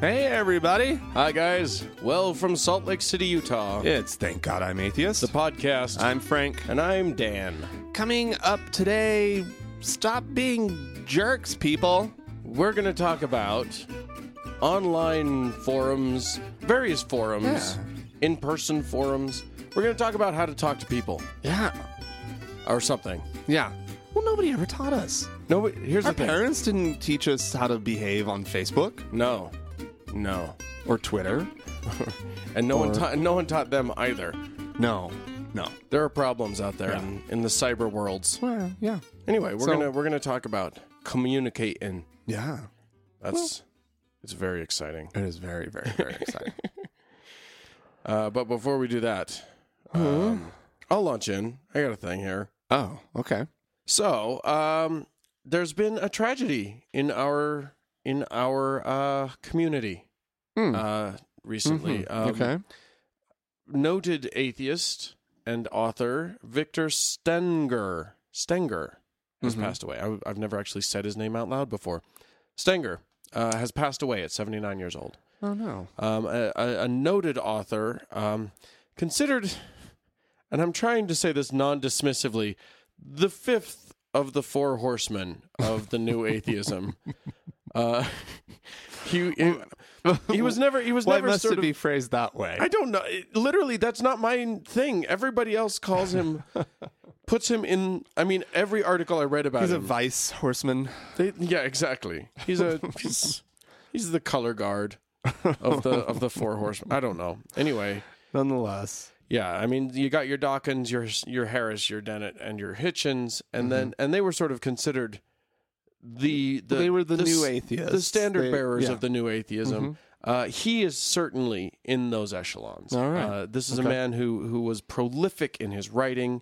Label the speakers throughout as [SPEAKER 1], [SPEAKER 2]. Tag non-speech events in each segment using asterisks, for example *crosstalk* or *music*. [SPEAKER 1] Hey, everybody.
[SPEAKER 2] Hi, guys. Well, from Salt Lake City, Utah.
[SPEAKER 1] It's Thank God I'm Atheist.
[SPEAKER 2] The podcast.
[SPEAKER 1] I'm Frank.
[SPEAKER 2] and I'm Dan.
[SPEAKER 1] Coming up today, stop being jerks, people.
[SPEAKER 2] We're going to talk about online forums, various forums,
[SPEAKER 1] Yeah.
[SPEAKER 2] in person forums. We're going to talk about how to talk to people
[SPEAKER 1] Yeah.
[SPEAKER 2] or something.
[SPEAKER 1] Yeah. Well, nobody ever taught us.
[SPEAKER 2] No, but here's
[SPEAKER 1] Our
[SPEAKER 2] the thing.
[SPEAKER 1] parents didn't teach us how to behave on Facebook
[SPEAKER 2] No. No.
[SPEAKER 1] or Twitter.
[SPEAKER 2] And no
[SPEAKER 1] Or-
[SPEAKER 2] one taught no one taught them either.
[SPEAKER 1] No. No.
[SPEAKER 2] There are problems out there
[SPEAKER 1] Yeah.
[SPEAKER 2] in, in the cyber worlds.
[SPEAKER 1] Well, yeah.
[SPEAKER 2] Anyway, we're
[SPEAKER 1] So-
[SPEAKER 2] gonna we're gonna talk about communicating.
[SPEAKER 1] Yeah.
[SPEAKER 2] That's it's very exciting.
[SPEAKER 1] It is very, very, very exciting.
[SPEAKER 2] Uh, but before we do that,
[SPEAKER 1] Mm-hmm.
[SPEAKER 2] um, I'll launch in. I got a thing here.
[SPEAKER 1] *laughs* Oh, okay.
[SPEAKER 2] So um, there's been a tragedy in our in our uh, community
[SPEAKER 1] Hmm. Mm-hmm.
[SPEAKER 2] uh, recently. Um,
[SPEAKER 1] okay.
[SPEAKER 2] Noted atheist and author Victor Stenger Stenger has
[SPEAKER 1] Mhm.
[SPEAKER 2] passed away. I, I've never actually said his name out loud before. Stenger uh, has passed away at 79 years old.
[SPEAKER 1] Oh, *laughs* no.
[SPEAKER 2] um, a, a a noted author, um, considered, and I'm trying to say this non dismissively, the fifth of the four horsemen of
[SPEAKER 1] *laughs*
[SPEAKER 2] the new atheism. Uh, he, he he was never he was
[SPEAKER 1] Why
[SPEAKER 2] never
[SPEAKER 1] must
[SPEAKER 2] sort
[SPEAKER 1] it
[SPEAKER 2] of.
[SPEAKER 1] be phrased that way?
[SPEAKER 2] I don't know. It- literally, that's not my thing. Everybody else calls
[SPEAKER 1] *laughs*
[SPEAKER 2] him, puts him in. I mean, every article I read about
[SPEAKER 1] He's a
[SPEAKER 2] him.
[SPEAKER 1] vice horseman.
[SPEAKER 2] They, yeah, exactly. He's a
[SPEAKER 1] *laughs*
[SPEAKER 2] he's, he's the color guard of the of the four horsemen. I don't know. Anyway,
[SPEAKER 1] Nonetheless.
[SPEAKER 2] yeah, I mean, you got your Dawkins, your your Harris, your Dennett, and your Hitchens, and
[SPEAKER 1] Mm-hmm.
[SPEAKER 2] then and they were sort of considered the, the
[SPEAKER 1] They were the new
[SPEAKER 2] s-
[SPEAKER 1] atheists.
[SPEAKER 2] the standard
[SPEAKER 1] They-
[SPEAKER 2] bearers
[SPEAKER 1] yeah. Mm-hmm.
[SPEAKER 2] of the new atheism. Uh, he is certainly in those echelons.
[SPEAKER 1] All right.
[SPEAKER 2] Uh, this is
[SPEAKER 1] Okay.
[SPEAKER 2] a man who who was prolific in his writing.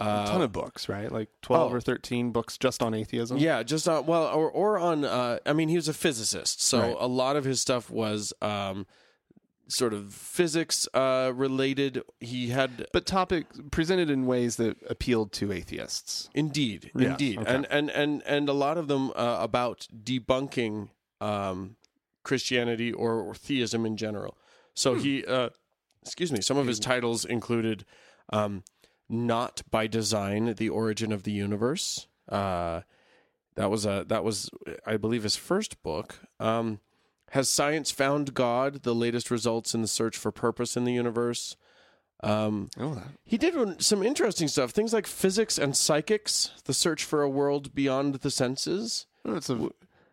[SPEAKER 2] Uh,
[SPEAKER 1] ton of books, right? Like 12
[SPEAKER 2] oh.
[SPEAKER 1] or 13 books just on atheism.
[SPEAKER 3] Mm-hmm.
[SPEAKER 2] Yeah, just on well, or or on. Uh, I mean, he was a physicist, so
[SPEAKER 1] Right.
[SPEAKER 2] a lot of his stuff was um, sort of physics uh, related. He had
[SPEAKER 1] But topic presented in ways that appealed to atheists.
[SPEAKER 2] indeed,
[SPEAKER 1] Yeah,
[SPEAKER 2] indeed,
[SPEAKER 1] okay.
[SPEAKER 2] and and and and a lot of them uh, about debunking um, Christianity or, or theism in general. So he, uh, excuse me, some of his titles included. Um, not by design the origin of the universe uh that was a that was i believe his first book um has science found god the latest results in the search for purpose in the universe um
[SPEAKER 1] Oh, that.
[SPEAKER 2] he did one- some interesting stuff things like physics and psychics the search for a world beyond the senses
[SPEAKER 1] Oh, That's a,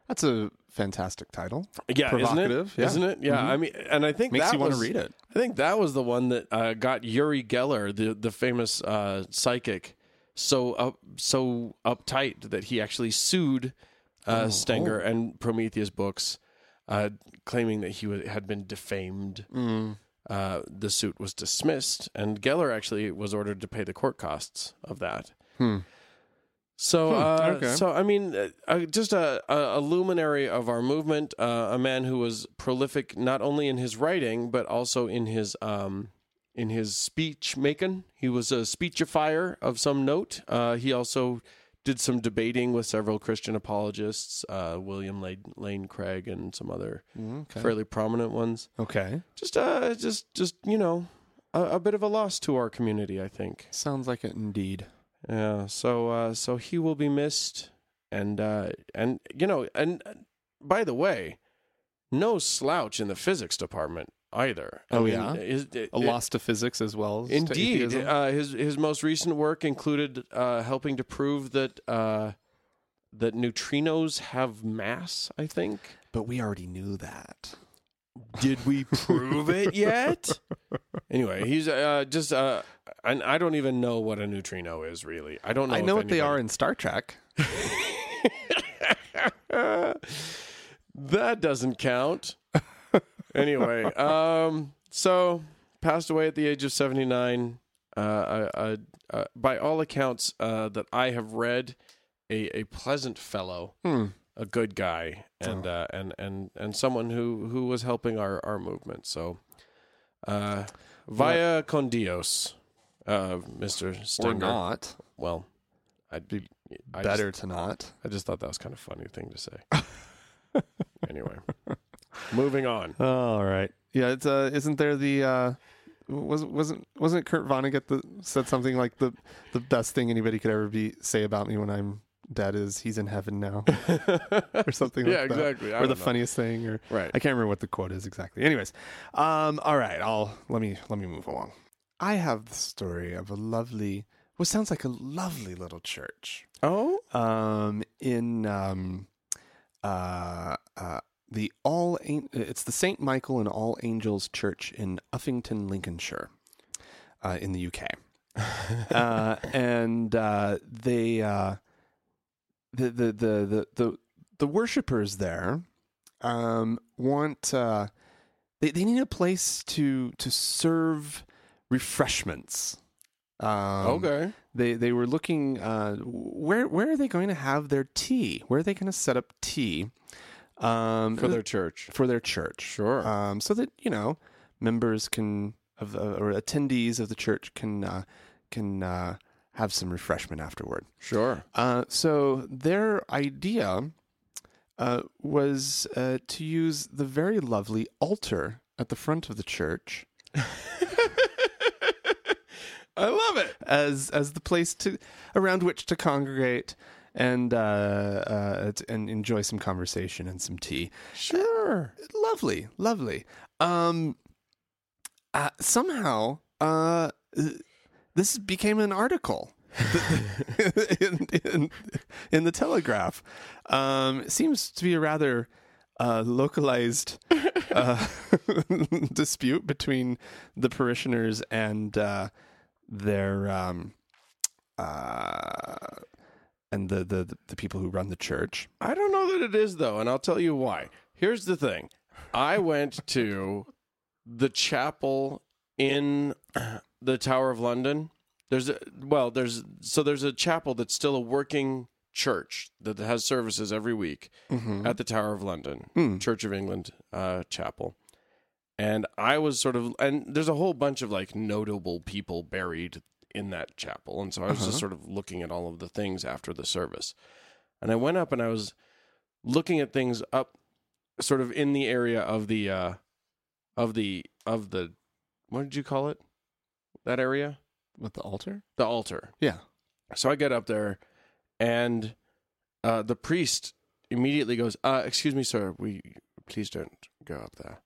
[SPEAKER 1] that's a fantastic title.
[SPEAKER 2] yeah
[SPEAKER 1] Provocative,
[SPEAKER 2] isn't it
[SPEAKER 1] yeah.
[SPEAKER 2] Isn't it? yeah Mm-hmm. i mean and i think
[SPEAKER 1] Makes
[SPEAKER 2] that
[SPEAKER 1] you want to
[SPEAKER 2] was-
[SPEAKER 1] read it.
[SPEAKER 2] I think that was the one that uh, got Yuri Geller, the the famous uh, psychic, so up so uptight that he actually sued uh, Stenger and Prometheus Books, uh, claiming that he wa had been defamed. Uh, the suit was dismissed, and Geller actually was ordered to pay the court costs of that. So, uh,
[SPEAKER 1] okay.
[SPEAKER 2] so I mean, uh, uh, just a, a, a luminary of our movement, uh, a man who was prolific not only in his writing but also in his um, in his speech making. He was a speechifier of some note. Uh, he also did some debating with several Christian apologists, uh, William Lane, Lane Craig, and some other fairly prominent ones.
[SPEAKER 1] Okay.
[SPEAKER 2] Just, uh, just, just you know, a, a bit of a loss to our community, I think.
[SPEAKER 1] Sounds like it indeed.
[SPEAKER 2] Yeah. So uh, so he will be missed, and uh, and you know, and uh, by the way, no slouch in the physics department either. I
[SPEAKER 1] Oh, yeah?
[SPEAKER 2] is- it-
[SPEAKER 1] A
[SPEAKER 2] it-
[SPEAKER 1] loss to physics as well. As to
[SPEAKER 2] Indeed,
[SPEAKER 1] atheism.
[SPEAKER 2] uh, his his most recent work included uh, helping to prove that uh, that neutrinos have mass. I think.
[SPEAKER 1] but we already knew *laughs* that.
[SPEAKER 2] Did we prove it yet? *laughs* anyway, he's uh, just, uh, and I don't even know what a neutrino is really. I don't know.
[SPEAKER 1] *laughs* I
[SPEAKER 2] if
[SPEAKER 1] know what they
[SPEAKER 2] anybody-
[SPEAKER 1] are in Star Trek.
[SPEAKER 2] that
[SPEAKER 1] *laughs*
[SPEAKER 2] doesn't count. anyway, um, so passed away at the age of seventy nine. Uh, uh, uh, by all accounts uh, that I have read, a, a pleasant fellow,
[SPEAKER 1] Hmm.
[SPEAKER 2] a good guy,
[SPEAKER 1] Oh.
[SPEAKER 2] and uh, and and and someone who who was helping our our movement. So, uh, via con Dios, uh, Mister
[SPEAKER 1] Or
[SPEAKER 2] Stenger.
[SPEAKER 1] not.
[SPEAKER 2] Well, I'd be I just-
[SPEAKER 1] Better to not.
[SPEAKER 2] *laughs* I just thought that was kind of a funny thing to say. anyway, Moving *laughs* on.
[SPEAKER 3] All right. Yeah, it's uh isn't there the uh was wasn't wasn't Kurt Vonnegut that said something like the the best thing anybody could ever be say about me when I'm dead is he's in heaven now *laughs* or something
[SPEAKER 2] Yeah,
[SPEAKER 3] like that.
[SPEAKER 2] exactly. I
[SPEAKER 3] Or the
[SPEAKER 2] don't know.
[SPEAKER 3] funniest thing or
[SPEAKER 2] Right.
[SPEAKER 3] I can't remember what the quote is exactly. Anyways, um all right, I'll let me let me move along. I have the story of a lovely what sounds like a lovely little church
[SPEAKER 2] Oh,
[SPEAKER 3] um, in um, uh, uh, the All An- it's the Saint Michael and All Angels Church in Uffington, Lincolnshire, uh, in the UK, uh, and uh, they uh, the, the the the the the worshipers there um, want uh, they they need a place to to serve refreshments. Um,
[SPEAKER 2] okay.
[SPEAKER 3] they they were looking uh, where where are they going to have their tea? Where are they going to set up tea um,
[SPEAKER 2] For their *laughs* church. Uh,
[SPEAKER 3] for their church?
[SPEAKER 2] Sure.
[SPEAKER 3] Um, so that you know members can of the, or attendees of the church can uh, can uh, have some refreshment afterward.
[SPEAKER 2] Sure.
[SPEAKER 3] Uh, so their idea uh, was uh, to use the very lovely altar at the front of the church
[SPEAKER 2] *laughs* I love it.
[SPEAKER 3] as as the place to around which to congregate and uh, uh, t- and enjoy some conversation and some tea.
[SPEAKER 2] Sure.
[SPEAKER 3] Lovely, lovely. Um, uh, somehow, uh, th- this became an article. in, in, in the Telegraph, um, it seems to be a rather uh, localized uh, *laughs* dispute between the parishioners and uh, their um, uh, and the, the the people who run the church.
[SPEAKER 2] I don't know that it is though, and I'll tell you why. Here's the thing. I went to the chapel in *clears throat* the Tower of London. There's a well, there's so there's a chapel that's still a working church that has services every week
[SPEAKER 3] Mm-hmm. Uh,
[SPEAKER 2] at the Tower of London,
[SPEAKER 3] hmm. Mm.
[SPEAKER 2] Church of England uh, chapel. And I was sort of, and there's a whole bunch of like notable people buried in that chapel. And so I was just sort of looking at all of the things after the service. And I went up and I was looking at things up sort of in the area of the, uh, of the, of the, what did you call it? That area?
[SPEAKER 3] With the altar?
[SPEAKER 2] The altar.
[SPEAKER 3] Yeah.
[SPEAKER 2] So I get up there, and uh, the priest immediately goes, uh, "Excuse me, sir. We please don't go up there."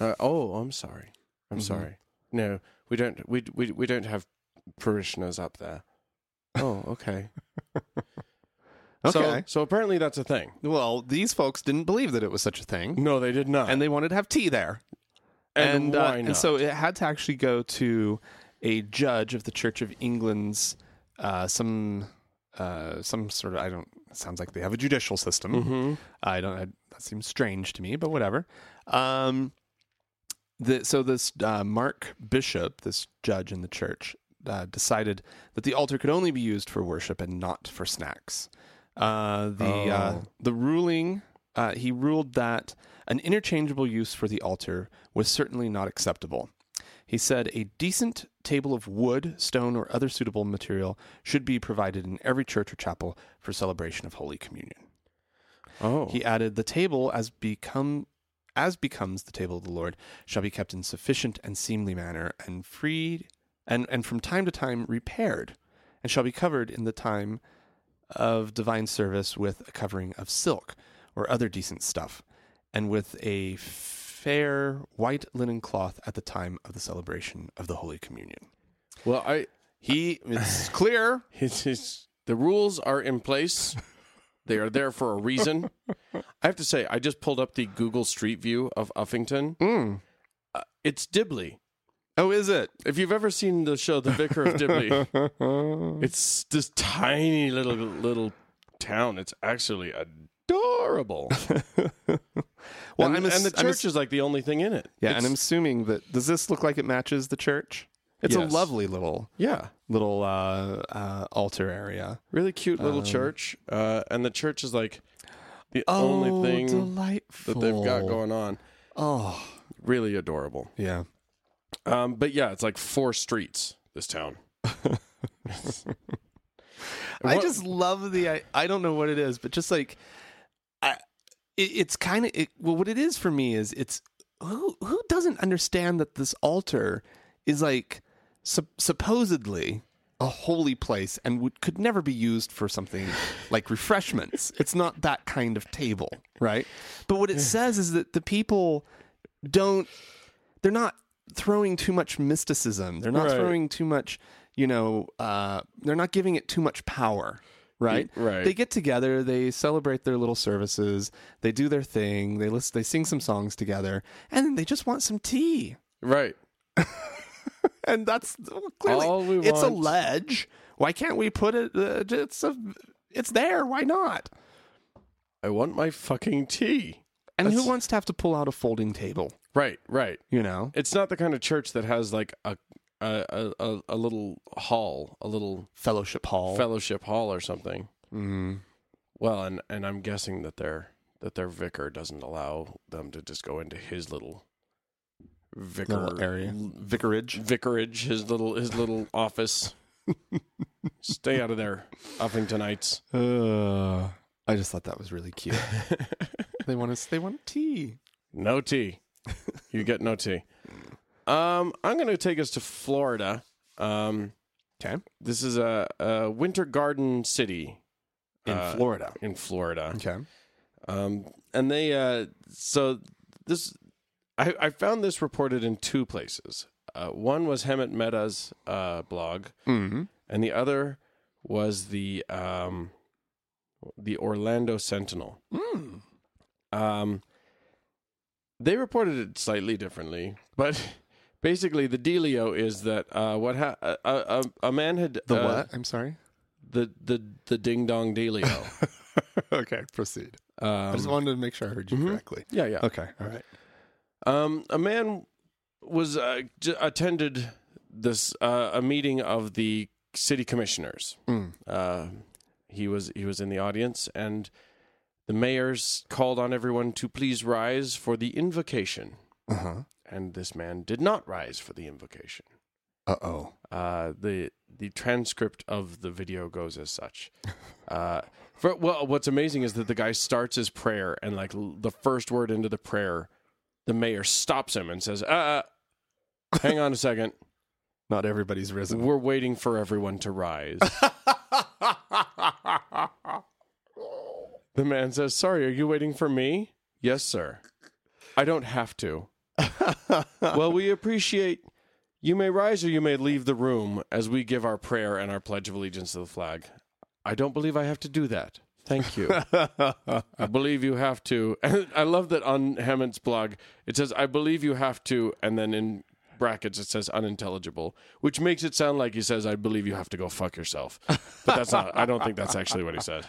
[SPEAKER 2] Uh, oh, I'm sorry. I'm
[SPEAKER 3] Mhm.
[SPEAKER 2] sorry. No, we don't. We we we don't have parishioners up there. Oh,
[SPEAKER 3] *laughs*
[SPEAKER 2] okay. So,
[SPEAKER 3] Okay.
[SPEAKER 2] so apparently that's a thing.
[SPEAKER 3] well, these folks didn't believe that it was such a thing,
[SPEAKER 2] No, they did not.
[SPEAKER 3] and they wanted to have tea there.
[SPEAKER 2] and,
[SPEAKER 3] uh,
[SPEAKER 2] why not?
[SPEAKER 3] and so it had to actually go to a judge of the Church of England's uh, some uh, some sort of I don't it sounds like they have a judicial system.
[SPEAKER 2] Mm-hmm.
[SPEAKER 3] I don't I, that seems strange to me, but whatever. Um, the, so this uh, Mark Bishop, this judge in the church, uh, decided that the altar could only be used for worship and not for snacks. Uh, the uh, the ruling uh, he ruled that an interchangeable use for the altar was certainly not acceptable. He said a decent table of wood, stone, or other suitable material should be provided in every church or chapel for celebration of Holy Communion.
[SPEAKER 2] oh,
[SPEAKER 3] He added, "The table as become as becomes the table of the Lord shall be kept in sufficient and seemly manner, and freed and and from time to time repaired, and shall be covered in the time of divine service with a covering of silk or other decent stuff, and with a fair white linen cloth at the time of the celebration of the Holy Communion."
[SPEAKER 2] well, I
[SPEAKER 3] He
[SPEAKER 2] *laughs*
[SPEAKER 3] it's clear.
[SPEAKER 2] It's, it's, the rules are in place. They are there for
[SPEAKER 3] *laughs*
[SPEAKER 2] a reason. I have to say, I just pulled up the Google Street View of Uffington. Uh, it's Dibley.
[SPEAKER 3] Oh, is
[SPEAKER 2] *laughs*
[SPEAKER 3] it?
[SPEAKER 2] If you've ever seen the show The Vicar of
[SPEAKER 3] *laughs*
[SPEAKER 2] Dibley, it's this tiny little little town. It's actually adorable.
[SPEAKER 3] *laughs* Well,
[SPEAKER 2] and,
[SPEAKER 3] I'm ass-
[SPEAKER 2] and the
[SPEAKER 3] I'm ass-
[SPEAKER 2] church is like the only thing in it.
[SPEAKER 3] Yeah,
[SPEAKER 2] It's-
[SPEAKER 3] and I'm assuming that does this look like it matches the church? It's
[SPEAKER 2] Yes.
[SPEAKER 3] a lovely little
[SPEAKER 2] yeah,
[SPEAKER 3] little uh, uh, altar area.
[SPEAKER 2] really cute little
[SPEAKER 3] Um,
[SPEAKER 2] church. Uh, and the church is like the only thing
[SPEAKER 3] Oh, delightful
[SPEAKER 2] that they've got going on.
[SPEAKER 3] Oh,
[SPEAKER 2] Really adorable.
[SPEAKER 3] yeah.
[SPEAKER 2] Um, but yeah, it's like four streets. This town.
[SPEAKER 3] I just love the. I, I don't know what it is, but just like, I, it, it's kind of it, well, what it is for me is it's who who doesn't understand that this altar is like sup- supposedly a holy place and would, could never be used for something like refreshments. It's not that kind of table, right? But what it says is that the people don't they're not throwing too much mysticism. They're not
[SPEAKER 2] Right.
[SPEAKER 3] throwing too much, you know, uh, they're not giving it too much power, right?
[SPEAKER 2] Y- right.
[SPEAKER 3] They get together, they celebrate their little services, they do their thing, they listen, they sing some songs together, and then they just want some tea.
[SPEAKER 2] Right.
[SPEAKER 3] And that's well, clearly
[SPEAKER 2] All we
[SPEAKER 3] it's a
[SPEAKER 2] want.
[SPEAKER 3] ledge. Why can't we put it? Uh, it's a, it's there. Why not?
[SPEAKER 2] I want my fucking tea.
[SPEAKER 3] And who wants to have to pull out a folding table?
[SPEAKER 2] Right, right.
[SPEAKER 3] You know,
[SPEAKER 2] It's not the kind of church that has like a a, a, a- a little hall, a little
[SPEAKER 3] fellowship hall.
[SPEAKER 2] fellowship hall or something.
[SPEAKER 3] mm.
[SPEAKER 2] Well, and and I'm guessing that their that their vicar doesn't allow them to just go into his little vicar
[SPEAKER 3] Little area. Vicarage.
[SPEAKER 2] vicarage, his little
[SPEAKER 3] *laughs*
[SPEAKER 2] his little office. Stay out of there, Uffingtonites.
[SPEAKER 3] Uh, I just thought that was really
[SPEAKER 2] *laughs*
[SPEAKER 3] cute. they want us. They want tea.
[SPEAKER 2] No tea. You get no tea.
[SPEAKER 3] *laughs*
[SPEAKER 2] Um, I'm going to take us to Florida. Um,
[SPEAKER 3] Okay.
[SPEAKER 2] This is a, a winter garden city
[SPEAKER 3] In
[SPEAKER 2] uh,
[SPEAKER 3] Florida.
[SPEAKER 2] in Florida.
[SPEAKER 3] Okay.
[SPEAKER 2] Um, and they uh, so this I, I found this reported in two places. Uh, one was Hemet Mehta's uh, blog,
[SPEAKER 3] Mm-hmm.
[SPEAKER 2] and the other was the um, the Orlando Sentinel.
[SPEAKER 3] Mm.
[SPEAKER 2] Um, they reported it slightly differently, but *laughs* basically the dealio is that uh, what ha- a, a a man had
[SPEAKER 3] The
[SPEAKER 2] uh,
[SPEAKER 3] what? I'm sorry.
[SPEAKER 2] the the the ding dong dealio.
[SPEAKER 3] okay, proceed. I just
[SPEAKER 2] Um,
[SPEAKER 3] wanted to make sure I heard you correctly.
[SPEAKER 2] yeah, yeah.
[SPEAKER 3] mm-hmm. Okay. All right.
[SPEAKER 2] Um, a man was uh, j- attended this uh, a meeting of the city commissioners.
[SPEAKER 3] Mm.
[SPEAKER 2] Uh, he was he was in the audience, and the mayors called on everyone to please rise for the invocation.
[SPEAKER 3] Uh huh.
[SPEAKER 2] And this man did not rise for the invocation.
[SPEAKER 3] Uh oh.
[SPEAKER 2] Uh, the the transcript of the video goes as such. Uh, *laughs* for, well, what's amazing is that the guy starts his prayer, and like l- the first word into the prayer, the mayor stops him and says, "Uh, uh, hang on a second.
[SPEAKER 3] Not everybody's *laughs* risen.
[SPEAKER 2] We're waiting for everyone to rise." the man says, "Sorry, are you waiting for me?" "Yes, sir. I don't have to." well, we appreciate you may rise or you may leave the room as we give our prayer and our pledge of allegiance to the flag. I don't believe I have to do that. Thank you. I believe you have to. *laughs* And I love that on Hammond's blog, it says, I believe you have to, and then in brackets it says unintelligible, which makes it sound like he says, I believe you have to go fuck yourself. But that's not, I don't think that's actually what he said.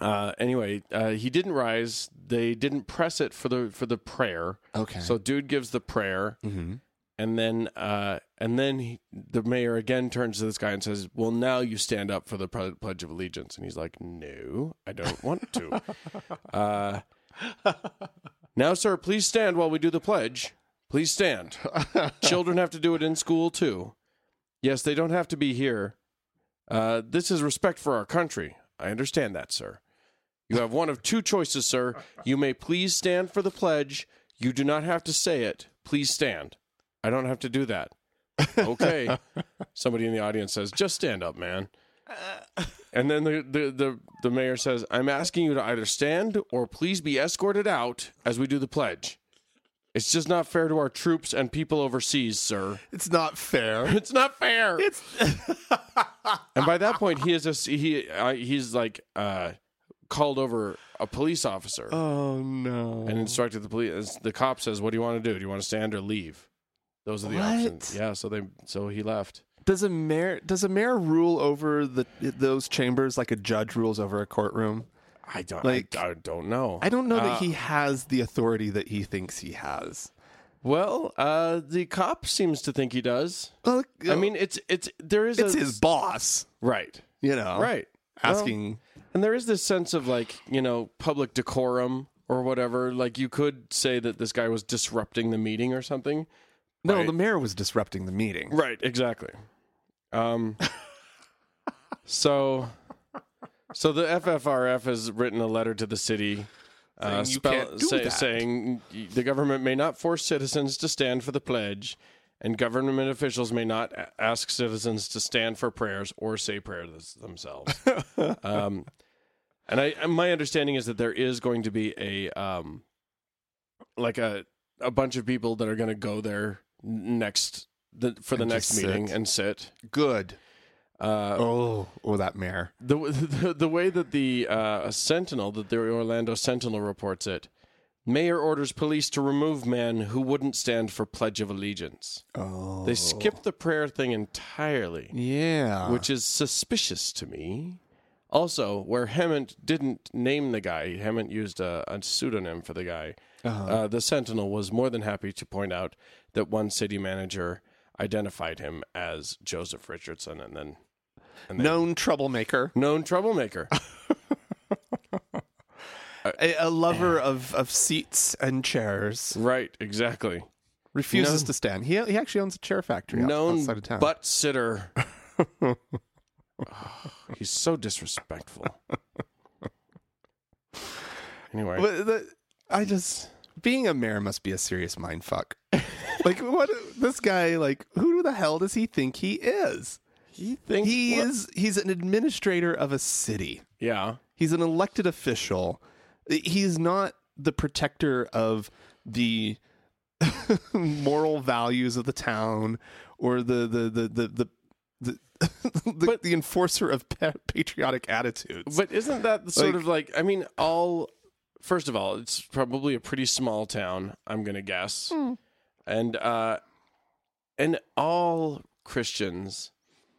[SPEAKER 2] Uh, anyway, uh, he didn't rise. They didn't press it for the for the prayer.
[SPEAKER 3] Okay.
[SPEAKER 2] So dude gives the prayer,
[SPEAKER 3] Mhm.
[SPEAKER 2] and then uh, and then he, the mayor again turns to this guy and says, "Well, now you stand up for the pl- pledge of allegiance." And he's like, "No, I don't want to." uh, now, sir, please stand while we do the pledge. Please stand. Children have to do it in school too. Yes, they don't have to be here. Uh, this is respect for our country. I understand that, sir. You have one of two choices, sir. You may please stand for the pledge. You do not have to say it. Please stand. I don't have to do *laughs* that. Okay. Somebody in the audience says, just stand up, *laughs* man. And then the, the, the, the mayor says, I'm asking you to either stand or please be escorted out as we do the pledge. It's just not fair to our troops and people overseas, sir.
[SPEAKER 3] It's not *laughs* fair.
[SPEAKER 2] *laughs* It's not fair. It's and by that point, he is a, he uh, he's like uh, called over a police officer
[SPEAKER 3] Oh no.
[SPEAKER 2] and instructed the police. The cop says, "What do you want to do? Do you want to stand or leave?" Those are the
[SPEAKER 3] What?
[SPEAKER 2] options. Yeah. So they so he left.
[SPEAKER 3] Does a mayor does a mayor rule over the those chambers like a judge rules over a courtroom?
[SPEAKER 2] I don't
[SPEAKER 3] Like-
[SPEAKER 2] I, I don't know.
[SPEAKER 3] I don't know that he has the authority that he thinks he has.
[SPEAKER 2] well, uh, the cop seems to think he does.
[SPEAKER 3] Well,
[SPEAKER 2] I mean, it's it's there is
[SPEAKER 3] it's
[SPEAKER 2] a,
[SPEAKER 3] his boss,
[SPEAKER 2] right,
[SPEAKER 3] you know.
[SPEAKER 2] right Well,
[SPEAKER 3] Asking
[SPEAKER 2] And there is this sense of like, you know, public decorum or whatever. Like you could say that this guy was disrupting the meeting or something.
[SPEAKER 3] No,
[SPEAKER 2] Right.
[SPEAKER 3] the mayor was disrupting the meeting. *laughs*
[SPEAKER 2] Right, exactly. Um so So the FFRF has written a letter to the city. Uh,
[SPEAKER 3] Saying you
[SPEAKER 2] spell-
[SPEAKER 3] can't do
[SPEAKER 2] say-
[SPEAKER 3] that.
[SPEAKER 2] saying the government may not force citizens to stand for the pledge, and government officials may not a- ask citizens to stand for prayers or say prayers themselves.
[SPEAKER 3] *laughs*
[SPEAKER 2] um, and I, and my understanding is that there is going to be a um, like a a bunch of people that are going to go there n- next the, for the
[SPEAKER 3] And
[SPEAKER 2] next
[SPEAKER 3] just sit.
[SPEAKER 2] meeting and sit.
[SPEAKER 3] Good.
[SPEAKER 2] Uh,
[SPEAKER 3] Oh, oh, that mayor.
[SPEAKER 2] the, *laughs* the the way that the uh, Sentinel, that the Orlando Sentinel reports it, mayor orders police to remove men who wouldn't stand for Pledge of Allegiance.
[SPEAKER 3] Oh,
[SPEAKER 2] They skip the prayer thing entirely,
[SPEAKER 3] Yeah.
[SPEAKER 2] which is suspicious to me. Also, where Hammond didn't name the guy, Hammond used a, a pseudonym for the guy.
[SPEAKER 3] Uh-huh.
[SPEAKER 2] Uh, the Sentinel was more than happy to point out that one city manager identified him as Joseph Richardson, and then
[SPEAKER 3] known troublemaker, *laughs*
[SPEAKER 2] known troublemaker.
[SPEAKER 3] Uh, a, a lover of, of seats and chairs,
[SPEAKER 2] Right, exactly.
[SPEAKER 3] refuses to stand. He he actually owns a chair factory out-
[SPEAKER 2] Known
[SPEAKER 3] outside of town.
[SPEAKER 2] butt sitter. He's
[SPEAKER 3] *laughs*
[SPEAKER 2] so disrespectful. Anyway,
[SPEAKER 3] But the, I just being a mayor must be a serious mind fuck. like what this guy like who the hell does he think he is?
[SPEAKER 2] he thinks
[SPEAKER 3] He
[SPEAKER 2] well,
[SPEAKER 3] is he's an administrator of a city.
[SPEAKER 2] Yeah,
[SPEAKER 3] He's an elected official. He's not the protector of the *laughs* moral values of the town or the the the the, the the, *laughs* the, the enforcer of pa- patriotic attitudes.
[SPEAKER 2] but isn't that the sort of like? I mean, all. First of all, it's probably a pretty small town. I'm gonna guess, and uh, and all Christians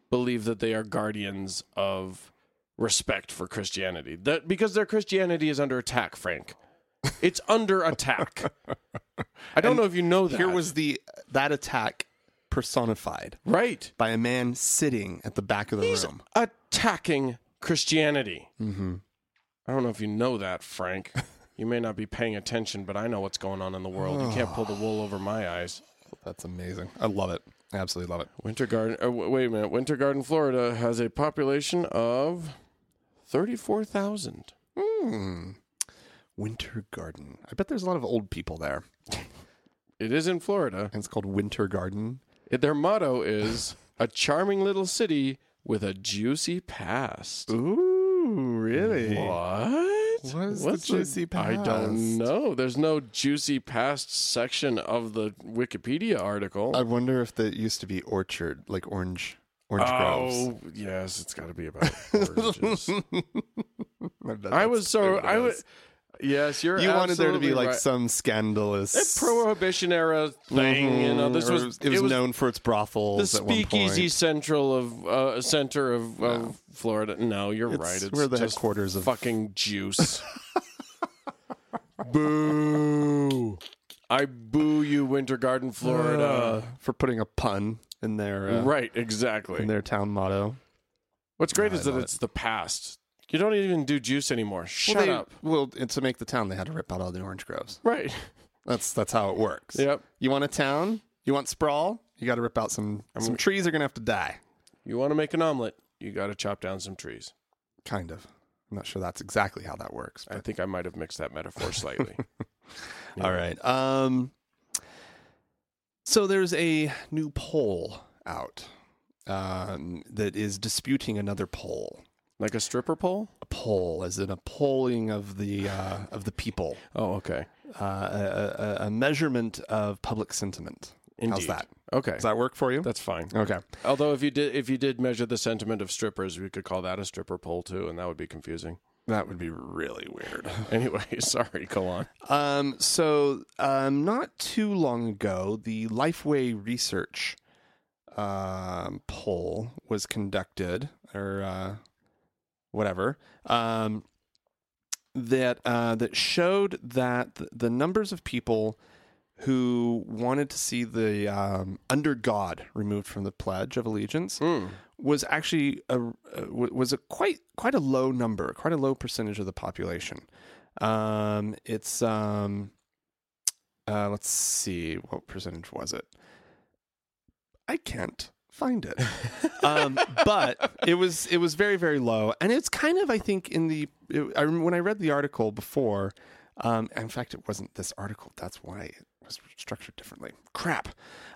[SPEAKER 2] believe that they are guardians of respect for Christianity. That because their Christianity is under attack, Frank. It's under
[SPEAKER 3] *laughs*
[SPEAKER 2] attack. I don't know if you know that.
[SPEAKER 3] Here was the that attack personified
[SPEAKER 2] right.
[SPEAKER 3] by a man sitting at the back of the room.
[SPEAKER 2] attacking Christianity. Mm-hmm. I don't know if you know that, *laughs* Frank. You may not be paying attention, but I know what's going on in the world. You can't pull the wool over my eyes.
[SPEAKER 3] That's amazing. I love it. I absolutely love it.
[SPEAKER 2] Winter Garden. Uh, w- wait a minute. Winter Garden, Florida has a population of thirty-four thousand.
[SPEAKER 3] Winter Garden. I bet there's a lot of old people there.
[SPEAKER 2] It is in Florida.
[SPEAKER 3] And it's called Winter Garden.
[SPEAKER 2] It- Their motto is "A charming little city with a juicy past."
[SPEAKER 3] Ooh, really?
[SPEAKER 2] What?
[SPEAKER 3] What is the
[SPEAKER 2] What's
[SPEAKER 3] juicy
[SPEAKER 2] I don't
[SPEAKER 3] past?
[SPEAKER 2] know. There's no juicy past section of the Wikipedia article.
[SPEAKER 3] I wonder if that used to be orchard, like orange orange groves.
[SPEAKER 2] Oh yes, it's got to be about
[SPEAKER 3] *laughs*
[SPEAKER 2] oranges.
[SPEAKER 3] I, bet
[SPEAKER 2] I
[SPEAKER 3] that's
[SPEAKER 2] was so
[SPEAKER 3] what it
[SPEAKER 2] I was.
[SPEAKER 3] is.
[SPEAKER 2] Yes, you're.
[SPEAKER 3] You wanted there to be
[SPEAKER 2] absolutely
[SPEAKER 3] like
[SPEAKER 2] right.
[SPEAKER 3] some scandalous
[SPEAKER 2] prohibition era thing. You know, this
[SPEAKER 3] or
[SPEAKER 2] was
[SPEAKER 3] Mm-hmm. it was known for its brothels.
[SPEAKER 2] the
[SPEAKER 3] at one point.
[SPEAKER 2] speakeasy central of uh, center of, of Florida. No, you're right. It's
[SPEAKER 3] where the
[SPEAKER 2] just
[SPEAKER 3] headquarters of-
[SPEAKER 2] fucking
[SPEAKER 3] *laughs*
[SPEAKER 2] juice. boo! I boo you, Winter Garden, Florida.
[SPEAKER 3] Uh, for putting a pun in their uh,
[SPEAKER 2] right,
[SPEAKER 3] in
[SPEAKER 2] exactly.
[SPEAKER 3] their town motto.
[SPEAKER 2] What's great is that it's the past. You don't even do juice anymore. Shut
[SPEAKER 3] well, they-
[SPEAKER 2] up.
[SPEAKER 3] Well, and to make the town, they had to rip out all the orange groves. *laughs*
[SPEAKER 2] Right.
[SPEAKER 3] That's that's how it works.
[SPEAKER 2] Yep.
[SPEAKER 3] You want a town? You want sprawl? You got to rip out some some trees. Are gonna have to die.
[SPEAKER 2] You want to make an omelet, you got to chop down some trees.
[SPEAKER 3] Kind of. I'm not sure that's exactly how that works.
[SPEAKER 2] I think I might have mixed that metaphor slightly.
[SPEAKER 3] *laughs* All right. Um, so there's a new poll out um, that is disputing another poll.
[SPEAKER 2] like a stripper pole?
[SPEAKER 3] A poll, as in a polling of the uh, of the people,
[SPEAKER 2] Oh, okay.
[SPEAKER 3] uh, a, a, a measurement of public sentiment. How's
[SPEAKER 2] Indeed.
[SPEAKER 3] that?
[SPEAKER 2] Okay.
[SPEAKER 3] Does that work for you?
[SPEAKER 2] That's fine.
[SPEAKER 3] okay.
[SPEAKER 2] Although if you did if you did measure the sentiment of strippers, we could call that a stripper poll too, and that would be confusing. *laughs*
[SPEAKER 3] That would be really weird.
[SPEAKER 2] Anyway, *laughs* sorry, go on.
[SPEAKER 3] Um, so um, not too long ago, the Lifeway Research um, poll was conducted, or uh, whatever, um, that uh, that showed that th- the numbers of people who wanted to see the um, under God removed from the Pledge of Allegiance was actually a, a was a quite quite a low number, quite a low percentage of the population. Um, it's um, uh, let's see, what percentage was it? I can't find it. um, but it was it was very very low, and it's kind of I think in the it, I rem- when I read the article before. Um, in fact, it wasn't this article. That's why it was structured differently. Crap.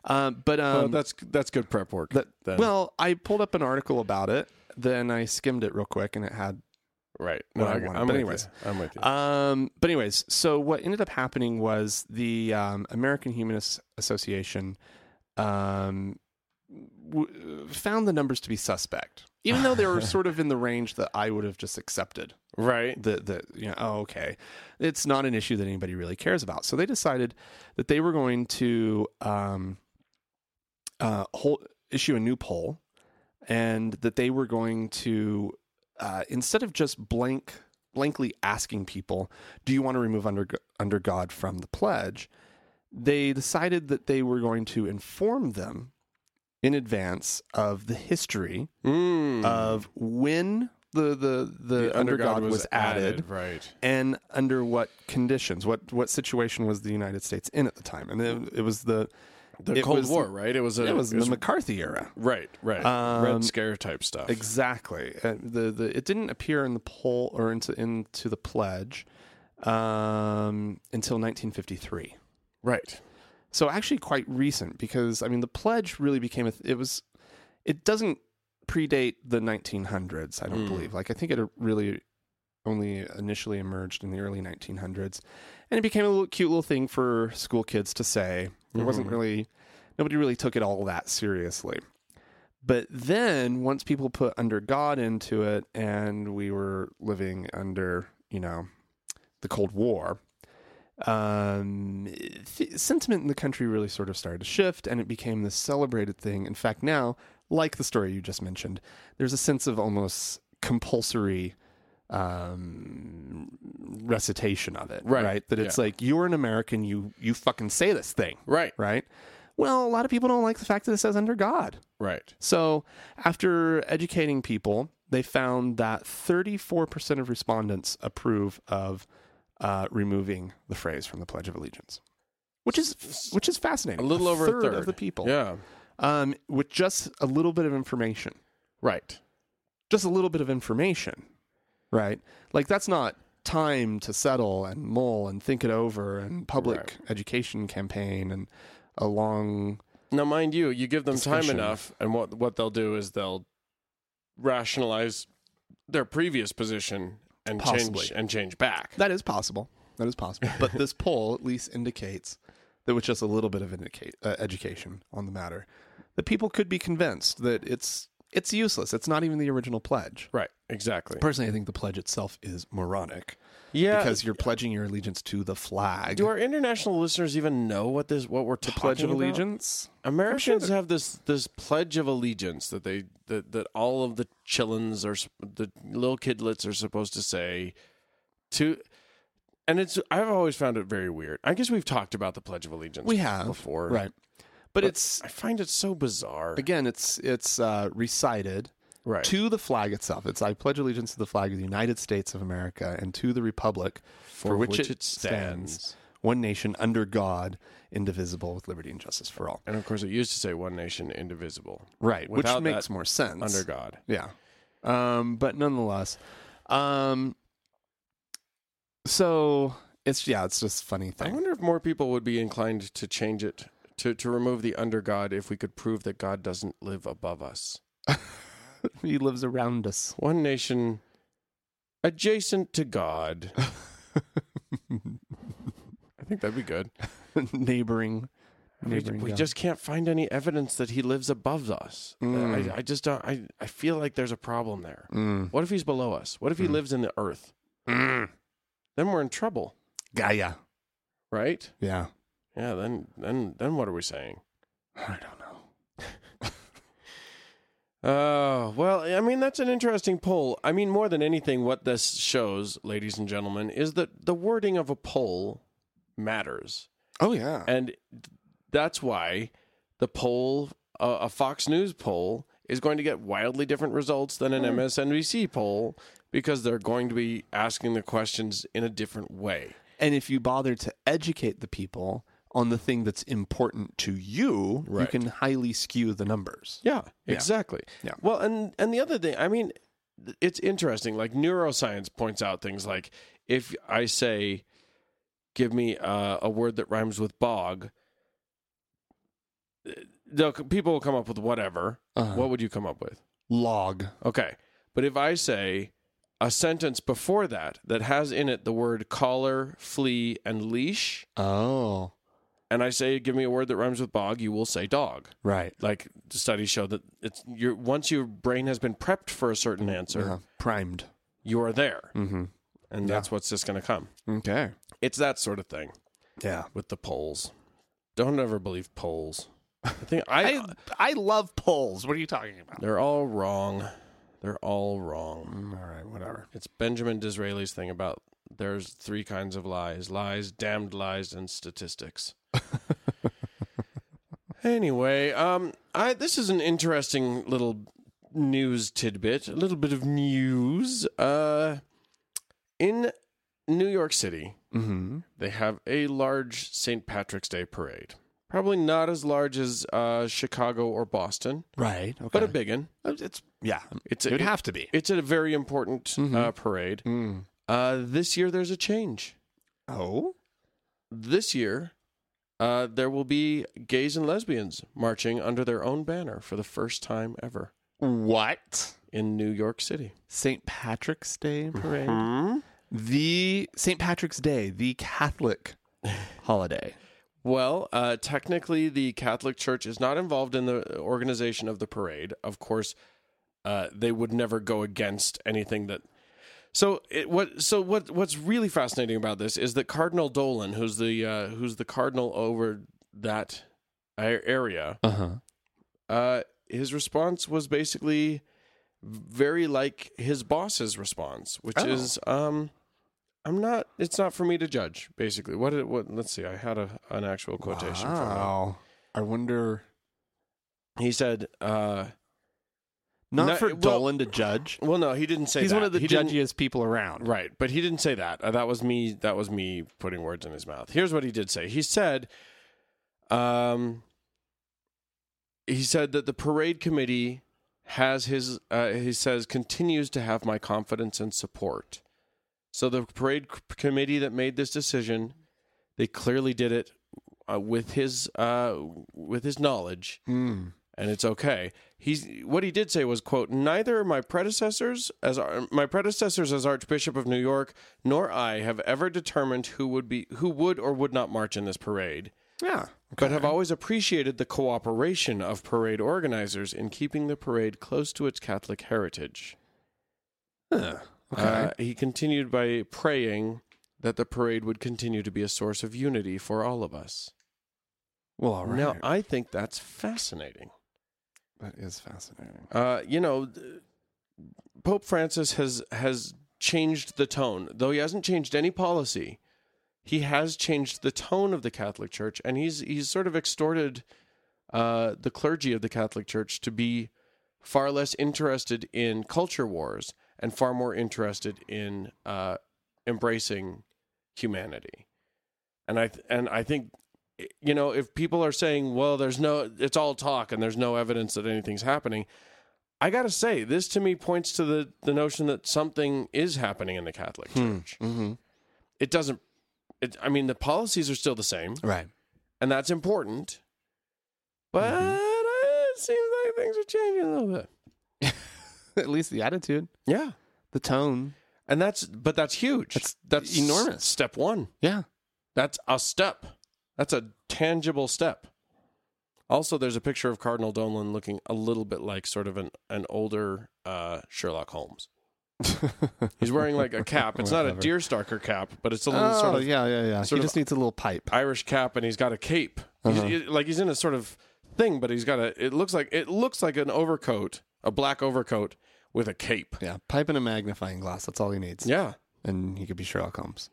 [SPEAKER 3] Um, but um,
[SPEAKER 2] Oh, that's that's good prep work.
[SPEAKER 3] that-
[SPEAKER 2] then.
[SPEAKER 3] well, I pulled up an article about it. Then I skimmed it real quick, and it had
[SPEAKER 2] right. No,
[SPEAKER 3] what I
[SPEAKER 2] I,
[SPEAKER 3] wanted,
[SPEAKER 2] am
[SPEAKER 3] but
[SPEAKER 2] with
[SPEAKER 3] anyways.
[SPEAKER 2] you. I'm with you.
[SPEAKER 3] Um, but anyways, so what ended up happening was the um, American Humanist Association um, w- found the numbers to be suspect, even though they were sort of in the range that I would have just accepted.
[SPEAKER 2] right.
[SPEAKER 3] That that you know, oh okay, it's not an issue that anybody really cares about. So they decided that they were going to um, uh, hold, issue a new poll, and that they were going to uh, instead of just blank blankly asking people, "Do you want to remove under under God from the pledge?" They decided that they were going to inform them in advance of the history
[SPEAKER 2] Mm.
[SPEAKER 3] of when the the Mm-hmm. the, hmm. under God was, added
[SPEAKER 2] Right.
[SPEAKER 3] and under what conditions what what situation was the united states in at the time and it, it was the
[SPEAKER 2] The
[SPEAKER 3] it
[SPEAKER 2] Cold
[SPEAKER 3] was-
[SPEAKER 2] War. Right. It was. A,
[SPEAKER 3] it was the mccarthy era
[SPEAKER 2] right. Right.
[SPEAKER 3] Um,
[SPEAKER 2] Red Scare type stuff.
[SPEAKER 3] exactly Uh, the the it didn't appear in the poll or into into the pledge um until 1953
[SPEAKER 2] right.
[SPEAKER 3] so actually quite recent because i mean the pledge really became a th- it was it doesn't predate the 1900s i don't
[SPEAKER 2] Mm.
[SPEAKER 3] believe like i think it really only initially emerged in the early 1900s and it became a little cute little thing for school kids to say it wasn't really nobody really took it all that seriously but then once people put under god into it and we were living under you know the cold war um, th- sentiment in the country really sort of started to shift and it became this celebrated thing. In fact, now, like the story you just mentioned, there's a sense of almost compulsory um, recitation of it,
[SPEAKER 2] Right.
[SPEAKER 3] That it's like, you're an American, you, you fucking say this thing,
[SPEAKER 2] Right.
[SPEAKER 3] right? Well, a lot of people don't like the fact that it says under God.
[SPEAKER 2] Right.
[SPEAKER 3] So, after educating people, they found that 34% of respondents approve of uh, removing the phrase from the Pledge of Allegiance, which is which is fascinating.
[SPEAKER 2] A little over a
[SPEAKER 3] third, of
[SPEAKER 2] third.
[SPEAKER 3] the people,
[SPEAKER 2] Yeah.
[SPEAKER 3] um, with just a little bit of information,
[SPEAKER 2] Right.
[SPEAKER 3] just a little bit of information, right? Like that's not time to settle and mull and think it over and public
[SPEAKER 2] Right.
[SPEAKER 3] education campaign and a long
[SPEAKER 2] Now, mind you, you give them
[SPEAKER 3] Discussion.
[SPEAKER 2] time enough, and what what they'll do is they'll rationalize their previous position and
[SPEAKER 3] Possibly.
[SPEAKER 2] change and change back.
[SPEAKER 3] That is possible. That is possible. But
[SPEAKER 2] *laughs*
[SPEAKER 3] this poll at least indicates that with just a little bit of indicate, uh, education on the matter, that people could be convinced that it's it's useless. It's not even the original pledge.
[SPEAKER 2] Right. Exactly.
[SPEAKER 3] Personally, I think the pledge itself is moronic
[SPEAKER 2] Yeah.
[SPEAKER 3] because you're pledging your allegiance to the flag.
[SPEAKER 2] do our international listeners even know what this what we're talking
[SPEAKER 3] pledge of
[SPEAKER 2] about?
[SPEAKER 3] allegiance?
[SPEAKER 2] Americans have this this pledge of allegiance that they that, that all of the chillins are sup- the little kidlets are supposed to say to and it's I've always found it very weird. I guess we've talked about the pledge of allegiance
[SPEAKER 3] We have
[SPEAKER 2] before.
[SPEAKER 3] right, but it's
[SPEAKER 2] I find it so bizarre.
[SPEAKER 3] again, it's it's uh, recited
[SPEAKER 2] Right.
[SPEAKER 3] to the flag itself. It's I pledge allegiance to the flag of the United States of America and to the republic for, which, it, stands, one nation under God, indivisible, with liberty and justice for all.
[SPEAKER 2] And of course it used to say one nation indivisible
[SPEAKER 3] Right, which
[SPEAKER 2] Without
[SPEAKER 3] makes
[SPEAKER 2] that
[SPEAKER 3] more sense.
[SPEAKER 2] under God.
[SPEAKER 3] Yeah. Um, but nonetheless, um, so it's yeah, it's just a funny
[SPEAKER 2] I
[SPEAKER 3] thing.
[SPEAKER 2] wonder if more people would be inclined to change it to, to remove the under God if we could prove that God doesn't live above us.
[SPEAKER 3] he lives around us. *laughs*
[SPEAKER 2] One nation adjacent to *laughs* God. I think that'd be good.
[SPEAKER 3] neighboring
[SPEAKER 2] We,
[SPEAKER 3] neighboring
[SPEAKER 2] we
[SPEAKER 3] God.
[SPEAKER 2] just can't find any evidence that he lives above us.
[SPEAKER 3] Mm.
[SPEAKER 2] I, I just don't. I, I feel like there's a problem there.
[SPEAKER 3] Mm.
[SPEAKER 2] What if he's below us? What if he lives in the earth?
[SPEAKER 3] Mm.
[SPEAKER 2] Then we're in trouble,
[SPEAKER 3] Gaia.
[SPEAKER 2] right?
[SPEAKER 3] Yeah.
[SPEAKER 2] Yeah. Then then then what are we saying?
[SPEAKER 3] I don't know.
[SPEAKER 2] Oh, well, I mean, that's an interesting poll. I mean, more than anything, what this shows, ladies and gentlemen, is that the wording of a poll matters.
[SPEAKER 3] Oh yeah.
[SPEAKER 2] And that's why the poll, uh, a Fox News poll, is going to get wildly different results than an MSNBC poll because they're going to be asking the questions in a different way.
[SPEAKER 3] And if you bother to educate the people on the thing that's important to you, you
[SPEAKER 2] Right.
[SPEAKER 3] can highly skew the numbers.
[SPEAKER 2] Yeah, exactly.
[SPEAKER 3] Yeah.
[SPEAKER 2] Well, and and the other thing, I mean, th- it's interesting. Like neuroscience points out things like if I say, "Give me uh, a word that rhymes with bog," they'll people will come up with whatever.
[SPEAKER 3] Uh-huh.
[SPEAKER 2] What would you come up with?
[SPEAKER 3] Log.
[SPEAKER 2] Okay, but if I say a sentence before that that has in it the word collar, flea, and leash,
[SPEAKER 3] Oh,
[SPEAKER 2] and I say, "Give me a word that rhymes with bog," you will say dog
[SPEAKER 3] right.
[SPEAKER 2] like studies show that it's your once your brain has been prepped for a certain answer,
[SPEAKER 3] Uh-huh. Primed.
[SPEAKER 2] you are there,
[SPEAKER 3] Mm-hmm.
[SPEAKER 2] and that's what's just going to come.
[SPEAKER 3] Okay.
[SPEAKER 2] It's that sort of thing
[SPEAKER 3] Yeah.
[SPEAKER 2] with the polls. Don't ever believe polls. I think I,
[SPEAKER 3] I I love polls. What are you talking about?
[SPEAKER 2] they're all wrong. They're all wrong.
[SPEAKER 3] Mm, All right, whatever.
[SPEAKER 2] It's Benjamin Disraeli's thing about there's three kinds of lies: lies, damned lies, and statistics. anyway, um, I this is an interesting little news tidbit, a little bit of news. Uh, in New York City,
[SPEAKER 3] Mm-hmm.
[SPEAKER 2] they have a large St. Patrick's Day parade. Probably not as large as uh, Chicago or Boston,
[SPEAKER 3] Right. Okay.
[SPEAKER 2] but a big one.
[SPEAKER 3] uh, it's yeah.
[SPEAKER 2] It's
[SPEAKER 3] It
[SPEAKER 2] a,
[SPEAKER 3] would have to be.
[SPEAKER 2] it's a very important uh, parade.
[SPEAKER 3] Mm.
[SPEAKER 2] Uh, this year, there's a change.
[SPEAKER 3] Oh.
[SPEAKER 2] This year, uh, there will be gays and lesbians marching under their own banner for the first time ever
[SPEAKER 3] What?
[SPEAKER 2] in New York City.
[SPEAKER 3] St. Patrick's Day parade. The St. Patrick's Day, the *laughs* Catholic holiday.
[SPEAKER 2] Well, uh, technically, the Catholic Church is not involved in the organization of the parade. Of course, uh, they would never go against anything that. So it, what? So what? What's really fascinating about this is that Cardinal Dolan, who's the uh, who's the cardinal over that a- area,
[SPEAKER 3] Uh huh.
[SPEAKER 2] uh, his response was basically very like his boss's response, which
[SPEAKER 3] Oh.
[SPEAKER 2] is, um, "I'm not. It's not for me to judge." Basically, what? Did, what? Let's see. I had a, an actual quotation. From that.
[SPEAKER 3] Wow. I wonder.
[SPEAKER 2] He said, uh,
[SPEAKER 3] Not
[SPEAKER 2] No,
[SPEAKER 3] for
[SPEAKER 2] well-
[SPEAKER 3] Dolan to judge.
[SPEAKER 2] "Well, no, he didn't say
[SPEAKER 3] He's
[SPEAKER 2] that.
[SPEAKER 3] one of the
[SPEAKER 2] He didn't-
[SPEAKER 3] judgiest people around.
[SPEAKER 2] Right, but he didn't say that. Uh, that was me. That was me putting words in his mouth. Here's what he did say. He said, um, he said that the parade committee has his. Uh, he says continues to have my confidence and support. So the parade c- committee that made this decision, they clearly did it uh, with his uh, with his knowledge
[SPEAKER 3] Mm.
[SPEAKER 2] and it's okay. He's what he did say was quote neither my predecessors as ar- my predecessors as Archbishop of New York nor I have ever determined who would be who would or would not march in this parade
[SPEAKER 3] Yeah.
[SPEAKER 2] but have always appreciated the cooperation of parade organizers in keeping the parade close to its Catholic heritage.
[SPEAKER 3] Huh. Okay.
[SPEAKER 2] Uh, he continued by praying that the parade would continue to be a source of unity for all of us.
[SPEAKER 3] well, all right.
[SPEAKER 2] Now, I think that's fascinating.
[SPEAKER 3] that is fascinating.
[SPEAKER 2] Uh, you know, th- Pope Francis has has changed the tone, though he hasn't changed any policy. He has changed the tone of the Catholic Church, and he's he's sort of extorted uh, the clergy of the Catholic Church to be far less interested in culture wars and far more interested in uh, embracing humanity. And I th- and I think you know if people are saying, well, there's no, it's all talk and there's no evidence that anything's happening. I gotta say, this to me points to the the notion that something is happening in the Catholic Church.
[SPEAKER 3] Mm-hmm.
[SPEAKER 2] It doesn't. It, I mean, the policies are still the same,
[SPEAKER 3] Right.
[SPEAKER 2] and that's important. But
[SPEAKER 3] Mm-hmm.
[SPEAKER 2] uh, it seems like things are changing a little bit.
[SPEAKER 3] At least the attitude,
[SPEAKER 2] Yeah,
[SPEAKER 3] the tone.
[SPEAKER 2] and that's but that's huge.
[SPEAKER 3] That's
[SPEAKER 2] that's
[SPEAKER 3] enormous.
[SPEAKER 2] Step one.
[SPEAKER 3] Yeah.
[SPEAKER 2] That's a step. That's a tangible step. Also, there's a picture of Cardinal Dolan looking a little bit like sort of an, an older uh, Sherlock
[SPEAKER 3] *laughs*
[SPEAKER 2] Holmes. He's wearing like a cap. It's not a
[SPEAKER 3] Whatever.
[SPEAKER 2] deerstalker cap, but it's a little
[SPEAKER 3] Oh,
[SPEAKER 2] sort of
[SPEAKER 3] yeah, yeah, yeah. He
[SPEAKER 2] sort of-
[SPEAKER 3] just needs a little pipe.
[SPEAKER 2] Irish cap, and he's got a cape.
[SPEAKER 3] Uh-huh.
[SPEAKER 2] He's, he- like he's in a sort of thing, but he's got a. It looks like it looks like an overcoat, a black overcoat with a cape.
[SPEAKER 3] Yeah, pipe and a magnifying glass. That's all he needs.
[SPEAKER 2] Yeah,
[SPEAKER 3] And he could be Sherlock Holmes.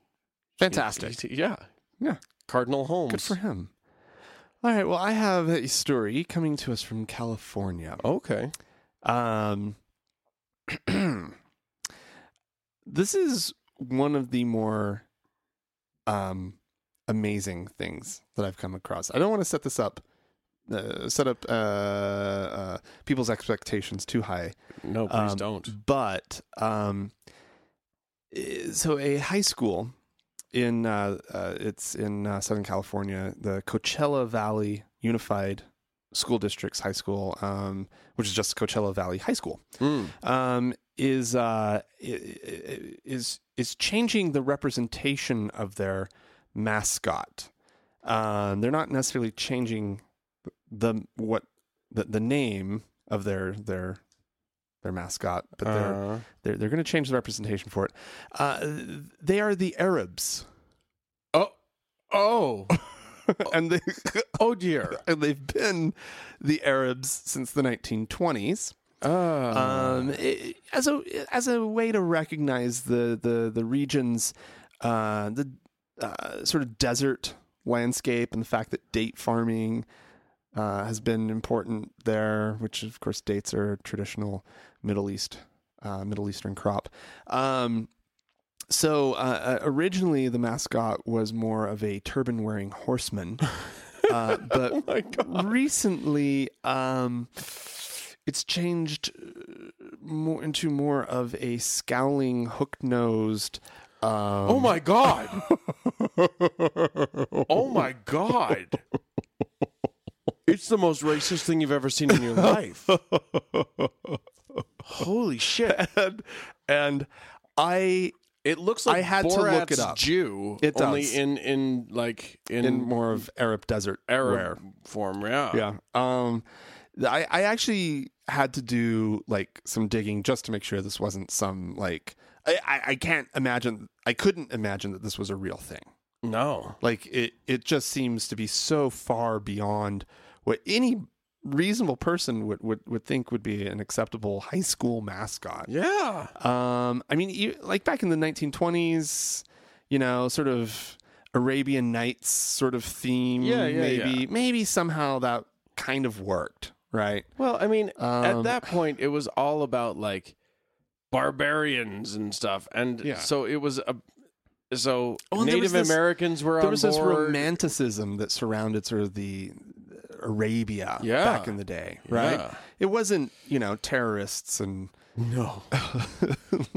[SPEAKER 3] Fantastic.
[SPEAKER 2] Yeah,
[SPEAKER 3] Yeah.
[SPEAKER 2] Cardinal Holmes.
[SPEAKER 3] Good for him. All right. Well, I have a story coming to us from California.
[SPEAKER 2] Okay.
[SPEAKER 3] Um, *clears throat* this is one of the more um, amazing things that I've come across. I don't want to set this up, uh, set up uh, uh, people's expectations too high.
[SPEAKER 2] No, please
[SPEAKER 3] Um,
[SPEAKER 2] don't.
[SPEAKER 3] But um, i- so a high school in uh, uh, it's in uh, Southern California, the Coachella Valley Unified School District's high school, um, which is just Coachella Valley High School
[SPEAKER 2] Mm.
[SPEAKER 3] um, is uh, i- i- is is changing the representation of their mascot. Um, they're not necessarily changing the what the, the name of their their their mascot, but they're
[SPEAKER 2] Uh,
[SPEAKER 3] they're, they're going to change the representation for it. Uh, they are the Arabs,
[SPEAKER 2] oh, oh,
[SPEAKER 3] and they *laughs*
[SPEAKER 2] oh *laughs* dear.
[SPEAKER 3] and they've been the Arabs since the 1920s.
[SPEAKER 2] Uh,
[SPEAKER 3] um, i as a as a way to recognize the the the region's uh, the uh, sort of desert landscape and the fact that date farming uh, has been important there, which of course dates are a traditional Middle East uh, Middle Eastern crop. Um, so uh, uh, originally the mascot was more of a turban wearing
[SPEAKER 2] *laughs*
[SPEAKER 3] horseman, uh, but
[SPEAKER 2] Oh my God.
[SPEAKER 3] recently um it's changed uh, more into more of a scowling hook-nosed um,
[SPEAKER 2] Oh my god. oh my god. It's the most racist thing you've ever seen in your life. Holy shit.
[SPEAKER 3] *laughs* and, and i
[SPEAKER 2] *laughs* It looks like
[SPEAKER 3] I had to
[SPEAKER 2] Borat's
[SPEAKER 3] look it up.
[SPEAKER 2] Jew
[SPEAKER 3] It
[SPEAKER 2] only
[SPEAKER 3] does.
[SPEAKER 2] in in like in,
[SPEAKER 3] in more of arab desert
[SPEAKER 2] Arab
[SPEAKER 3] wear.
[SPEAKER 2] form, yeah.
[SPEAKER 3] yeah um th- i i actually had to do like some digging just to make sure this wasn't some like I, I, I can't imagine I couldn't imagine that this was a real thing.
[SPEAKER 2] No.
[SPEAKER 3] Like it, it just seems to be so far beyond what any reasonable person would, would, would think would be an acceptable high school mascot.
[SPEAKER 2] Yeah.
[SPEAKER 3] Um, I mean, you, like back in the 1920s, you know, sort of Arabian Nights sort of theme.
[SPEAKER 2] Yeah, yeah,
[SPEAKER 3] maybe,
[SPEAKER 2] yeah.
[SPEAKER 3] maybe somehow that kind of worked, right?
[SPEAKER 2] Well, I mean, at
[SPEAKER 3] Um,
[SPEAKER 2] that point, it was all about like barbarians and stuff, and
[SPEAKER 3] Yeah.
[SPEAKER 2] so it was a so
[SPEAKER 3] Oh, and there was
[SPEAKER 2] Native
[SPEAKER 3] this-
[SPEAKER 2] Americans were
[SPEAKER 3] there
[SPEAKER 2] on
[SPEAKER 3] was this
[SPEAKER 2] board.
[SPEAKER 3] romanticism that surrounded sort of the uh, Arabia
[SPEAKER 2] Yeah.
[SPEAKER 3] back in the day, right?
[SPEAKER 2] Yeah.
[SPEAKER 3] It wasn't, you know, terrorists and *laughs*
[SPEAKER 2] no,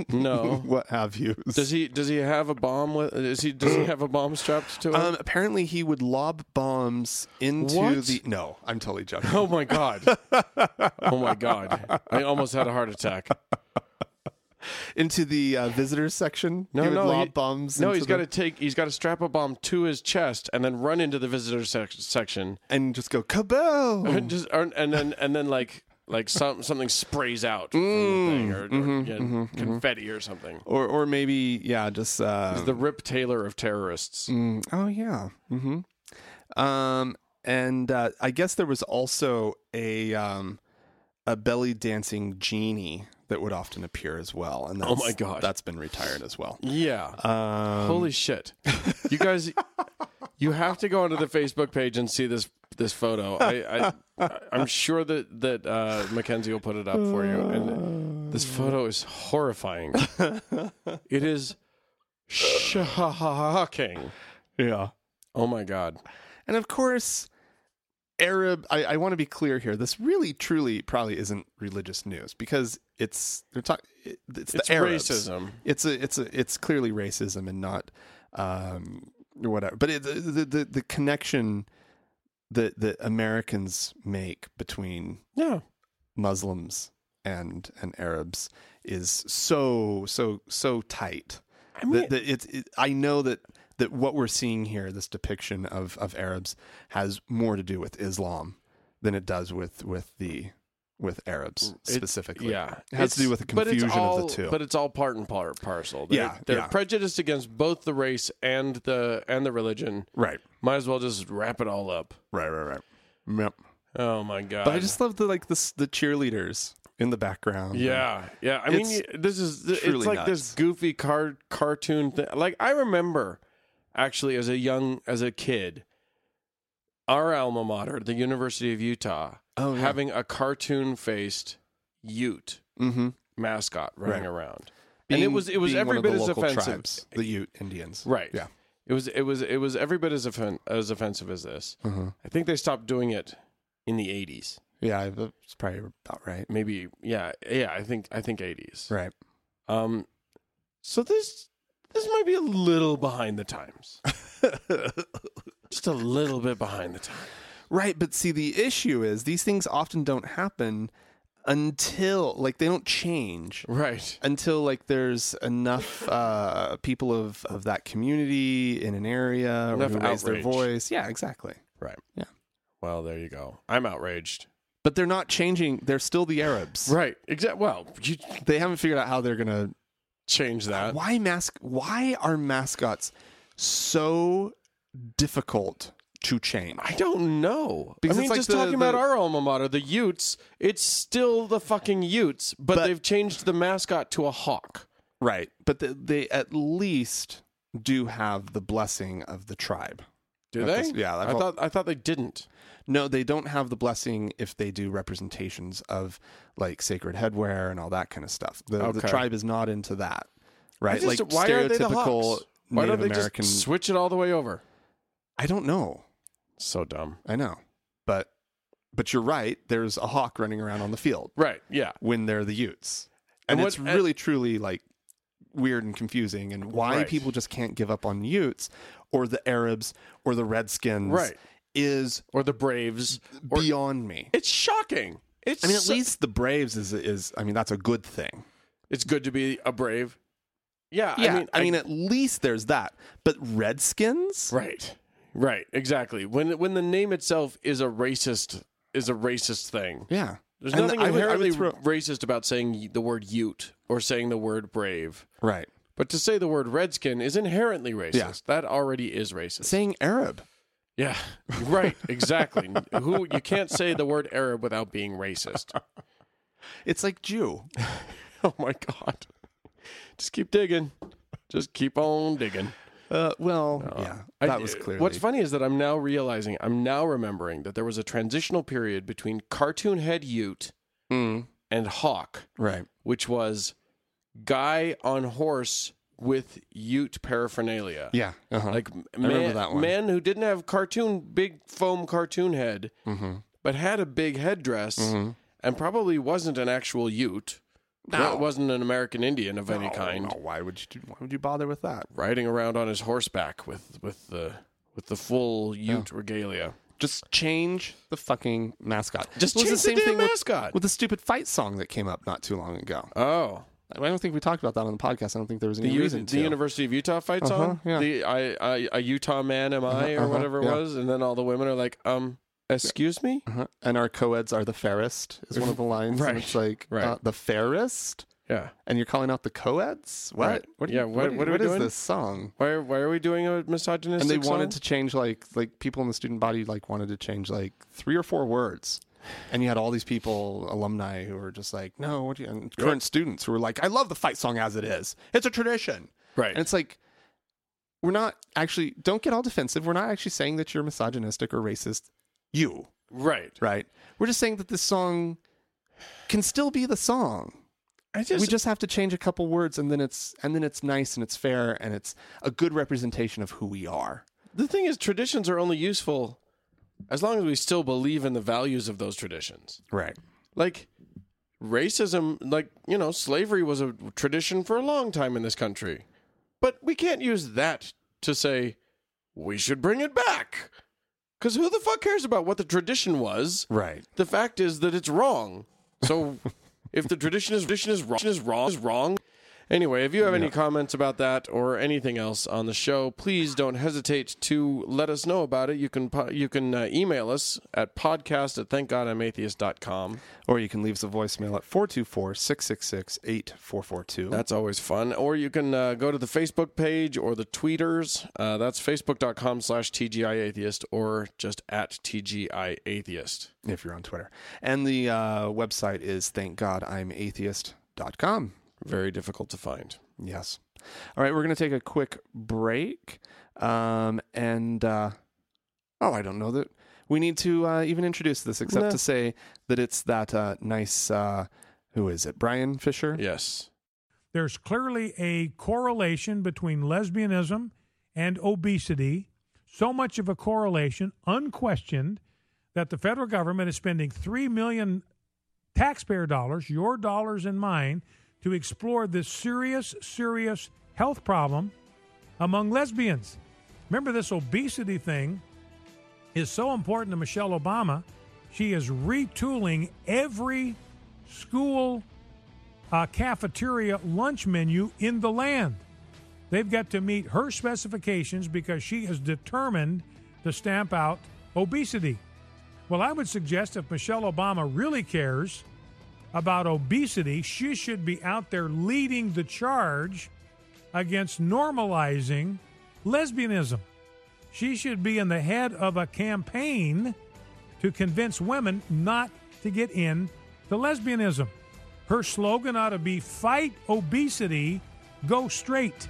[SPEAKER 2] no.
[SPEAKER 3] what have you.
[SPEAKER 2] Does he does he have a bomb with? Is he does he have a bomb strapped to
[SPEAKER 3] *laughs*
[SPEAKER 2] him?
[SPEAKER 3] Um, apparently, he would lob bombs into
[SPEAKER 2] What?
[SPEAKER 3] the. No, I'm totally joking.
[SPEAKER 2] oh
[SPEAKER 3] *laughs*
[SPEAKER 2] my god! oh my god! I almost had a heart attack.
[SPEAKER 3] Into the uh, visitors section.
[SPEAKER 2] No,
[SPEAKER 3] he would
[SPEAKER 2] no,
[SPEAKER 3] lob
[SPEAKER 2] he-
[SPEAKER 3] bombs.
[SPEAKER 2] No,
[SPEAKER 3] into
[SPEAKER 2] he's got to
[SPEAKER 3] the-
[SPEAKER 2] take. He's got to strap a bomb to his chest and then run into the visitor sec- section,
[SPEAKER 3] and just go kaboom.
[SPEAKER 2] and *laughs* just or- and then and then like like some something sprays out from
[SPEAKER 3] Mm.
[SPEAKER 2] the thing or, or,
[SPEAKER 3] Mm-hmm,
[SPEAKER 2] yeah, confetti or something.
[SPEAKER 3] or, or maybe yeah, just uh,
[SPEAKER 2] The Rip Taylor of terrorists.
[SPEAKER 3] mm, oh yeah. Mm-hmm. Um, and uh, I guess there was also a um, a belly dancing genie that would often appear as well. And that's,
[SPEAKER 2] my God.
[SPEAKER 3] that's been retired as well.
[SPEAKER 2] Yeah.
[SPEAKER 3] Um,
[SPEAKER 2] Holy shit!
[SPEAKER 3] *laughs*
[SPEAKER 2] You guys, you have to go onto the Facebook page and see this this photo. I, I I'm sure that that uh, Mackenzie will put it up for you. And this photo
[SPEAKER 3] *laughs*
[SPEAKER 2] is horrifying. It is shocking.
[SPEAKER 3] yeah.
[SPEAKER 2] Oh my god!
[SPEAKER 3] And of course, Arab. I, I want to be clear here. This really, truly, probably isn't religious news because it's they're talking. It's the
[SPEAKER 2] It's
[SPEAKER 3] Arabs.
[SPEAKER 2] racism.
[SPEAKER 3] It's a. It's a. It's clearly racism and not, um, whatever. But it, the, the the the connection that that Americans make between
[SPEAKER 2] Yeah.
[SPEAKER 3] Muslims and and Arabs is so so so tight. I
[SPEAKER 2] mean-
[SPEAKER 3] that, that it's it, I know that that what we're seeing here, this depiction of of Arabs, has more to do with Islam than it does with with the with Arabs
[SPEAKER 2] It-
[SPEAKER 3] specifically.
[SPEAKER 2] Yeah,
[SPEAKER 3] it has to do
[SPEAKER 2] It's-
[SPEAKER 3] with the
[SPEAKER 2] but it's
[SPEAKER 3] confusion
[SPEAKER 2] all-
[SPEAKER 3] of the two.
[SPEAKER 2] But it's all part and par- parcel. They're,
[SPEAKER 3] Yeah,
[SPEAKER 2] they're
[SPEAKER 3] yeah.
[SPEAKER 2] prejudiced against both the race and the and the religion.
[SPEAKER 3] right,
[SPEAKER 2] Might as well just wrap it all up.
[SPEAKER 3] right, right, right. Yep.
[SPEAKER 2] Oh my god!
[SPEAKER 3] But I just love the like the the cheerleaders in the background.
[SPEAKER 2] yeah, yeah. I mean,
[SPEAKER 3] It's
[SPEAKER 2] y- this is th- it's
[SPEAKER 3] truly
[SPEAKER 2] like this
[SPEAKER 3] nuts.
[SPEAKER 2] goofy car cartoon thing. Like I remember, actually, as a young as a kid, our alma mater, the University of Utah,
[SPEAKER 3] Oh, yeah.
[SPEAKER 2] having a cartoon faced Ute
[SPEAKER 3] Mm-hmm.
[SPEAKER 2] mascot running
[SPEAKER 3] Right.
[SPEAKER 2] around, and it was it was every bit as offensive.
[SPEAKER 3] the Ute Indians.
[SPEAKER 2] Right.
[SPEAKER 3] Yeah.
[SPEAKER 2] It was it was it was every bit as offen- as offensive as this.
[SPEAKER 3] Uh-huh.
[SPEAKER 2] I think they stopped doing it in the eighties.
[SPEAKER 3] Yeah, that's probably about right.
[SPEAKER 2] Maybe yeah yeah I think I think eighties.
[SPEAKER 3] Right.
[SPEAKER 2] Um, so this this might be a little behind
[SPEAKER 3] *laughs*
[SPEAKER 2] the times. Just a little bit behind the times.
[SPEAKER 3] Right, but see, the issue is these things often don't happen until, like, they don't change
[SPEAKER 2] Right.
[SPEAKER 3] until, like, there's enough uh, people of, of that community in an area or
[SPEAKER 2] Enough
[SPEAKER 3] who raise their
[SPEAKER 2] outrage.
[SPEAKER 3] voice. Yeah, exactly.
[SPEAKER 2] Right.
[SPEAKER 3] Yeah.
[SPEAKER 2] Well, there you go. I'm outraged.
[SPEAKER 3] But they're not changing. They're still the Arabs.
[SPEAKER 2] Right. Exact. Well, you
[SPEAKER 3] They haven't figured out how they're going to
[SPEAKER 2] change that.
[SPEAKER 3] why mask why are mascots so difficult to change
[SPEAKER 2] I don't know.
[SPEAKER 3] Because it's
[SPEAKER 2] I mean,
[SPEAKER 3] like
[SPEAKER 2] just
[SPEAKER 3] the-
[SPEAKER 2] talking about
[SPEAKER 3] the-
[SPEAKER 2] our alma mater, the Utes. It's still the fucking Utes, but,
[SPEAKER 3] But-
[SPEAKER 2] they've changed the mascot to a hawk.
[SPEAKER 3] right but th they at least do have the blessing of the tribe
[SPEAKER 2] Do
[SPEAKER 3] That
[SPEAKER 2] they?
[SPEAKER 3] does- yeah, that
[SPEAKER 2] I
[SPEAKER 3] felt-
[SPEAKER 2] thought I thought they didn't.
[SPEAKER 3] no they don't have the blessing if they do representations of like sacred headwear and all that kind of stuff the, the
[SPEAKER 2] Okay.
[SPEAKER 3] tribe is not into that right
[SPEAKER 2] I just-
[SPEAKER 3] like
[SPEAKER 2] why are they the
[SPEAKER 3] stereotypical
[SPEAKER 2] Hawks? Why
[SPEAKER 3] native
[SPEAKER 2] don't they
[SPEAKER 3] american
[SPEAKER 2] just switch it all the way over?
[SPEAKER 3] i don't know
[SPEAKER 2] So dumb.
[SPEAKER 3] i know but but you're right there's a hawk running around on the field
[SPEAKER 2] Right. Yeah.
[SPEAKER 3] when they're the Utes. And,
[SPEAKER 2] And
[SPEAKER 3] it's
[SPEAKER 2] what-
[SPEAKER 3] really truly like weird and confusing and why
[SPEAKER 2] Right.
[SPEAKER 3] people just can't give up on Utes or the Arabs or the Redskins
[SPEAKER 2] Right.
[SPEAKER 3] is
[SPEAKER 2] Or the Braves. Or,
[SPEAKER 3] beyond me.
[SPEAKER 2] it's shocking. It's
[SPEAKER 3] I mean at
[SPEAKER 2] so-
[SPEAKER 3] least the Braves is is I mean that's a good thing.
[SPEAKER 2] it's good to be a Brave. Yeah.
[SPEAKER 3] I mean, I mean at least there's that. But Redskins?
[SPEAKER 2] Right. Right. Exactly. When when the name itself is a racist is a racist thing.
[SPEAKER 3] Yeah.
[SPEAKER 2] There's
[SPEAKER 3] And
[SPEAKER 2] nothing
[SPEAKER 3] I would- I would
[SPEAKER 2] inherently
[SPEAKER 3] throw-
[SPEAKER 2] racist about saying y- the word Ute or saying the word Brave.
[SPEAKER 3] right.
[SPEAKER 2] But to say the word Redskin is inherently racist.
[SPEAKER 3] Yeah.
[SPEAKER 2] That already is racist.
[SPEAKER 3] Saying Arab.
[SPEAKER 2] Yeah. Right.
[SPEAKER 3] *laughs*
[SPEAKER 2] Exactly. Who you can't say the word Arab without being racist.
[SPEAKER 3] It's like Jew.
[SPEAKER 2] *laughs* Oh my god. Just keep digging. Just keep on digging.
[SPEAKER 3] Uh, well, yeah.
[SPEAKER 2] I-
[SPEAKER 3] That was clearly
[SPEAKER 2] What's funny is that I'm now realizing, I'm now remembering that there was a transitional period between cartoon head Ute
[SPEAKER 3] Mm,
[SPEAKER 2] and Hawk,
[SPEAKER 3] right.
[SPEAKER 2] which was guy on horse with Ute paraphernalia.
[SPEAKER 3] Yeah. Uh-huh.
[SPEAKER 2] Like
[SPEAKER 3] remember
[SPEAKER 2] man,
[SPEAKER 3] that one.
[SPEAKER 2] man who didn't have cartoon big foam cartoon head,
[SPEAKER 3] Mm-hmm.
[SPEAKER 2] but had a big headdress and probably wasn't an actual Ute.
[SPEAKER 3] No.
[SPEAKER 2] wasn't an American Indian of any
[SPEAKER 3] Oh,
[SPEAKER 2] kind.
[SPEAKER 3] no, why would you do, why would you bother with that?
[SPEAKER 2] riding around on his horseback with with the with the
[SPEAKER 3] Oh.
[SPEAKER 2] full Ute regalia.
[SPEAKER 3] Just change the fucking mascot.
[SPEAKER 2] Just
[SPEAKER 3] It was
[SPEAKER 2] change the damn
[SPEAKER 3] with-
[SPEAKER 2] mascot.
[SPEAKER 3] With, the stupid fight song that came up not too long ago.
[SPEAKER 2] Oh,
[SPEAKER 3] I don't think we talked about that on the podcast. I don't think there was any
[SPEAKER 2] the, U-
[SPEAKER 3] reason
[SPEAKER 2] the
[SPEAKER 3] to.
[SPEAKER 2] University of Utah fight song.
[SPEAKER 3] Uh-huh, yeah.
[SPEAKER 2] The I, I a Utah man am I or
[SPEAKER 3] uh-huh,
[SPEAKER 2] whatever it
[SPEAKER 3] yeah.
[SPEAKER 2] was, and then all the women are like, um, excuse me.
[SPEAKER 3] Uh-huh. And our co-eds are the fairest is one of the lines. *laughs*
[SPEAKER 2] Right.
[SPEAKER 3] And it's like
[SPEAKER 2] Right.
[SPEAKER 3] uh, the fairest,
[SPEAKER 2] Yeah.
[SPEAKER 3] and you're calling out the co-eds. What?
[SPEAKER 2] Right.
[SPEAKER 3] What? Are
[SPEAKER 2] Yeah,
[SPEAKER 3] You,
[SPEAKER 2] what-
[SPEAKER 3] are you-
[SPEAKER 2] what are
[SPEAKER 3] is
[SPEAKER 2] we doing?
[SPEAKER 3] this song?
[SPEAKER 2] Why are, why are we doing a misogynistic?
[SPEAKER 3] And they
[SPEAKER 2] song?
[SPEAKER 3] wanted to change like like people in the student body like wanted to change like three or four words. And you had all these people, alumni, who were just like, "No, what do you?" And current students who were like, "I love the fight song as it is. It's a tradition."
[SPEAKER 2] right.
[SPEAKER 3] And it's like, we're not actually, don't get all defensive. We're not actually saying that you're misogynistic or racist, you,
[SPEAKER 2] right.
[SPEAKER 3] right? We're just saying that this song can still be the song.
[SPEAKER 2] I just,
[SPEAKER 3] we just have to change a couple words and then it's and then it's nice and it's fair and it's a good representation of who we are.
[SPEAKER 2] the thing is, traditions are only useful as long as we still believe in the values of those traditions.
[SPEAKER 3] Right.
[SPEAKER 2] like racism like you know slavery was a tradition for a long time in this country but we can't use that to say we should bring it back because who the fuck cares about what the tradition was
[SPEAKER 3] Right.
[SPEAKER 2] the fact is that it's wrong so if the tradition is tradition is wrong is wrong is wrong anyway if you have any comments about that or anything else on the show please don't hesitate to let us know about it you can po- you can uh, email us at podcast at thankgodimatheist.com
[SPEAKER 3] Or you can leave us a voicemail at 424 666 8442.
[SPEAKER 2] That's always fun. Or you can uh, go to the Facebook page or the tweeters. Uh, that's facebook.com slash TGI Atheist or just at TGI Atheist.
[SPEAKER 3] If you're on Twitter. And the uh, website is thankgodimatheist.com.
[SPEAKER 2] Very difficult to find.
[SPEAKER 3] Yes. All right, we're going to take a quick break. Um, and uh, oh, I don't know that we need to uh, even introduce this, except to say that it's that uh, nice, uh, who is it? Brian Fisher?
[SPEAKER 2] Yes.
[SPEAKER 4] there's clearly a correlation between lesbianism and obesity so much of a correlation, unquestioned, that the federal government is spending three million taxpayer dollars, your dollars and mine, to explore this serious, serious health problem among lesbians. Remember, this obesity thing is so important to Michelle Obama. She is retooling every school uh, cafeteria lunch menu in the land. They've got to meet her specifications because she is determined to stamp out obesity. Well, I would suggest if Michelle Obama really cares about obesity, she should be out there leading the charge against normalizing lesbianism. She should be in the head of a campaign to convince women not to get in to lesbianism. Her slogan ought to be fight obesity, go straight.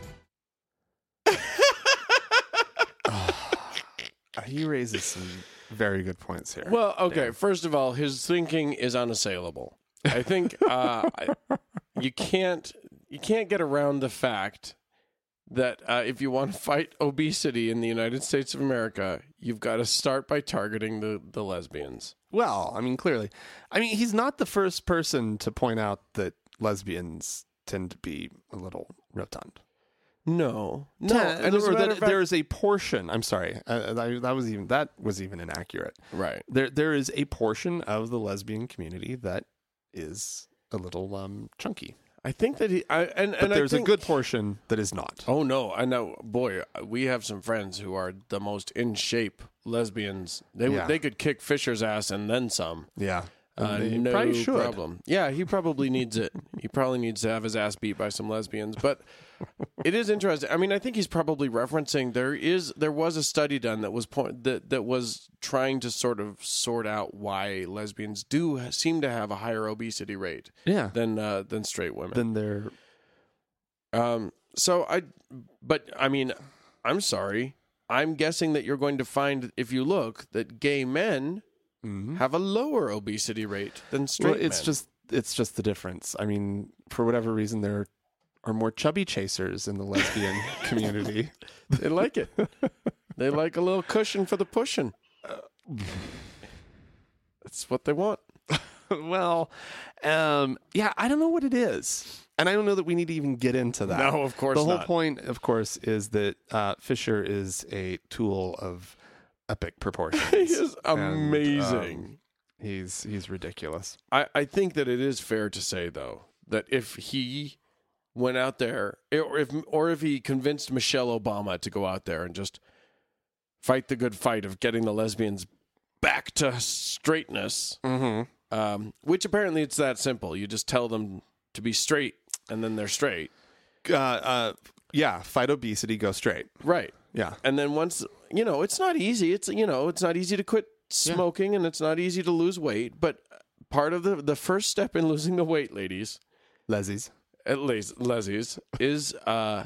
[SPEAKER 3] Uh, He raises some very good points here.
[SPEAKER 2] Well, okay. First of all, his thinking is unassailable. I think uh, I- you can't you can't get around the fact that uh, if you want to fight obesity in the United States of America, you've got to start by targeting the, the lesbians.
[SPEAKER 3] Well, I mean, clearly, I mean, he's not the first person to point out that lesbians tend to be a little rotund.
[SPEAKER 2] No, no.
[SPEAKER 3] Ten-
[SPEAKER 2] and as a
[SPEAKER 3] or
[SPEAKER 2] matter
[SPEAKER 3] that
[SPEAKER 2] of fact-
[SPEAKER 3] there is a portion. I'm sorry, uh, that, that was even that was even inaccurate.
[SPEAKER 2] right.
[SPEAKER 3] There, there is a portion of the lesbian community that is a little um, chunky,
[SPEAKER 2] I think that he I, and
[SPEAKER 3] but
[SPEAKER 2] and
[SPEAKER 3] there's
[SPEAKER 2] I think,
[SPEAKER 3] a good portion that is not.
[SPEAKER 2] Oh no, I know, boy. We have some friends who are the most in shape lesbians. They would
[SPEAKER 3] Yeah.
[SPEAKER 2] they could kick Fisher's ass and then some.
[SPEAKER 3] Yeah,
[SPEAKER 2] Uh,
[SPEAKER 3] And they
[SPEAKER 2] no
[SPEAKER 3] probably should.
[SPEAKER 2] problem. Yeah, he probably needs it. he probably needs to have his ass beat by some lesbians. But it is interesting. I mean, I think he's probably referencing there is there was a study done that was point that that was trying to sort of sort out why lesbians do ha- seem to have a higher obesity rate
[SPEAKER 3] Yeah,
[SPEAKER 2] than uh, than straight women.
[SPEAKER 3] then they're
[SPEAKER 2] Um, so I, but I mean, I'm sorry. I'm guessing that you're going to find, if you look, that gay men have a lower obesity rate than straight
[SPEAKER 3] Mm-hmm. well, it's
[SPEAKER 2] men.
[SPEAKER 3] just it's just the difference. I mean, for whatever reason, there are more chubby chasers in the
[SPEAKER 2] *laughs*
[SPEAKER 3] lesbian community.
[SPEAKER 2] they like
[SPEAKER 3] *laughs*
[SPEAKER 2] it. They like a little cushion for the pushing.
[SPEAKER 3] Uh,
[SPEAKER 2] That's what they want.
[SPEAKER 3] well, um, yeah, I don't know what it is, and I don't know that we need to even get into that.
[SPEAKER 2] No, of course
[SPEAKER 3] Uh, The whole
[SPEAKER 2] not.
[SPEAKER 3] point, of course, is that uh, Fisher is a tool of
[SPEAKER 2] *laughs*
[SPEAKER 3] epic proportions.
[SPEAKER 2] He is
[SPEAKER 3] And, uh,
[SPEAKER 2] amazing.
[SPEAKER 3] um, he's he's ridiculous.
[SPEAKER 2] I, I think that it is fair to say though that if he went out there or if or if he convinced Michelle Obama to go out there and just fight the good fight of getting the lesbians back to straightness
[SPEAKER 3] Mm-hmm.
[SPEAKER 2] um, which apparently it's that simple you just tell them to be straight and then they're straight
[SPEAKER 3] Uh, uh, yeah, fight obesity, go straight.
[SPEAKER 2] right
[SPEAKER 3] Yeah.
[SPEAKER 2] and then once you know it's not easy it's you know it's not easy to quit smoking and it's not easy to lose weight but part of the the first step in losing the weight ladies
[SPEAKER 3] Leslie's.
[SPEAKER 2] at least Leslie's is uh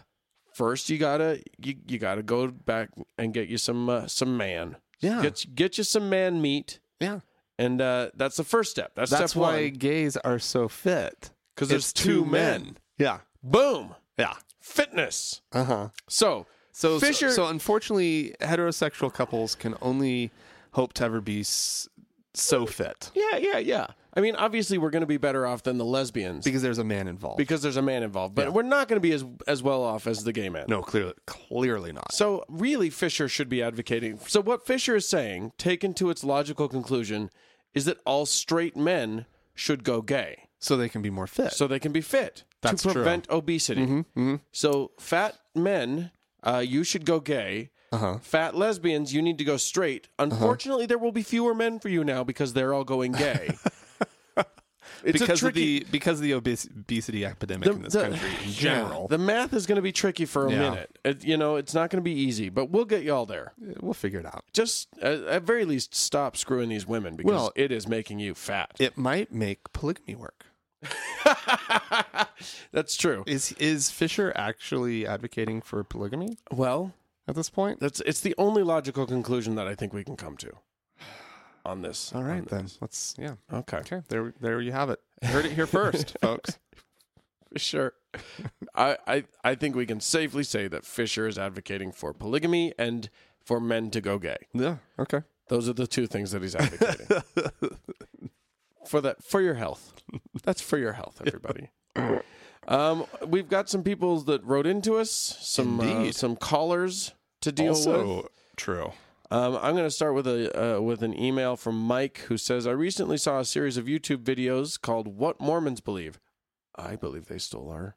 [SPEAKER 2] first you gotta you, you gotta go back and get you some uh, some man
[SPEAKER 3] Yeah.
[SPEAKER 2] get get you some man meat
[SPEAKER 3] Yeah.
[SPEAKER 2] and uh that's the first step that's,
[SPEAKER 3] That's
[SPEAKER 2] step
[SPEAKER 3] why
[SPEAKER 2] one
[SPEAKER 3] gays are so fit.
[SPEAKER 2] because
[SPEAKER 3] It's Yeah.
[SPEAKER 2] boom
[SPEAKER 3] Yeah.
[SPEAKER 2] fitness
[SPEAKER 3] Uh huh.
[SPEAKER 2] so
[SPEAKER 3] So
[SPEAKER 2] Fisher-
[SPEAKER 3] So, so unfortunately, heterosexual couples can only hope to ever be s- so fit
[SPEAKER 2] yeah yeah yeah I mean obviously we're gonna be better off than the lesbians
[SPEAKER 3] because there's a man involved.
[SPEAKER 2] because there's a man involved but we're not gonna be as as well off as the gay man
[SPEAKER 3] no, clearly, clearly not.
[SPEAKER 2] So really, Fisher should be advocating. So what Fisher is saying, taken to its logical conclusion, is that all straight men should go gay
[SPEAKER 3] So they can be more fit.
[SPEAKER 2] so they can be fit
[SPEAKER 3] That's
[SPEAKER 2] to
[SPEAKER 3] true. Mm-hmm,
[SPEAKER 2] prevent obesity. So fat men, uh, you should go gay. Uh-huh. Fat lesbians, you need to go straight.
[SPEAKER 3] Uh-huh.
[SPEAKER 2] Unfortunately, there will be fewer men for you now because they're all going gay.
[SPEAKER 3] *laughs*
[SPEAKER 2] it's
[SPEAKER 3] because
[SPEAKER 2] a tricky.
[SPEAKER 3] of the because of the obes- obesity epidemic in this country in general.
[SPEAKER 2] the math is going to be tricky for a
[SPEAKER 3] Yeah.
[SPEAKER 2] minute. It, you know, it's not going to be easy, but we'll get y'all there.
[SPEAKER 3] we'll figure it out.
[SPEAKER 2] just at, at very least stop screwing these women because
[SPEAKER 3] Well-
[SPEAKER 2] it is making you fat.
[SPEAKER 3] It might make polygamy work.
[SPEAKER 2] that's true.
[SPEAKER 3] Is is Fisher actually advocating for polygamy
[SPEAKER 2] Well,
[SPEAKER 3] at this point?
[SPEAKER 2] that's it's the only logical conclusion that I think we can come to on this.
[SPEAKER 3] All right
[SPEAKER 2] on
[SPEAKER 3] then. Let's yeah.
[SPEAKER 2] th-
[SPEAKER 3] *laughs*
[SPEAKER 2] Okay.
[SPEAKER 3] Okay, there there you have it. Heard it here first, folks.
[SPEAKER 2] *laughs* Sure. I, I, I think we can safely say that Fisher is advocating for polygamy and for men to go gay.
[SPEAKER 3] Yeah. Okay.
[SPEAKER 2] Those are the two things that he's advocating.
[SPEAKER 3] *laughs*
[SPEAKER 2] for that for your health. That's for your health, everybody. um, we've got some people that wrote into us, some uh,
[SPEAKER 3] Indeed.
[SPEAKER 2] some callers to deal with.
[SPEAKER 3] Also true.
[SPEAKER 2] Um, I'm going to start with a uh, with an email from Mike who says I recently saw a series of YouTube videos called "What Mormons Believe." I believe they stole our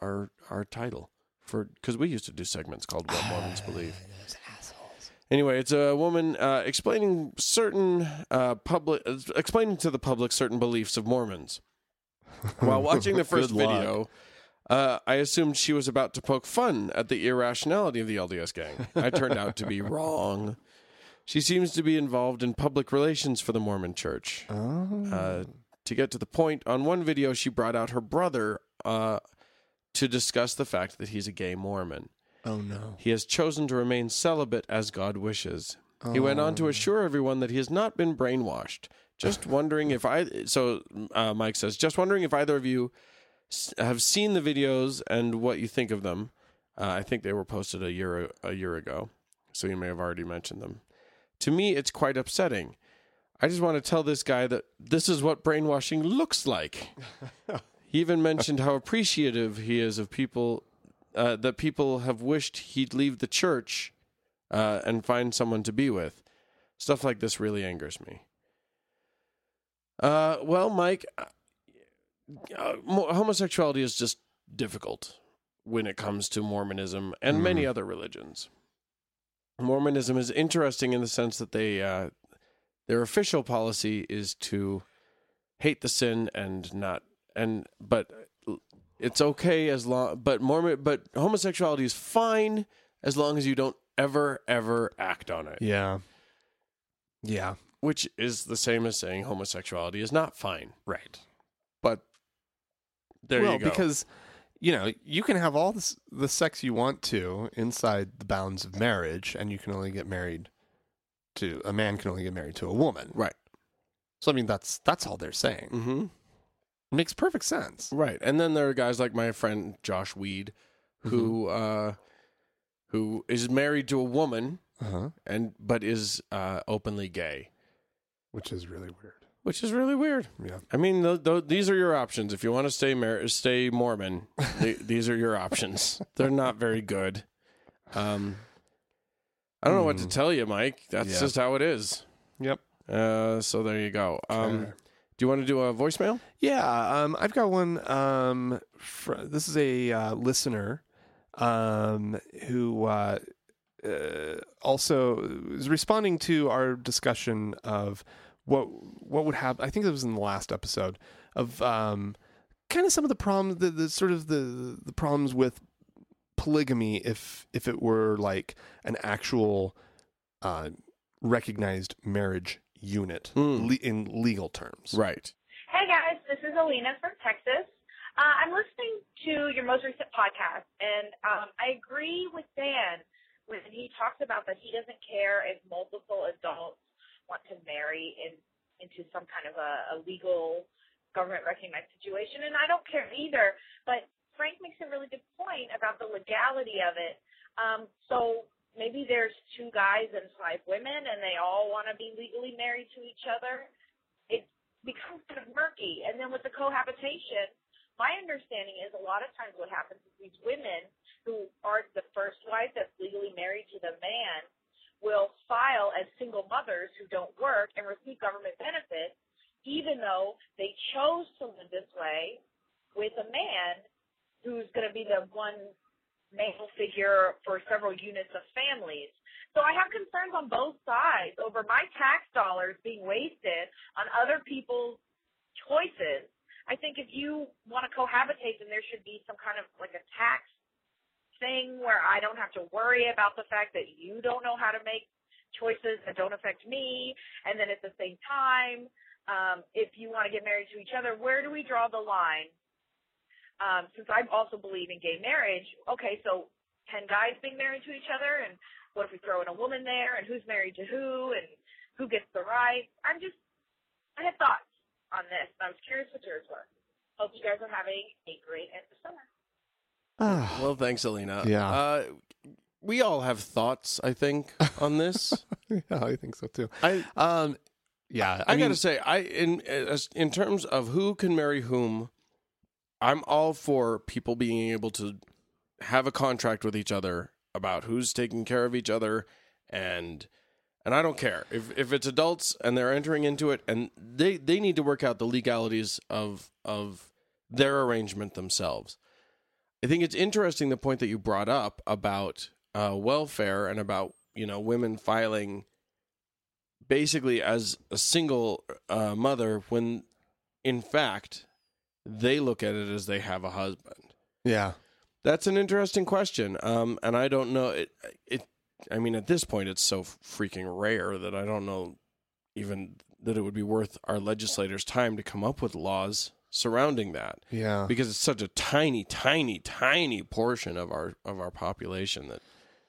[SPEAKER 2] our our title for because we used to do segments called "What
[SPEAKER 3] *sighs*
[SPEAKER 2] Mormons Believe." Anyway, it's a woman uh, explaining certain uh, public uh, explaining to the public certain beliefs
[SPEAKER 3] *laughs*
[SPEAKER 2] of Mormons. While watching the first
[SPEAKER 3] Good luck.
[SPEAKER 2] video, uh, I assumed she was about to poke fun at the irrationality of the LDS gang. I turned out to
[SPEAKER 3] *laughs*
[SPEAKER 2] be wrong. She seems to be involved in public relations for the Mormon Church.
[SPEAKER 3] Oh.
[SPEAKER 2] Uh, to get to the point, on one video, she brought out her brother uh, to discuss the fact that he's a gay Mormon.
[SPEAKER 3] Oh no.
[SPEAKER 2] He has chosen to remain celibate as God wishes. He went on to assure everyone that he has not been brainwashed. Just wondering if I. So uh, Mike says, just wondering if either of you s- have seen the videos and what you think of them. Uh, I think they were posted a year a year ago, so you may have already mentioned them. To me, it's quite upsetting. I just want to tell this guy that this is what brainwashing looks like. he even mentioned how appreciative he is of people uh, that people have wished he'd leave the church uh, and find someone to be with. Stuff like this really angers me. Uh, well, Mike, uh, uh, mo- homosexuality is just difficult when it comes to Mormonism and many other religions. Mormonism is interesting in the sense that they uh, their official policy is to hate the sin and not and but uh, it's okay as long but Mormon but homosexuality is fine as long as you don't ever ever act on it
[SPEAKER 3] Yeah. Yeah.
[SPEAKER 2] which is the same as saying homosexuality is not fine
[SPEAKER 3] Right.
[SPEAKER 2] but there
[SPEAKER 3] well,
[SPEAKER 2] you go
[SPEAKER 3] because you know you can have all this, the sex you want to inside the bounds of marriage, and you can only get married to a man can only get married to a woman.
[SPEAKER 2] right
[SPEAKER 3] So I mean, that's that's all they're saying.
[SPEAKER 2] mm-hmm.
[SPEAKER 3] It makes perfect sense.
[SPEAKER 2] Right. And then there are guys like my friend Josh Weed who uh who is married to a woman
[SPEAKER 3] Uh-huh.
[SPEAKER 2] and but is uh openly gay,
[SPEAKER 3] Which is really weird.
[SPEAKER 2] which is really weird.
[SPEAKER 3] Yeah.
[SPEAKER 2] I mean, th- th- these are your options if you want to stay mar- stay Mormon.
[SPEAKER 3] *laughs*
[SPEAKER 2] th- these are your options. They're not very good. Um I don't know what to tell you, Mike. That's
[SPEAKER 3] Yeah.
[SPEAKER 2] just how it is.
[SPEAKER 3] Yep.
[SPEAKER 2] Uh so there you go. Um
[SPEAKER 3] Okay.
[SPEAKER 2] do you want to do a voicemail?
[SPEAKER 3] Yeah, um, I've got one. Um, fr- this is a uh, listener um, who uh, uh, also is responding to our discussion of what what would happen. I think it was in the last episode of um, kind of some of the problems, the, the sort of the the problems with polygamy if if it were like an actual uh, recognized marriage unit
[SPEAKER 2] Hmm.
[SPEAKER 3] le- in legal terms.
[SPEAKER 2] Right.
[SPEAKER 5] Hey guys, this is Alina from Texas. Uh, I'm listening to your most recent podcast, and um, I agree with Dan when he talks about that he doesn't care if multiple adults want to marry in, into some kind of a, a legal government recognized situation, and I don't care either. But Frank makes a really good point about the legality of it. Um, so maybe there's two guys and five women, and they all want to be legally married to each other. It becomes kind of murky. And then with the cohabitation, my understanding is a lot of times what happens is these women who are the first wife that's legally married to the man will file as single mothers who don't work and receive government benefits, even though they chose to live this way with a man who's going to be the one male figure for several units of families. So I have concerns on both sides over my tax dollars being wasted on other people's choices. I think if you want to cohabitate, then there should be some kind of like a tax thing where I don't have to worry about the fact that you don't know how to make choices that don't affect me. And then at the same time, um, if you want to get married to each other, where do we draw the line? Um, since I also believe in gay marriage, okay, so 10 guys being married to each other, and what if we throw in a woman there, and who's married to who, and who gets the rights? I'm just I had thoughts on this, and I was curious what yours were. Hope you guys are having a great end of summer.
[SPEAKER 3] Ah,
[SPEAKER 2] Well, thanks, Alina.
[SPEAKER 3] Yeah.
[SPEAKER 2] Uh, we all have thoughts, I think, on this.
[SPEAKER 3] *laughs* yeah, I think so too.
[SPEAKER 2] I
[SPEAKER 3] Um, yeah,
[SPEAKER 2] I,
[SPEAKER 3] I, mean,
[SPEAKER 2] gotta say, I in as, in terms of who can marry whom, I'm all for people being able to have a contract with each other about who's taking care of each other, and and I don't care if if it's adults and they're entering into it, and they they need to work out the legalities of of their arrangement themselves. I think it's interesting the point that you brought up about uh, welfare and about you know women filing basically as a single uh, mother when in fact they look at it as they have a husband
[SPEAKER 3] yeah,
[SPEAKER 2] that's an interesting question um, and i don't know it, it i mean at this point it's so freaking rare that i don't know even that it would be worth our legislators time to come up with laws surrounding that
[SPEAKER 3] yeah.
[SPEAKER 2] because it's such a tiny tiny tiny portion of our of our population that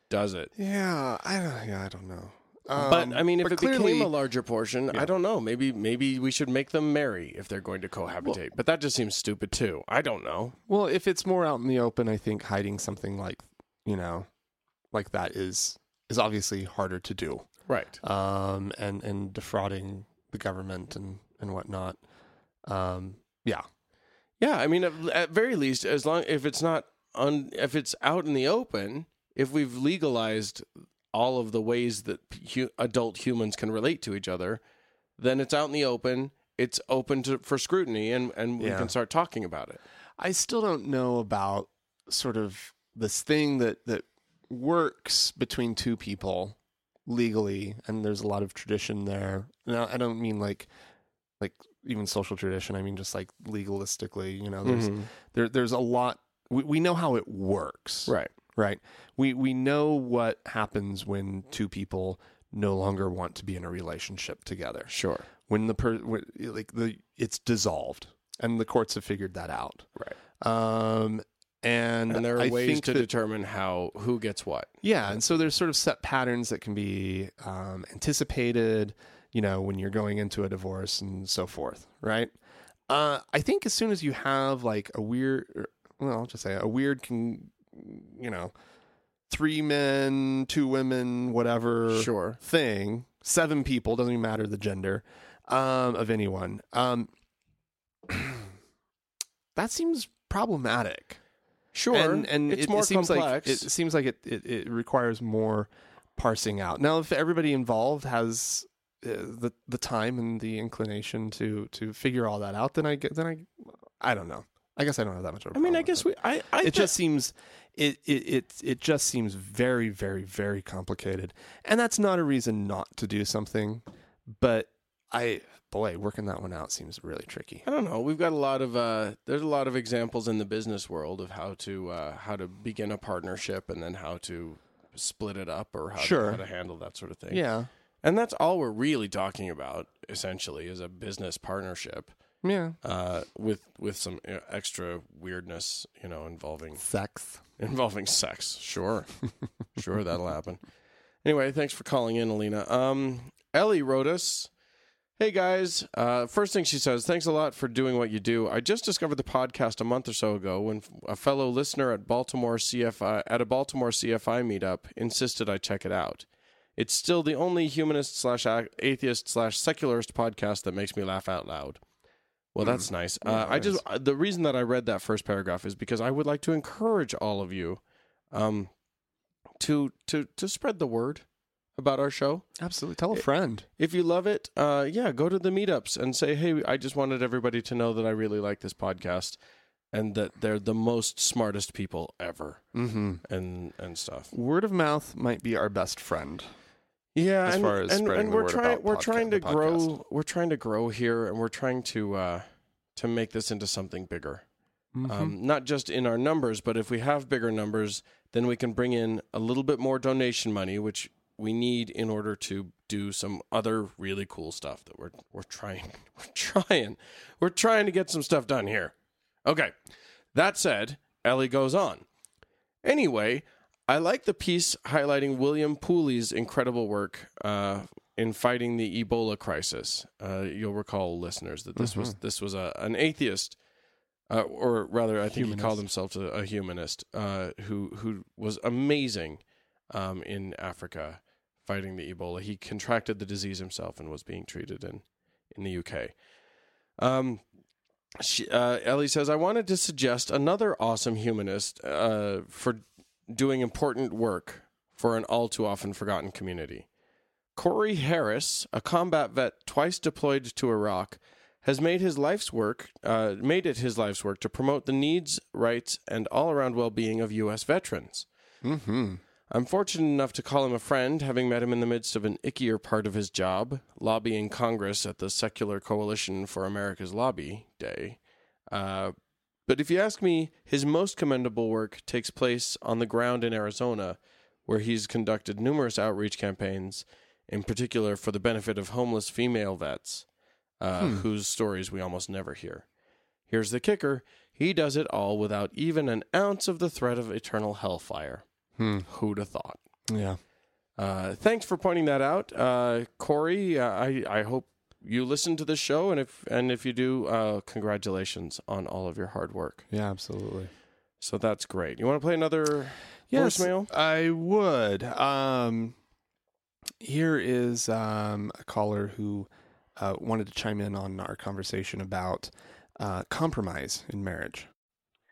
[SPEAKER 2] does it
[SPEAKER 3] Yeah, I don't. Yeah, I don't know.
[SPEAKER 2] Um,
[SPEAKER 3] Um,
[SPEAKER 2] but I mean, if
[SPEAKER 3] but
[SPEAKER 2] it
[SPEAKER 3] clearly-
[SPEAKER 2] became a larger portion, I don't know. Maybe maybe we should make them marry if they're going to cohabitate. but that just seems stupid too. I don't know.
[SPEAKER 3] well, if it's more out in the open, I think hiding something like you know, like that is is obviously harder to do.
[SPEAKER 2] Right.
[SPEAKER 3] Um, and and defrauding the government and and whatnot. Um, yeah,
[SPEAKER 2] Yeah. I mean, at, at very least, as long if it's not un, if it's out in the open, if we've legalized all of the ways that hu- adult humans can relate to each other, then it's out in the open. It's open to for scrutiny, and and we
[SPEAKER 3] Yeah.
[SPEAKER 2] can start talking about it.
[SPEAKER 3] I still don't know about sort of this thing that that works between two people legally, and there's a lot of tradition there. Now, I don't mean like like even social tradition. I mean just like legalistically. You know, there's there there's a lot. We, we know how it works,
[SPEAKER 2] Right.
[SPEAKER 3] Right. We we know what happens when two people no longer want to be in a relationship together
[SPEAKER 2] Sure.
[SPEAKER 3] when the per when, like the it's dissolved and the courts have figured that out
[SPEAKER 2] Right.
[SPEAKER 3] um and,
[SPEAKER 2] And there are
[SPEAKER 3] I
[SPEAKER 2] ways
[SPEAKER 3] think
[SPEAKER 2] to
[SPEAKER 3] that-
[SPEAKER 2] determine how who gets what.
[SPEAKER 3] yeah and so there's sort of set patterns that can be um, anticipated you know when you're going into a divorce and so forth right uh i think as soon as you have like a weird or- well i'll just say a weird can you know three men two women whatever
[SPEAKER 2] Sure.
[SPEAKER 3] thing, seven people, doesn't even matter the gender um, of anyone. Um, *clears throat* that seems problematic.
[SPEAKER 2] Sure,
[SPEAKER 3] and, and
[SPEAKER 2] it's
[SPEAKER 3] it,
[SPEAKER 2] more
[SPEAKER 3] it seems
[SPEAKER 2] complex.
[SPEAKER 3] like it seems like it, it, it requires more parsing out. Now, if everybody involved has uh, the the time and the inclination to to figure all that out, then I get then I I don't know. I guess I don't have that much. Of a
[SPEAKER 2] I mean,
[SPEAKER 3] problem
[SPEAKER 2] I
[SPEAKER 3] with
[SPEAKER 2] guess
[SPEAKER 3] it
[SPEAKER 2] we. I.
[SPEAKER 3] *laughs*
[SPEAKER 2] I
[SPEAKER 3] it
[SPEAKER 2] thi-
[SPEAKER 3] just seems it, it it it just seems very very very complicated and that's not a reason not to do something but i boy working that one out seems really tricky
[SPEAKER 2] I don't know. We've got a lot of. Uh, there's a lot of examples in the business world of how to uh, how to begin a partnership and then how to split it up or how,
[SPEAKER 3] Sure.
[SPEAKER 2] to, how to handle that sort of thing.
[SPEAKER 3] yeah
[SPEAKER 2] and that's all we're really talking about essentially is a business partnership
[SPEAKER 3] yeah
[SPEAKER 2] uh, with with some uh, extra weirdness, you know, involving
[SPEAKER 3] sex
[SPEAKER 2] involving sex. Sure, *laughs* sure, that'll happen. Anyway, thanks for calling in, Alina. Um, Ellie wrote us. Hey guys, uh, first thing she says, thanks a lot for doing what you do. I just discovered the podcast a month or so ago when f- a fellow listener at Baltimore CFI at a Baltimore CFI meetup insisted I check it out. It's still the only humanist slash a- atheist slash secularist podcast that makes me laugh out loud. Well, that's nice. Uh, I just uh, the reason that I read that first paragraph is because I would like to encourage all of you um, to to to spread the word about our show.
[SPEAKER 3] absolutely tell a friend
[SPEAKER 2] If you love it, uh, yeah, go to the meetups and say, "Hey, I just wanted everybody to know that I really like this podcast, and that they're the most smartest people ever,
[SPEAKER 3] mm-hmm.
[SPEAKER 2] and and stuff."
[SPEAKER 3] word of mouth might be our best friend
[SPEAKER 2] Yeah,
[SPEAKER 3] As
[SPEAKER 2] and,
[SPEAKER 3] far as
[SPEAKER 2] and,
[SPEAKER 3] spreading
[SPEAKER 2] and
[SPEAKER 3] the
[SPEAKER 2] we're
[SPEAKER 3] word
[SPEAKER 2] trying
[SPEAKER 3] about
[SPEAKER 2] we're
[SPEAKER 3] podca-
[SPEAKER 2] trying
[SPEAKER 3] the
[SPEAKER 2] to
[SPEAKER 3] podcast.
[SPEAKER 2] grow we're trying to grow here, and we're trying to uh, to make this into something bigger.
[SPEAKER 3] Mm-hmm. Uh,
[SPEAKER 2] Um, not just in our numbers, but if we have bigger numbers, then we can bring in a little bit more donation money, which we need in order to do some other really cool stuff that we're we're trying *laughs* we're trying we're trying to get some stuff done here. Okay. That said, Ellie goes on. Anyway, I like the piece highlighting William Pooley's incredible work uh, in fighting the Ebola crisis. Uh, you'll recall, listeners, that this was this was a, an atheist uh, or rather, I think he
[SPEAKER 3] Humanist.
[SPEAKER 2] called himself a, a humanist uh, who who was amazing um, in Africa fighting the Ebola. He contracted the disease himself and was being treated in in the UK. Um, she, uh, Ellie says, I wanted to suggest another awesome humanist uh, for doing important work for an all too often forgotten community. Corey Harris, a combat vet twice deployed to Iraq, has made his life's work, uh, made it his life's work to promote the needs, rights, and all around well being of U.S. veterans.
[SPEAKER 3] Mm-hmm.
[SPEAKER 2] I'm fortunate enough to call him a friend, having met him in the midst of an ickier part of his job, lobbying Congress at the Secular Coalition for America's Lobby Day. Uh, but if you ask me, his most commendable work takes place on the ground in Arizona, where he's conducted numerous outreach campaigns, in particular for the benefit of homeless female vets, uh, whose stories we almost never hear. Here's the kicker he does it all without even an ounce of the threat of eternal hellfire. Who'd have thought?
[SPEAKER 3] Yeah.
[SPEAKER 2] Uh, thanks for pointing that out, uh, Corey. Uh, I I hope you listen to the show, and if and if you do, uh, congratulations on all of your hard work.
[SPEAKER 3] Yeah, absolutely.
[SPEAKER 2] So that's great. You want to play another voicemail?
[SPEAKER 3] I would. Um, here is um, a caller who uh, wanted to chime in on our conversation about uh, compromise in marriage.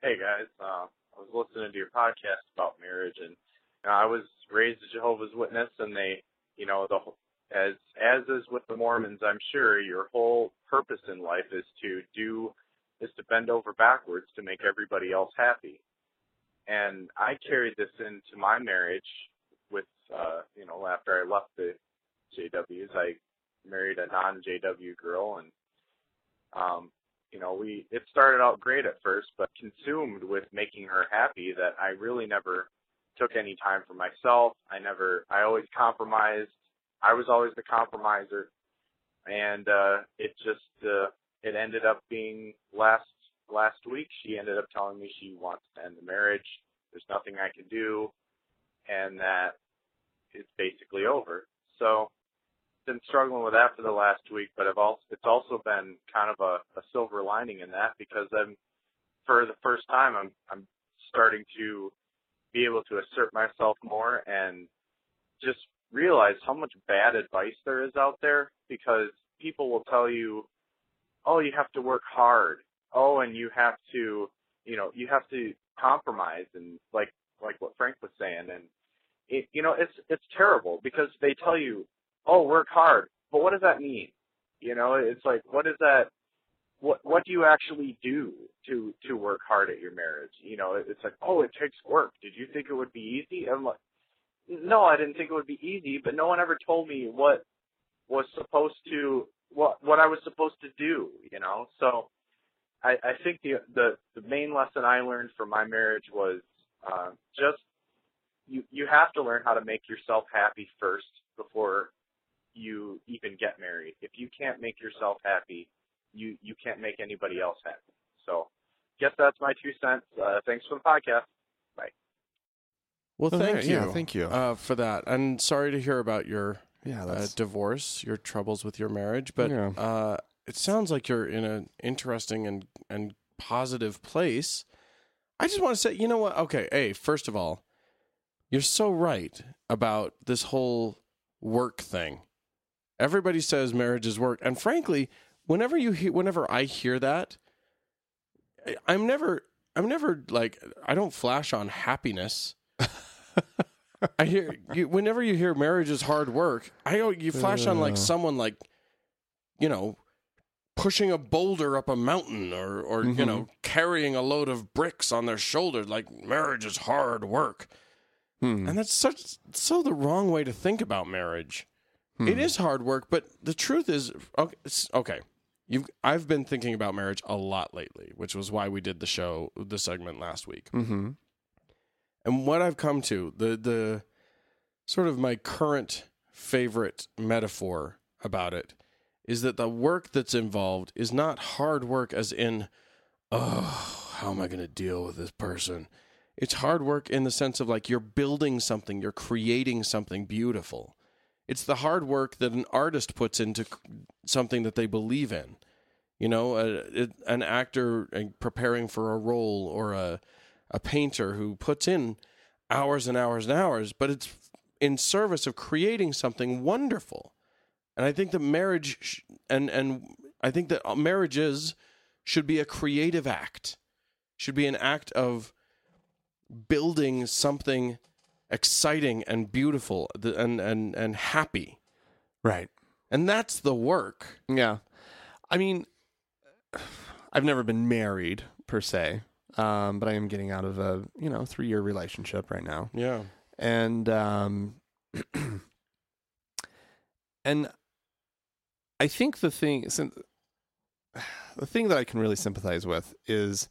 [SPEAKER 6] Hey guys, uh, I was listening to your podcast about marriage, and you know, I was raised a Jehovah's Witness, and they, you know, the whole- as as is with the Mormons, I'm sure your whole purpose in life is to do is to bend over backwards to make everybody else happy, and I carried this into my marriage with, uh, you know, after I left the JWs, I married a non-JW girl, and um, you know, we it started out great at first, but consumed with making her happy that I really never took any time for myself. I never I always compromised. I was always the compromiser. And uh it just uh it ended up being last last week she ended up telling me she wants to end the marriage. There's nothing I can do and that it's basically over. So been struggling with that for the last week, but I've also it's also been kind of a, a silver lining in that because I'm for the first time I'm I'm starting to be able to assert myself more and just realize how much bad advice there is out there because people will tell you, oh, you have to work hard, oh, and you have to you know you have to compromise and like like what Frank was saying and it, you know it's it's terrible because they tell you oh, work hard. But what does that mean? You know, it's like, what is that? What what do you actually do to to work hard at your marriage? You know, it- it's like, oh, it takes work. Did you think it would be easy? I'm like, no, I didn't think it would be easy. But no one ever told me what was supposed to what what I was supposed to do. You know, so I I think the the the main lesson I learned from my marriage was uh, just you you have to learn how to make yourself happy first before you even get married. If you can't make yourself happy, you you can't make anybody else happy. So, guess that's my two cents. Uh, thanks for the podcast.
[SPEAKER 2] Well,
[SPEAKER 3] Oh,
[SPEAKER 2] thank
[SPEAKER 3] yeah,
[SPEAKER 2] you.
[SPEAKER 3] yeah, thank you.
[SPEAKER 2] uh, for that. And sorry to hear about your
[SPEAKER 3] Yeah,
[SPEAKER 2] uh,
[SPEAKER 3] that's
[SPEAKER 2] divorce, your troubles with your marriage, but
[SPEAKER 3] Yeah.
[SPEAKER 2] uh, it sounds like you're in an interesting and and positive place. I just want to say, you know what? Okay, hey, first of all, you're so right about this whole work thing. Everybody says marriage is work, and frankly, whenever you he- whenever I hear that, I- I'm never I'm never like I don't flash on happiness. I hear you, whenever you hear marriage is hard work, I don't- you flash on like
[SPEAKER 3] Uh.
[SPEAKER 2] someone like you know pushing a boulder up a mountain or or you
[SPEAKER 3] Mhm.
[SPEAKER 2] know carrying a load of bricks on their shoulder like marriage is hard work.
[SPEAKER 3] Hmm.
[SPEAKER 2] And that's such so the wrong way to think about marriage. It is hard work, but the truth is okay, s- okay. You've I've been thinking about marriage a lot lately, which was why we did the show the segment last week.
[SPEAKER 3] Mm-hmm.
[SPEAKER 2] And what I've come to, the the sort of my current favorite metaphor about it is that the work that's involved is not hard work as in oh, how am I going to deal with this person? It's hard work in the sense of like you're building something, you're creating something beautiful. It's the hard work that an artist puts into c- something that they believe in. You know, a, it, an actor uh, preparing for a role or a a painter who puts in hours and hours and hours, but it's in service of creating something wonderful. And I think that marriage sh- and and I think that uh, marriages should be a creative act. Should be an act of building something exciting and beautiful th- and and and happy.
[SPEAKER 3] Right.
[SPEAKER 2] And that's the work.
[SPEAKER 3] Yeah. I mean, I've never been married per se, um, but I am getting out of a, you know, three year relationship right now.
[SPEAKER 2] Yeah.
[SPEAKER 3] and um, *clears throat* and I think the thing sin- *sighs* the thing that I can really sympathize with is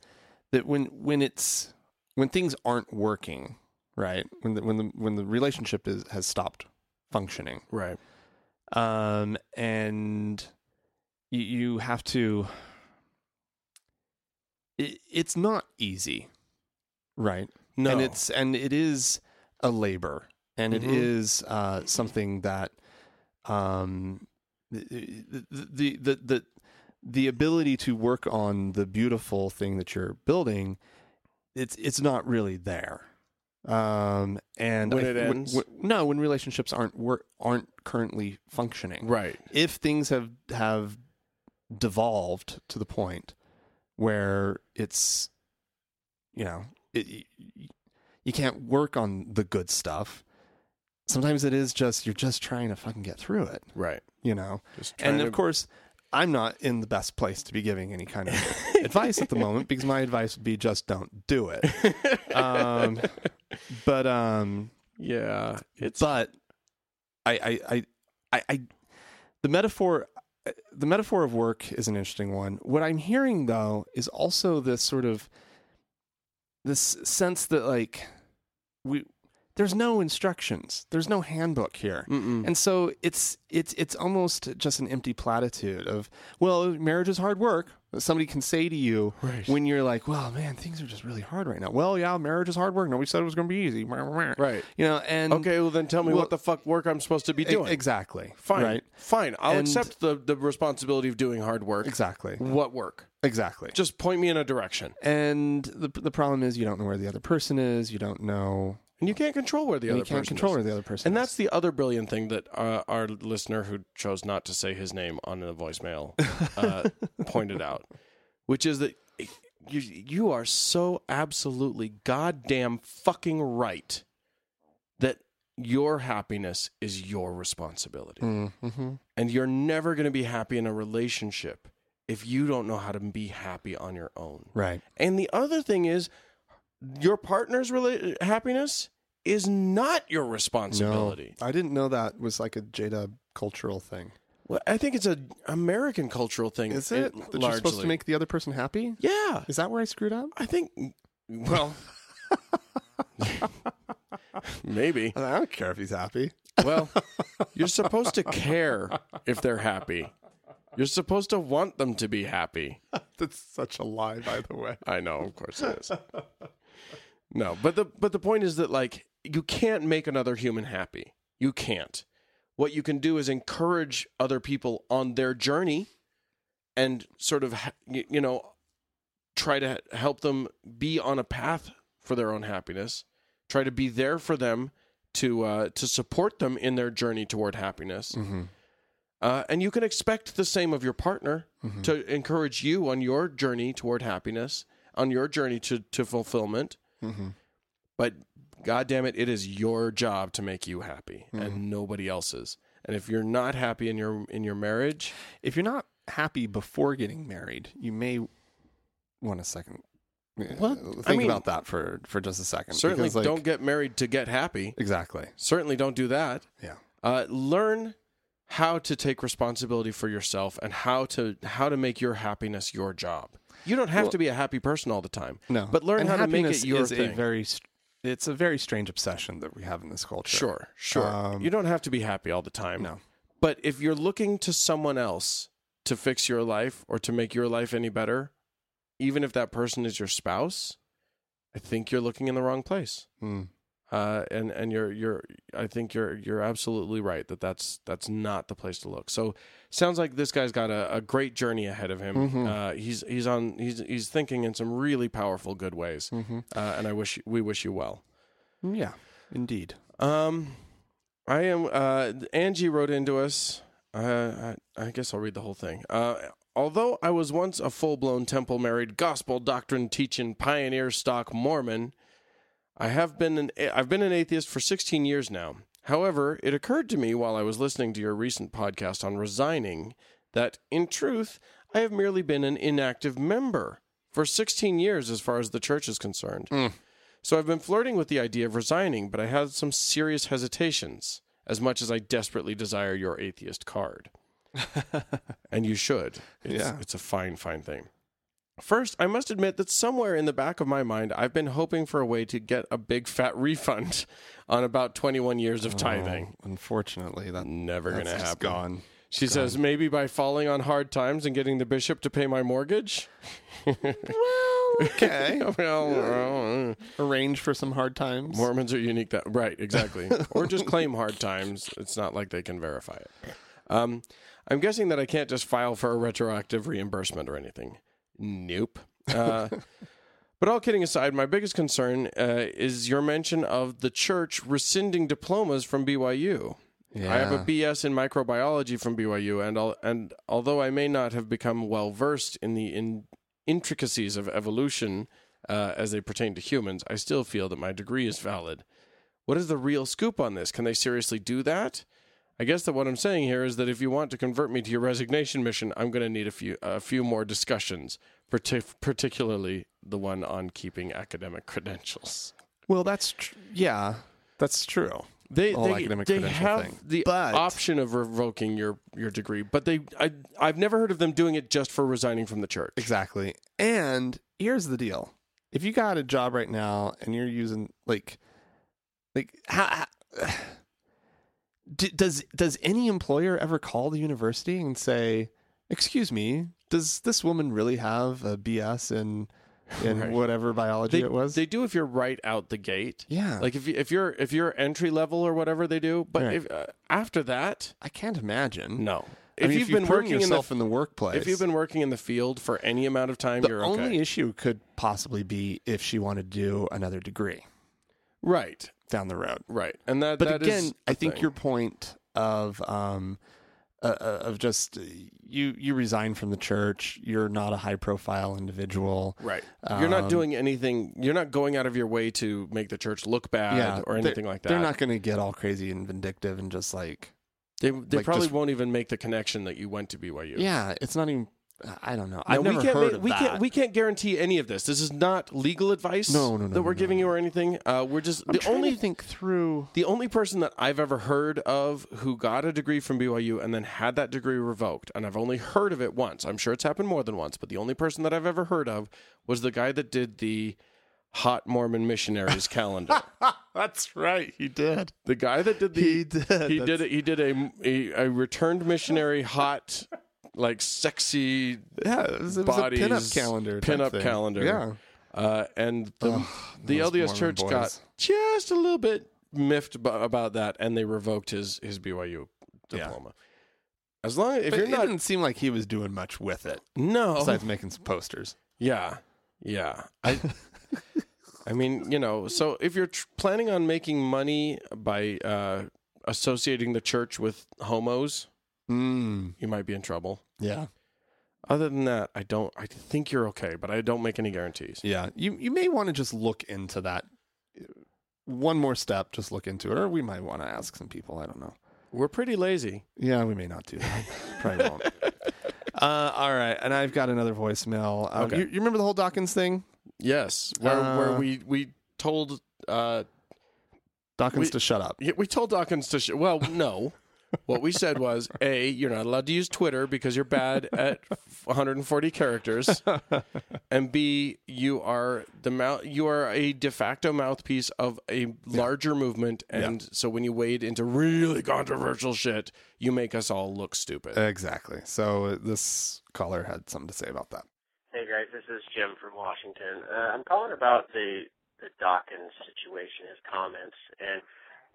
[SPEAKER 3] that when when it's when things aren't working right when the, when the when the relationship is has stopped functioning
[SPEAKER 2] Right.
[SPEAKER 3] um, and you, you have to. It, it's not easy, right?
[SPEAKER 2] No.
[SPEAKER 3] and it's and it is a labor, and it
[SPEAKER 2] Mhm.
[SPEAKER 3] is uh, something that um, the, the the the the ability to work on the beautiful thing that you're building, it's it's not really there. Um, and
[SPEAKER 2] When
[SPEAKER 3] I-
[SPEAKER 2] it
[SPEAKER 3] w-
[SPEAKER 2] ends?
[SPEAKER 3] w- no, when relationships aren't wor- aren't currently functioning.
[SPEAKER 2] Right.
[SPEAKER 3] If things have have devolved to the point where it's, you know, it, you, you can't work on the good stuff. Sometimes it is just you're just trying to fucking get through it.
[SPEAKER 2] Right.
[SPEAKER 3] You know,
[SPEAKER 2] Just trying
[SPEAKER 3] and of
[SPEAKER 2] to-
[SPEAKER 3] course i'm not in the best place to be giving any kind of
[SPEAKER 2] *laughs*
[SPEAKER 3] advice at the moment because my advice would be just don't do it um, but um
[SPEAKER 2] *laughs* Yeah. It's
[SPEAKER 3] but I, I i i i the metaphor the metaphor of work is an interesting one what i'm hearing though is also this sort of this sense that like we there's no instructions there's no handbook here
[SPEAKER 2] Mm-mm.
[SPEAKER 3] and so it's it's it's almost just an empty platitude of well, marriage is hard work. Somebody can say to you
[SPEAKER 2] Right.
[SPEAKER 3] when you're like, well, man, things are just really hard right now. Well, yeah, marriage is hard work. Nobody said it was going to be easy. Right.
[SPEAKER 2] right.
[SPEAKER 3] You know, and
[SPEAKER 2] Okay, well then tell me
[SPEAKER 3] Well-
[SPEAKER 2] what the fuck work I'm supposed to be
[SPEAKER 3] e-
[SPEAKER 2] doing.
[SPEAKER 3] exactly.
[SPEAKER 2] fine.
[SPEAKER 3] Right.
[SPEAKER 2] Fine. I'll
[SPEAKER 3] And-
[SPEAKER 2] accept the the responsibility of doing hard work.
[SPEAKER 3] Exactly.
[SPEAKER 2] What work?
[SPEAKER 3] Exactly.
[SPEAKER 2] Just point me in a direction.
[SPEAKER 3] And the the problem is you don't know where the other person is. You don't know.
[SPEAKER 2] And you can't control where the
[SPEAKER 3] and
[SPEAKER 2] other
[SPEAKER 3] you can't
[SPEAKER 2] person
[SPEAKER 3] control
[SPEAKER 2] is.
[SPEAKER 3] where the other person.
[SPEAKER 2] And
[SPEAKER 3] is.
[SPEAKER 2] that's the other brilliant thing that uh, our listener who chose not to say his name on
[SPEAKER 3] *laughs*
[SPEAKER 2] the voicemail uh, pointed out, which is that you you are so absolutely goddamn fucking right that your happiness is your responsibility.
[SPEAKER 3] Mm, mhm.
[SPEAKER 2] And you're never going to be happy in a relationship if you don't know how to be happy on your own.
[SPEAKER 3] right.
[SPEAKER 2] And the other thing is, your partner's rela- happiness is not your
[SPEAKER 3] No,
[SPEAKER 2] responsibility.
[SPEAKER 3] I didn't know that was like a Jada cultural thing.
[SPEAKER 2] Well, I think it's a American cultural thing.
[SPEAKER 3] Is it that you're supposed to
[SPEAKER 2] largely.
[SPEAKER 3] make the other person happy?
[SPEAKER 2] Yeah,
[SPEAKER 3] Is that where I screwed up?
[SPEAKER 2] I think. Well, *laughs* maybe.
[SPEAKER 3] I don't care if he's happy.
[SPEAKER 2] Well, you're supposed to care if they're happy. You're supposed to want them to be happy.
[SPEAKER 3] That's such a lie, by the way.
[SPEAKER 2] I know, of course it is. No, but the but the point is that like you can't make another human happy. You can't. What you can do is encourage other people on their journey and sort of ha- y- you know try to help them be on a path for their own happiness. Try to be there for them to uh, to support them in their journey toward happiness.
[SPEAKER 3] Mm-hmm.
[SPEAKER 2] Uh, and you can expect the same of your partner
[SPEAKER 3] Mm-hmm.
[SPEAKER 2] to encourage you on your journey toward happiness, on your journey to, to fulfillment.
[SPEAKER 3] Mm-hmm.
[SPEAKER 2] But God damn it, it is your job to make you happy
[SPEAKER 3] Hmm.
[SPEAKER 2] and nobody else's. And if you're not happy in your in your marriage,
[SPEAKER 3] If you're not happy before getting married, you may want a second. uh,
[SPEAKER 2] Well,
[SPEAKER 3] Think
[SPEAKER 2] I mean-
[SPEAKER 3] about that for for just a second.
[SPEAKER 2] certainly
[SPEAKER 3] because, like-
[SPEAKER 2] don't get married to get happy.
[SPEAKER 3] exactly.
[SPEAKER 2] Certainly don't do that.
[SPEAKER 3] Yeah.
[SPEAKER 2] Uh, learn how to take responsibility for yourself and how to how to make your happiness your job. You don't have to be a happy person all the time.
[SPEAKER 3] No,
[SPEAKER 2] but learn
[SPEAKER 3] And
[SPEAKER 2] how to make
[SPEAKER 3] happiness
[SPEAKER 2] it your
[SPEAKER 3] is
[SPEAKER 2] thing.
[SPEAKER 3] A very, str- it's a very strange obsession that we have in this culture.
[SPEAKER 2] Sure, sure.
[SPEAKER 3] Um,
[SPEAKER 2] you don't have to be happy all the time.
[SPEAKER 3] No.
[SPEAKER 2] But if you're looking to someone else to fix your life or to make your life any better, even if that person is your spouse, I think you're looking in the wrong place.
[SPEAKER 3] Mm.
[SPEAKER 2] Uh, and and you're you're I think you're you're absolutely right that that's that's not the place to look. So sounds like this guy's got a, a great journey ahead of him.
[SPEAKER 3] Mm-hmm.
[SPEAKER 2] Uh, he's he's on he's he's thinking in some really powerful good ways.
[SPEAKER 3] Mm-hmm.
[SPEAKER 2] Uh, and I wish we wish you well.
[SPEAKER 3] Yeah, indeed.
[SPEAKER 2] Um, I am. Uh, Angie wrote into us. Uh, I, I guess I'll read the whole thing. Uh, although I was once a full blown temple married, gospel doctrine teaching, pioneer stock Mormon, I have been an I've been an atheist for 16 years now. However, it occurred to me while I was listening to your recent podcast on resigning that in truth I have merely been an inactive member for 16 years as far as the church is concerned. So I've been flirting with the idea of resigning, but I had some serious hesitations as much as I desperately desire your atheist card. and you should. It's,
[SPEAKER 3] Yeah.
[SPEAKER 2] it's a fine, fine thing. First, I must admit that somewhere in the back of my mind, I've been hoping for a way to get a big fat *laughs* refund on about 21 years of tithing.
[SPEAKER 3] Oh, unfortunately, that
[SPEAKER 2] Never going to
[SPEAKER 3] that's
[SPEAKER 2] happen.
[SPEAKER 3] just
[SPEAKER 2] *laughs*
[SPEAKER 3] gone.
[SPEAKER 2] She says, maybe by falling on hard times and getting the bishop to pay my mortgage? *laughs*
[SPEAKER 3] *laughs* Okay,
[SPEAKER 2] well, mm. well,
[SPEAKER 3] arrange for some hard times.
[SPEAKER 2] Mormons are unique that right, exactly. or just claim hard times. It's not like they can verify it. Um, I'm guessing that I can't just file for a retroactive reimbursement or anything. Nope. Uh, *laughs* but all kidding aside, my biggest concern uh, is your mention of the church rescinding diplomas from BYU. I have a
[SPEAKER 3] Yeah.
[SPEAKER 2] BS in microbiology from BYU, and al- and although I may not have become well versed in the in- intricacies of evolution uh, as they pertain to humans, I still feel that my degree is valid. What is the real scoop on this? Can they seriously do that? I guess that what I'm saying here is that if you want to convert me to your resignation mission, I'm going to need a few a few more discussions, partic- particularly the one on keeping academic credentials.
[SPEAKER 3] Well, that's tr- yeah, that's true.
[SPEAKER 2] They
[SPEAKER 3] All
[SPEAKER 2] they,
[SPEAKER 3] academic
[SPEAKER 2] they
[SPEAKER 3] credential
[SPEAKER 2] have
[SPEAKER 3] thing.
[SPEAKER 2] the
[SPEAKER 3] But-
[SPEAKER 2] option of revoking your, your degree, but they I I've never heard of them doing it just for resigning from the church.
[SPEAKER 3] Exactly. And here's the deal: if you got a job right now and you're using like, like how, how *sighs* d- does does any employer ever call the university and say, "Excuse me, does this woman really have a BS in in
[SPEAKER 2] Right.
[SPEAKER 3] whatever biology
[SPEAKER 2] They,
[SPEAKER 3] it was?"
[SPEAKER 2] they do if you're right out the gate.
[SPEAKER 3] yeah,
[SPEAKER 2] Like if you, if you're if you're entry level or whatever they do, but
[SPEAKER 3] Right.
[SPEAKER 2] if, uh, after that,
[SPEAKER 3] I can't imagine.
[SPEAKER 2] no.
[SPEAKER 3] I mean,
[SPEAKER 2] if you've been
[SPEAKER 3] proven
[SPEAKER 2] working in the,
[SPEAKER 3] yourself in the, workplace,
[SPEAKER 2] if you've been working in the field for any amount of time,
[SPEAKER 3] the
[SPEAKER 2] you're
[SPEAKER 3] only
[SPEAKER 2] okay.
[SPEAKER 3] issue could possibly be if she wanted to do another degree
[SPEAKER 2] Right,
[SPEAKER 3] down the road.
[SPEAKER 2] right, and that.
[SPEAKER 3] but
[SPEAKER 2] that is
[SPEAKER 3] again, I
[SPEAKER 2] the
[SPEAKER 3] think
[SPEAKER 2] thing.
[SPEAKER 3] your point of um, uh, uh, of just uh, you you resign from the church. You're not a high profile individual.
[SPEAKER 2] right. you're not
[SPEAKER 3] um,
[SPEAKER 2] doing anything. You're not going out of your way to make the church look bad or
[SPEAKER 3] they're-
[SPEAKER 2] anything like that.
[SPEAKER 3] They're not going to get all crazy and vindictive and just like
[SPEAKER 2] They, they
[SPEAKER 3] Like,
[SPEAKER 2] probably
[SPEAKER 3] just-
[SPEAKER 2] won't even make the connection that you went to BYU.
[SPEAKER 3] yeah. It's not even. I don't know.
[SPEAKER 2] No,
[SPEAKER 3] I've never
[SPEAKER 2] we can't
[SPEAKER 3] heard
[SPEAKER 2] ma-
[SPEAKER 3] of
[SPEAKER 2] we
[SPEAKER 3] that.
[SPEAKER 2] can't we can't guarantee any of this. This is not legal advice.
[SPEAKER 3] No, no, no,
[SPEAKER 2] that
[SPEAKER 3] no,
[SPEAKER 2] we're
[SPEAKER 3] no,
[SPEAKER 2] giving
[SPEAKER 3] no.
[SPEAKER 2] you or anything. Uh, we're just
[SPEAKER 3] I'm
[SPEAKER 2] the
[SPEAKER 3] trying to
[SPEAKER 2] only
[SPEAKER 3] think through.
[SPEAKER 2] the only person that I've ever heard of who got a degree from BYU and then had that degree revoked, and I've only heard of it once. I'm sure it's happened more than once, but the only person that I've ever heard of was the guy that did the hot Mormon missionaries calendar.
[SPEAKER 3] That's right. He did.
[SPEAKER 2] The guy that did the
[SPEAKER 3] He did.
[SPEAKER 2] he
[SPEAKER 3] That's-
[SPEAKER 2] did it. He did a, a a returned missionary hot, like sexy
[SPEAKER 3] Yeah, it was, it was
[SPEAKER 2] Bodies,
[SPEAKER 3] a pinup calendar. type
[SPEAKER 2] pinup
[SPEAKER 3] thing.
[SPEAKER 2] calendar.
[SPEAKER 3] Yeah.
[SPEAKER 2] Uh, and the
[SPEAKER 3] Ugh,
[SPEAKER 2] the
[SPEAKER 3] those
[SPEAKER 2] LDS
[SPEAKER 3] Mormon
[SPEAKER 2] Church
[SPEAKER 3] boys.
[SPEAKER 2] got just a little bit miffed ab- about that, and they revoked his his BYU
[SPEAKER 3] Yeah.
[SPEAKER 2] diploma. As long as if
[SPEAKER 3] But
[SPEAKER 2] you're
[SPEAKER 3] it
[SPEAKER 2] not
[SPEAKER 3] didn't seem like he was doing much with it
[SPEAKER 2] no,
[SPEAKER 3] besides making some posters.
[SPEAKER 2] yeah, yeah. I *laughs* I mean, you know, so if you're tr- planning on making money by uh, associating the church with homos,
[SPEAKER 3] Mm,
[SPEAKER 2] you might be in trouble.
[SPEAKER 3] yeah.
[SPEAKER 2] Other than that, I don't. I think you're okay, but I don't make any guarantees.
[SPEAKER 3] Yeah, you you may want to just look into that one more step. Just look into it, or we might want to ask some people. I don't know.
[SPEAKER 2] We're pretty lazy.
[SPEAKER 3] Yeah, we may not do that. Probably won't. Uh, all right, and I've got another voicemail. Um,
[SPEAKER 2] Okay.
[SPEAKER 3] you, you remember the whole Dawkins thing?
[SPEAKER 2] Yes, where where
[SPEAKER 3] Uh,
[SPEAKER 2] we we told uh
[SPEAKER 3] Dawkins
[SPEAKER 2] We-
[SPEAKER 3] to shut up.
[SPEAKER 2] yeah, we told Dawkins to sh- well no. What we said was a you're not allowed to use Twitter because you're bad at *laughs* 140 characters, and b you are the mouth you are a de facto mouthpiece of a larger movement, and so when you wade into really controversial shit, you make us all look stupid.
[SPEAKER 3] Exactly. So uh, this caller had something to say about that.
[SPEAKER 7] Hey guys, this is Jim from Washington. Uh, I'm calling about the the Dawkins situation, his comments, and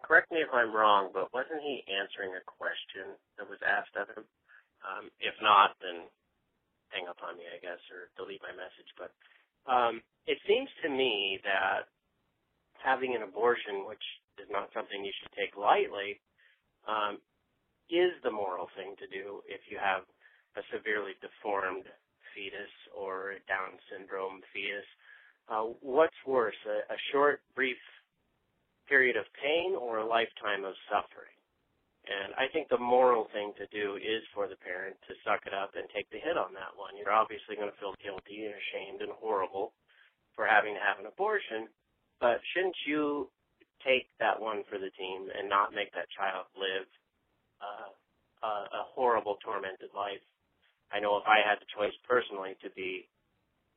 [SPEAKER 7] correct me if I'm wrong, but wasn't he answering a question that was asked of him? Um, if not, then hang up on me, I guess, or delete my message. But um, it seems to me that having an abortion, which is not something you should take lightly, um, is the moral thing to do if you have a severely deformed fetus or a Down syndrome fetus. Uh, what's worse, a, a short, brief period of pain or a lifetime of suffering? And I think the moral thing to do is for the parent to suck it up and take the hit on that one. You're obviously going to feel guilty and ashamed and horrible for having to have an abortion, but shouldn't you take that one for the team and not make that child live uh, a, a horrible, tormented life? I know if I had the choice personally to be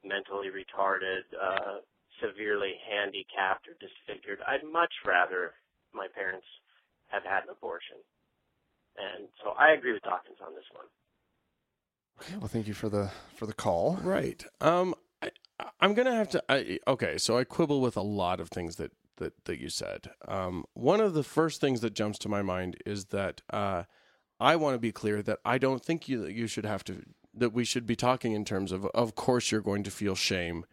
[SPEAKER 7] mentally retarded, uh, severely handicapped, or disfigured, I'd much rather my parents have had an abortion. And so I agree with Dawkins on this one.
[SPEAKER 3] Okay, well, thank you for the for the call.
[SPEAKER 2] Right. Um, I, I- I'm gonna have to. I, okay, so I quibble with a lot of things that that that you said. Um, one of the first things that jumps to my mind is that uh, I want to be clear that I don't think you that you should have to that we should be talking in terms of. Of course, you're going to feel shame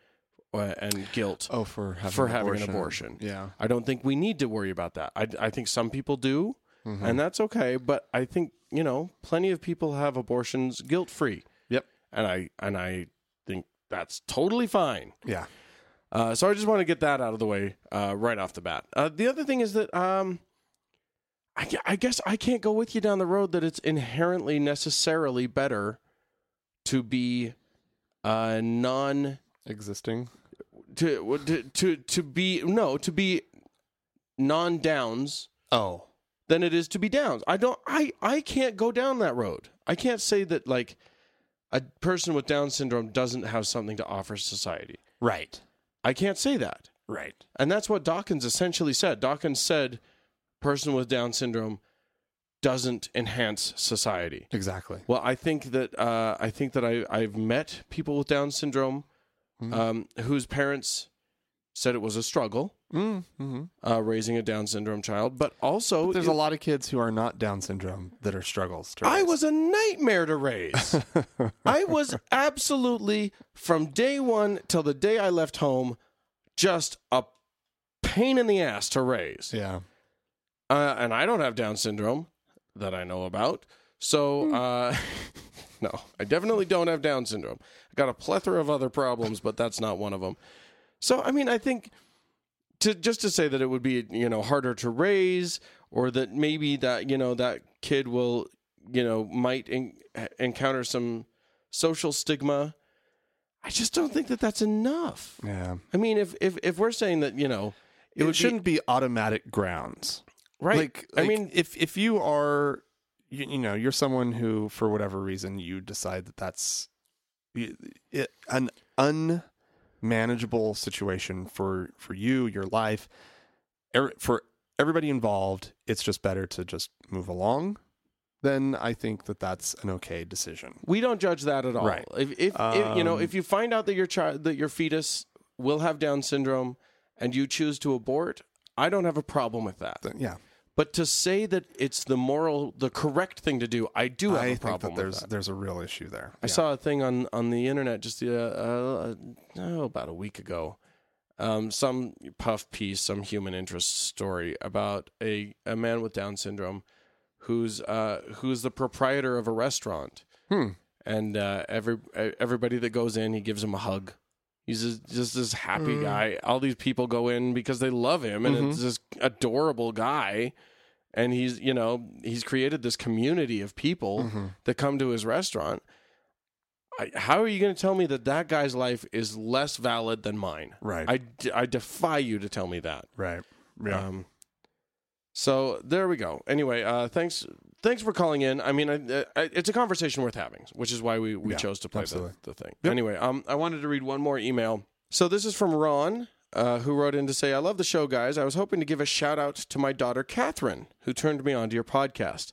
[SPEAKER 2] uh, and guilt.
[SPEAKER 3] Oh, for having
[SPEAKER 2] For
[SPEAKER 3] an
[SPEAKER 2] having an
[SPEAKER 3] abortion.
[SPEAKER 2] abortion.
[SPEAKER 3] Yeah.
[SPEAKER 2] I don't think we need to worry about that. I, I think some people do, and that's okay. But I think you know, plenty of people have abortions guilt free
[SPEAKER 3] Yep.
[SPEAKER 2] and I and I think that's totally fine.
[SPEAKER 3] Yeah.
[SPEAKER 2] Uh, so I just want to get that out of the way uh, right off the bat. Uh, the other thing is that um, I, gue- I guess I can't go with you down the road that it's inherently necessarily better to be uh, non
[SPEAKER 3] Existing.
[SPEAKER 2] to to to to be no to be non downs
[SPEAKER 3] Oh.
[SPEAKER 2] than it is to be downs. I don't I I can't go down that road. I can't say that like a person with down syndrome doesn't have something to offer society.
[SPEAKER 3] Right.
[SPEAKER 2] I can't say that.
[SPEAKER 3] Right.
[SPEAKER 2] And that's what Dawkins essentially said. Dawkins said person with down syndrome doesn't enhance society.
[SPEAKER 3] Exactly.
[SPEAKER 2] Well, I think that uh, I think that I I've met people with down syndrome
[SPEAKER 3] Mm-hmm.
[SPEAKER 2] um, whose parents said it was a struggle
[SPEAKER 3] Mm-hmm.
[SPEAKER 2] uh, raising a down syndrome child, but also
[SPEAKER 3] There's
[SPEAKER 2] it-
[SPEAKER 3] a lot of kids who are not Down syndrome that are struggles. To
[SPEAKER 2] I
[SPEAKER 3] raise.
[SPEAKER 2] was a nightmare
[SPEAKER 3] *laughs*
[SPEAKER 2] to raise. I was absolutely from day one till the day I left home, just a pain in the ass to raise.
[SPEAKER 3] Yeah.
[SPEAKER 2] Uh, and I don't have Down syndrome that I know about,
[SPEAKER 3] Hmm.
[SPEAKER 2] so uh, *laughs* no, I definitely don't have Down syndrome. I got a plethora of other problems, but that's not one of them. So I mean, I think to just to say that it would be you know harder to raise, or that maybe that you know that kid will you know might en- encounter some social stigma. I just don't think that that's enough.
[SPEAKER 3] Yeah.
[SPEAKER 2] I mean, if if if we're saying that you know
[SPEAKER 3] It,
[SPEAKER 2] would be-
[SPEAKER 3] shouldn't be, automatic grounds.
[SPEAKER 2] right,
[SPEAKER 3] Like,
[SPEAKER 2] I mean,
[SPEAKER 3] if if you are, you, you know, you're someone who, for whatever reason, you decide that that's you- it, an unmanageable situation for for you, your life, er, for everybody involved. It's just better to just move along. Then I think that that's an okay decision.
[SPEAKER 2] We don't judge that at all.
[SPEAKER 3] Right.
[SPEAKER 2] If, if, if you know,
[SPEAKER 3] Um,
[SPEAKER 2] if you find out that your child, that your fetus will have Down syndrome, and you choose to abort, I don't have a problem with that.
[SPEAKER 3] Then, yeah,
[SPEAKER 2] But to say that it's the moral, the correct thing to do, I do have
[SPEAKER 3] I
[SPEAKER 2] a
[SPEAKER 3] think
[SPEAKER 2] problem
[SPEAKER 3] that there's
[SPEAKER 2] with that.
[SPEAKER 3] there's a real issue there.
[SPEAKER 2] I saw a thing on on the internet just uh, uh, oh, about a week ago. Um, some puff piece, some human interest story about a, a man with Down syndrome who's uh, who's the proprietor of a restaurant,
[SPEAKER 3] Hmm.
[SPEAKER 2] and uh, every everybody that goes in, he gives him a hug. He's just, just this happy guy. All these people go in because they love him, and it's this adorable guy and he's you know he's created this community of people that come to his restaurant I, how are you going to tell me that that guy's life is less valid than mine
[SPEAKER 3] Right.
[SPEAKER 2] i, d- I defy you to tell me that
[SPEAKER 3] Right. Yeah.
[SPEAKER 2] um, so there we go anyway uh, thanks thanks for calling in i mean I, I, it's a conversation worth having which is why we, we
[SPEAKER 3] Yeah,
[SPEAKER 2] chose to play
[SPEAKER 3] absolutely.
[SPEAKER 2] the, the thing anyway um, i wanted to read one more email so this is from ron uh, who wrote in to say i love the show guys i was hoping to give a shout out to my daughter catherine who turned me on to your podcast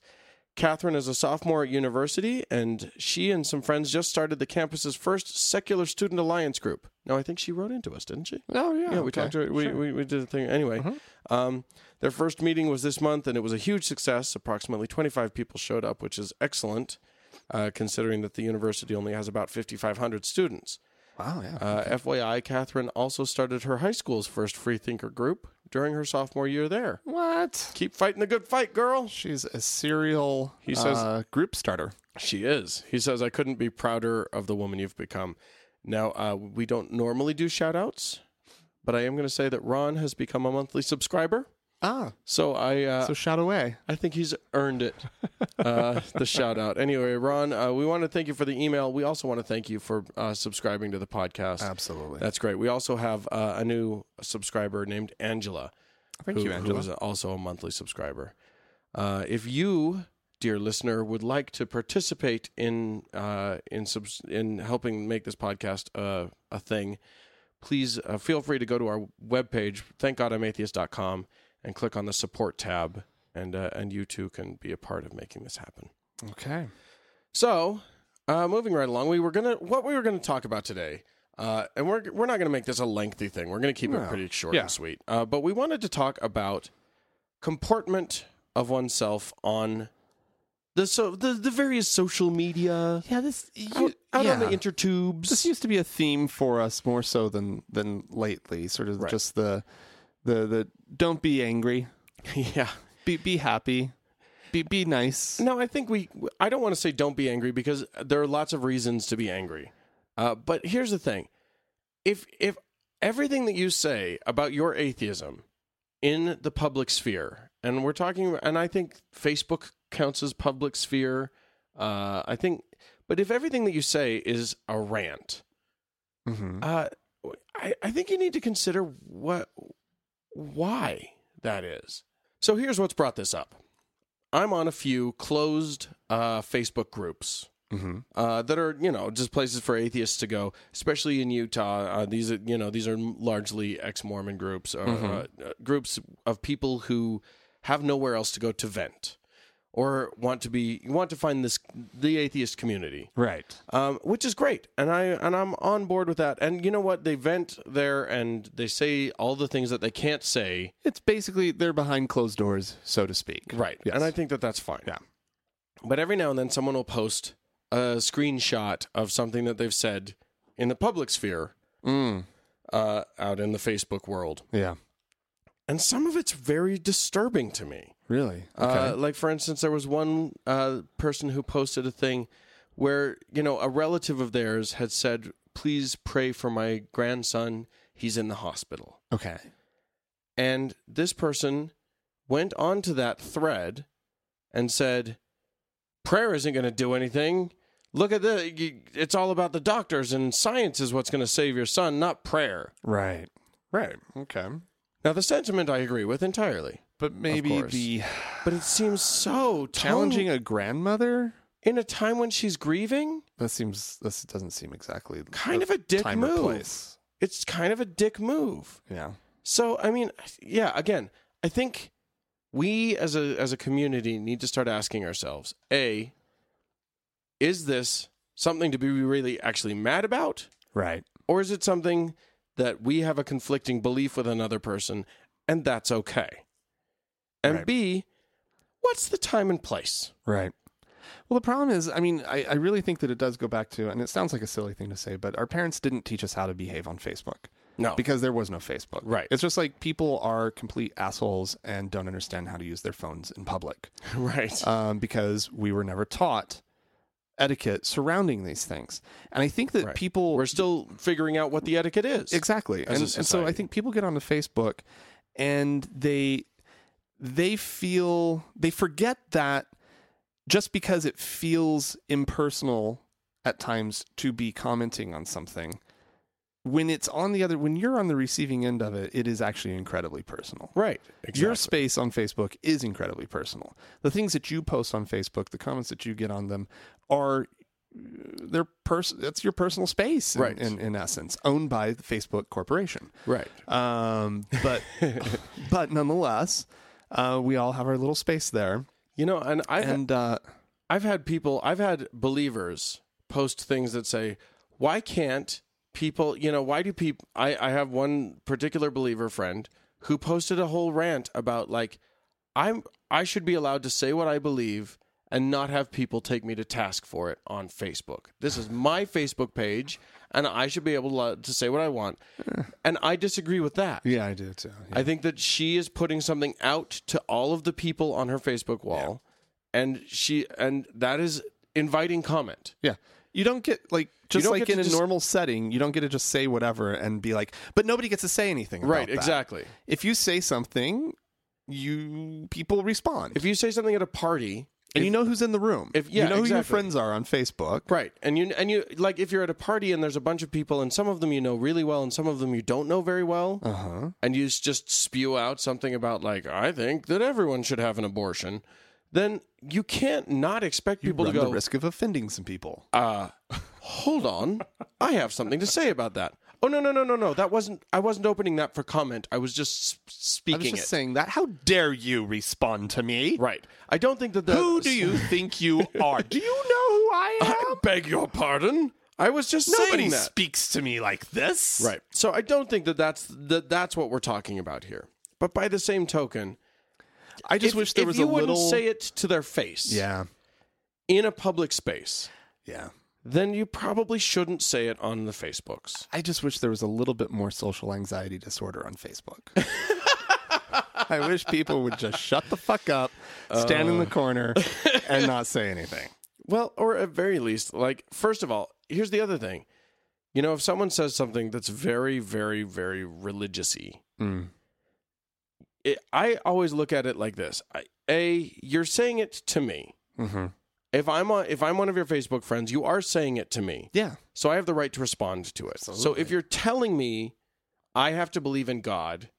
[SPEAKER 2] Catherine is a sophomore at university, and she and some friends just started the campus's first secular student alliance group. Now, I think she wrote into us, didn't she?
[SPEAKER 3] Oh yeah, Mm-hmm.
[SPEAKER 2] yeah, we talked to her. We, we, we did a thing anyway. Um, their first meeting was this month, and it was a huge success. Approximately 25 people showed up, which is excellent, uh, considering that the university only has about 5,500 students.
[SPEAKER 3] Wow, yeah.
[SPEAKER 2] Uh, FYI, Catherine also started her high school's first free thinker group during her sophomore year there.
[SPEAKER 3] what?
[SPEAKER 2] Keep fighting the good fight, girl.
[SPEAKER 3] She's a serial
[SPEAKER 2] He says-
[SPEAKER 3] uh, group starter.
[SPEAKER 2] She is. He says, I couldn't be prouder of the woman you've become. Now, uh, we don't normally do shout outs, but I am going to say that Ron has become a monthly subscriber.
[SPEAKER 3] Ah,
[SPEAKER 2] So I uh,
[SPEAKER 3] so shout away.
[SPEAKER 2] I think he's earned it,
[SPEAKER 3] *laughs*
[SPEAKER 2] uh, the shout out. Anyway, Ron, uh, we want to thank you for the email. We also want to thank you for uh, subscribing to the podcast.
[SPEAKER 3] Absolutely.
[SPEAKER 2] That's great. We also have uh, a new subscriber named Angela.
[SPEAKER 3] Thank
[SPEAKER 2] who-
[SPEAKER 3] you, Angela.
[SPEAKER 2] Who is also a monthly subscriber. Uh, if you, dear listener, would like to participate in uh, in subs- in helping make this podcast uh, a thing, please uh, feel free to go to our webpage, thankgodimatheist.com, and click on the support tab, and uh, and you too can be a part of making this happen.
[SPEAKER 3] Okay.
[SPEAKER 2] So, uh, moving right along, we were gonna what we were gonna talk about today, uh, and we're we're not gonna make this a lengthy thing. We're gonna keep it
[SPEAKER 3] No.
[SPEAKER 2] pretty short
[SPEAKER 3] Yeah.
[SPEAKER 2] and sweet. Uh, but we wanted to talk about comportment of oneself on the so the, the various social media
[SPEAKER 3] Yeah, this
[SPEAKER 2] out, out on the intertubes.
[SPEAKER 3] this used to be a theme for us more so than than lately. Sort of
[SPEAKER 2] Right.
[SPEAKER 3] just the the the don't be angry,
[SPEAKER 2] *laughs* yeah.
[SPEAKER 3] be be happy, be be nice.
[SPEAKER 2] No, I think we. I don't want to say don't be angry because there are lots of reasons to be angry. Uh, but here's the thing: if if everything that you say about your atheism in the public sphere, and we're talking, and I think Facebook counts as public sphere. Uh, I think, but if everything that you say is a rant,
[SPEAKER 3] Mm-hmm.
[SPEAKER 2] uh, I, I think you need to consider what why that is. So here's what's brought this up. I'm on a few closed uh, Facebook groups
[SPEAKER 3] Mm-hmm.
[SPEAKER 2] uh, that are you know just places for atheists to go, especially in Utah. Uh, these are you know these are largely ex-Mormon groups, or,
[SPEAKER 3] Mm-hmm.
[SPEAKER 2] uh, uh, groups of people who have nowhere else to go to vent or want to be want to find this the atheist community
[SPEAKER 3] Right.
[SPEAKER 2] um, which is great, and I and I'm on board with that. And you know what? They vent there and they say all the things that they can't say,
[SPEAKER 3] It's basically they're behind closed doors, so to speak.
[SPEAKER 2] right?
[SPEAKER 3] Yes.
[SPEAKER 2] And I think that that's fine.
[SPEAKER 3] Yeah.
[SPEAKER 2] But every now and then, someone will post a screenshot of something that they've said in the public sphere,
[SPEAKER 3] Mm.
[SPEAKER 2] uh, out in the Facebook world,
[SPEAKER 3] Yeah.
[SPEAKER 2] and some of it's very disturbing to me.
[SPEAKER 3] Really.
[SPEAKER 2] Uh, like for instance, there was one uh, person who posted a thing where you know a relative of theirs had said, "Please pray for my grandson. He's in the hospital."
[SPEAKER 3] okay.
[SPEAKER 2] And this person went on to that thread and said, "Prayer isn't going to do anything. Look at the. you- It's all about the doctors and science is what's going to save your son, not prayer."
[SPEAKER 3] Right. Right. Okay.
[SPEAKER 2] Now, the sentiment I agree with entirely,
[SPEAKER 3] But maybe
[SPEAKER 2] course.
[SPEAKER 3] the
[SPEAKER 2] but it seems so
[SPEAKER 3] challenging a grandmother.
[SPEAKER 2] in a time when she's grieving.
[SPEAKER 3] That seems. This doesn't seem exactly
[SPEAKER 2] kind
[SPEAKER 3] the
[SPEAKER 2] of a dick
[SPEAKER 3] time
[SPEAKER 2] move.
[SPEAKER 3] Or place.
[SPEAKER 2] It's kind of a dick move.
[SPEAKER 3] Yeah.
[SPEAKER 2] So I mean, yeah. Again, I think we as a as a community need to start asking ourselves: a, is this something to be really actually mad about,
[SPEAKER 3] Right.
[SPEAKER 2] or is it something that we have a conflicting belief with another person, and that's okay? And
[SPEAKER 3] Right.
[SPEAKER 2] b, what's the time and place?
[SPEAKER 3] *laughs* Right. Well, the problem is, I mean, I, I really think that it does go back to, and it sounds like a silly thing to say, but our parents didn't teach us how to behave on Facebook
[SPEAKER 2] No,
[SPEAKER 3] because there was no Facebook.
[SPEAKER 2] Right.
[SPEAKER 3] It's just like people are complete assholes and don't understand how to use their phones in public
[SPEAKER 2] right,
[SPEAKER 3] um, because we were never taught etiquette surrounding these things. And I think that
[SPEAKER 2] Right.
[SPEAKER 3] Uh, people
[SPEAKER 2] we're still figuring out what the etiquette is.
[SPEAKER 3] exactly
[SPEAKER 2] as
[SPEAKER 3] and,
[SPEAKER 2] a
[SPEAKER 3] and so i
[SPEAKER 2] society.
[SPEAKER 3] think people get onto facebook and they they feel they forget that just because it feels impersonal at times to be commenting on something when it's on the other when you're on the receiving end of it it is actually incredibly personal
[SPEAKER 2] Right, exactly.
[SPEAKER 3] your space on Facebook is incredibly personal. The things that you post on Facebook, the comments that you get on them, are their pers- that's your personal space, in,
[SPEAKER 2] Right.
[SPEAKER 3] In, in essence, owned by the Facebook corporation.
[SPEAKER 2] right. *laughs*
[SPEAKER 3] Um, but but nonetheless, uh, we all have our little space there.
[SPEAKER 2] You know, and I've
[SPEAKER 3] and uh,
[SPEAKER 2] I've had people, I've had believers post things that say, why can't people, you know, why do people, I, I have one particular believer friend who posted a whole rant about like, I'm, I should be allowed to say what I believe and not have people take me to task for it on Facebook. This is my Facebook page and I should be able to, to say what I want. And I disagree with that.
[SPEAKER 3] yeah, I do too. Yeah.
[SPEAKER 2] I think that she is putting something out to all of the people on her Facebook wall, and she and that is inviting comment.
[SPEAKER 3] Yeah. You don't get like just
[SPEAKER 2] don't
[SPEAKER 3] like
[SPEAKER 2] get to
[SPEAKER 3] in a
[SPEAKER 2] just-
[SPEAKER 3] normal setting, you don't get to just say whatever and be like, but nobody gets to say anything. about
[SPEAKER 2] Right,
[SPEAKER 3] that."
[SPEAKER 2] exactly.
[SPEAKER 3] If you say something, you people respond.
[SPEAKER 2] If you say something at a party,
[SPEAKER 3] and you know who's in the room.
[SPEAKER 2] if-
[SPEAKER 3] you
[SPEAKER 2] yeah,
[SPEAKER 3] know who your
[SPEAKER 2] exactly.
[SPEAKER 3] friends are on Facebook.
[SPEAKER 2] right, and you and you like if you're at a party and there's a bunch of people and some of them you know really well and some of them you don't know very well,
[SPEAKER 3] Uh huh.
[SPEAKER 2] and you s- just spew out something about like I think that everyone should have an abortion, then you can't not expect
[SPEAKER 3] You
[SPEAKER 2] people
[SPEAKER 3] run
[SPEAKER 2] to go
[SPEAKER 3] the risk of offending some people.
[SPEAKER 2] uh hold on i have something to say about that oh no no no no no that wasn't i wasn't opening that for comment i was just
[SPEAKER 3] I
[SPEAKER 2] s-
[SPEAKER 3] was
[SPEAKER 2] speaking
[SPEAKER 3] just
[SPEAKER 2] it
[SPEAKER 3] saying that. How dare you respond to me?
[SPEAKER 2] right i don't think that the
[SPEAKER 3] Who do
[SPEAKER 2] *laughs*
[SPEAKER 3] you think you are? Do you know who I am?
[SPEAKER 2] i beg your pardon i was just
[SPEAKER 3] Nobody
[SPEAKER 2] saying that
[SPEAKER 3] speaks to me like this.
[SPEAKER 2] right so i don't think that that's that that's what we're talking about here but by the same token
[SPEAKER 3] I just
[SPEAKER 2] if,
[SPEAKER 3] wish there
[SPEAKER 2] if
[SPEAKER 3] was
[SPEAKER 2] you
[SPEAKER 3] a
[SPEAKER 2] wouldn't
[SPEAKER 3] little.
[SPEAKER 2] say it to their face
[SPEAKER 3] yeah.
[SPEAKER 2] in a public space
[SPEAKER 3] Yeah.
[SPEAKER 2] then you probably shouldn't say it on the facebooks
[SPEAKER 3] I just wish there was a little bit more social anxiety disorder on Facebook. I wish people would just shut the fuck up, stand
[SPEAKER 2] Oh.
[SPEAKER 3] in the
[SPEAKER 2] *laughs*
[SPEAKER 3] corner, and not say anything.
[SPEAKER 2] Well, or at very least, like, first of all, here's the other thing. You know, if someone says something that's very, very, very religious y,
[SPEAKER 3] Mm.
[SPEAKER 2] it, I always look at it like this I, A, you're saying it to me.
[SPEAKER 3] Mm-hmm.
[SPEAKER 2] If I'm, on, if I'm one of your Facebook friends, you are saying it to me.
[SPEAKER 3] Yeah.
[SPEAKER 2] So I have the right to respond to it. So if
[SPEAKER 3] Absolutely.
[SPEAKER 2] you're telling me I have to believe in God,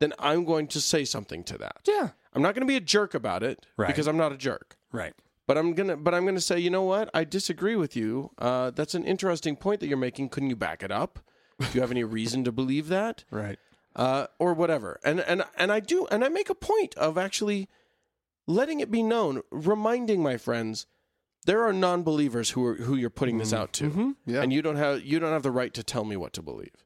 [SPEAKER 2] then I'm going to say something to that.
[SPEAKER 3] Yeah.
[SPEAKER 2] I'm not going to be a jerk about it
[SPEAKER 3] Right.
[SPEAKER 2] because I'm not a jerk
[SPEAKER 3] Right.
[SPEAKER 2] but I'm gonna but I'm gonna say, you know what? I disagree with you. Uh, that's an interesting point that you're making. Couldn't you back it up? Do you have any reason to believe that,
[SPEAKER 3] Right.
[SPEAKER 2] uh, or whatever? And and and I do, and I make a point of actually letting it be known, reminding my friends there are non-believers who are who you're putting this out to,
[SPEAKER 3] Mm-hmm. Yeah.
[SPEAKER 2] and you don't have you don't have the right to tell me what to believe.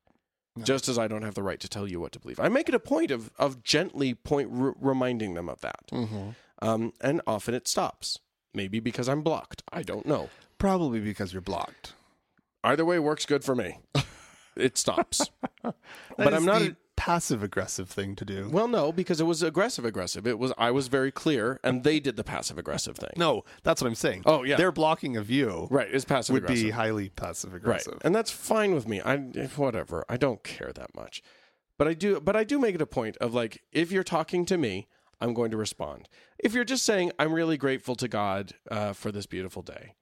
[SPEAKER 2] Just as I don't have the right to tell you what to believe, I make it a point of of gently point r- reminding them of that
[SPEAKER 3] mm-hmm.
[SPEAKER 2] um, and often it stops. Maybe because I'm blocked. I don't know.
[SPEAKER 3] Probably because you're blocked.
[SPEAKER 2] Either way, works good for me. *laughs* It stops.
[SPEAKER 3] That is
[SPEAKER 2] But I'm not
[SPEAKER 3] the
[SPEAKER 2] a-
[SPEAKER 3] passive aggressive thing to do.
[SPEAKER 2] well, no, because it was aggressive aggressive. It was I was very clear, and they did the passive aggressive
[SPEAKER 3] *laughs*
[SPEAKER 2] thing.
[SPEAKER 3] No, that's what I'm saying.
[SPEAKER 2] Oh, yeah.
[SPEAKER 3] Their blocking of you
[SPEAKER 2] Right, it's passive
[SPEAKER 3] would be
[SPEAKER 2] aggressive.
[SPEAKER 3] highly passive
[SPEAKER 2] right,
[SPEAKER 3] aggressive.
[SPEAKER 2] and that's fine with me. I if whatever. I don't care that much. But I do. But I do make it a point of like if you're talking to me, I'm going to respond. If you're just saying I'm really grateful to God uh, for this beautiful day,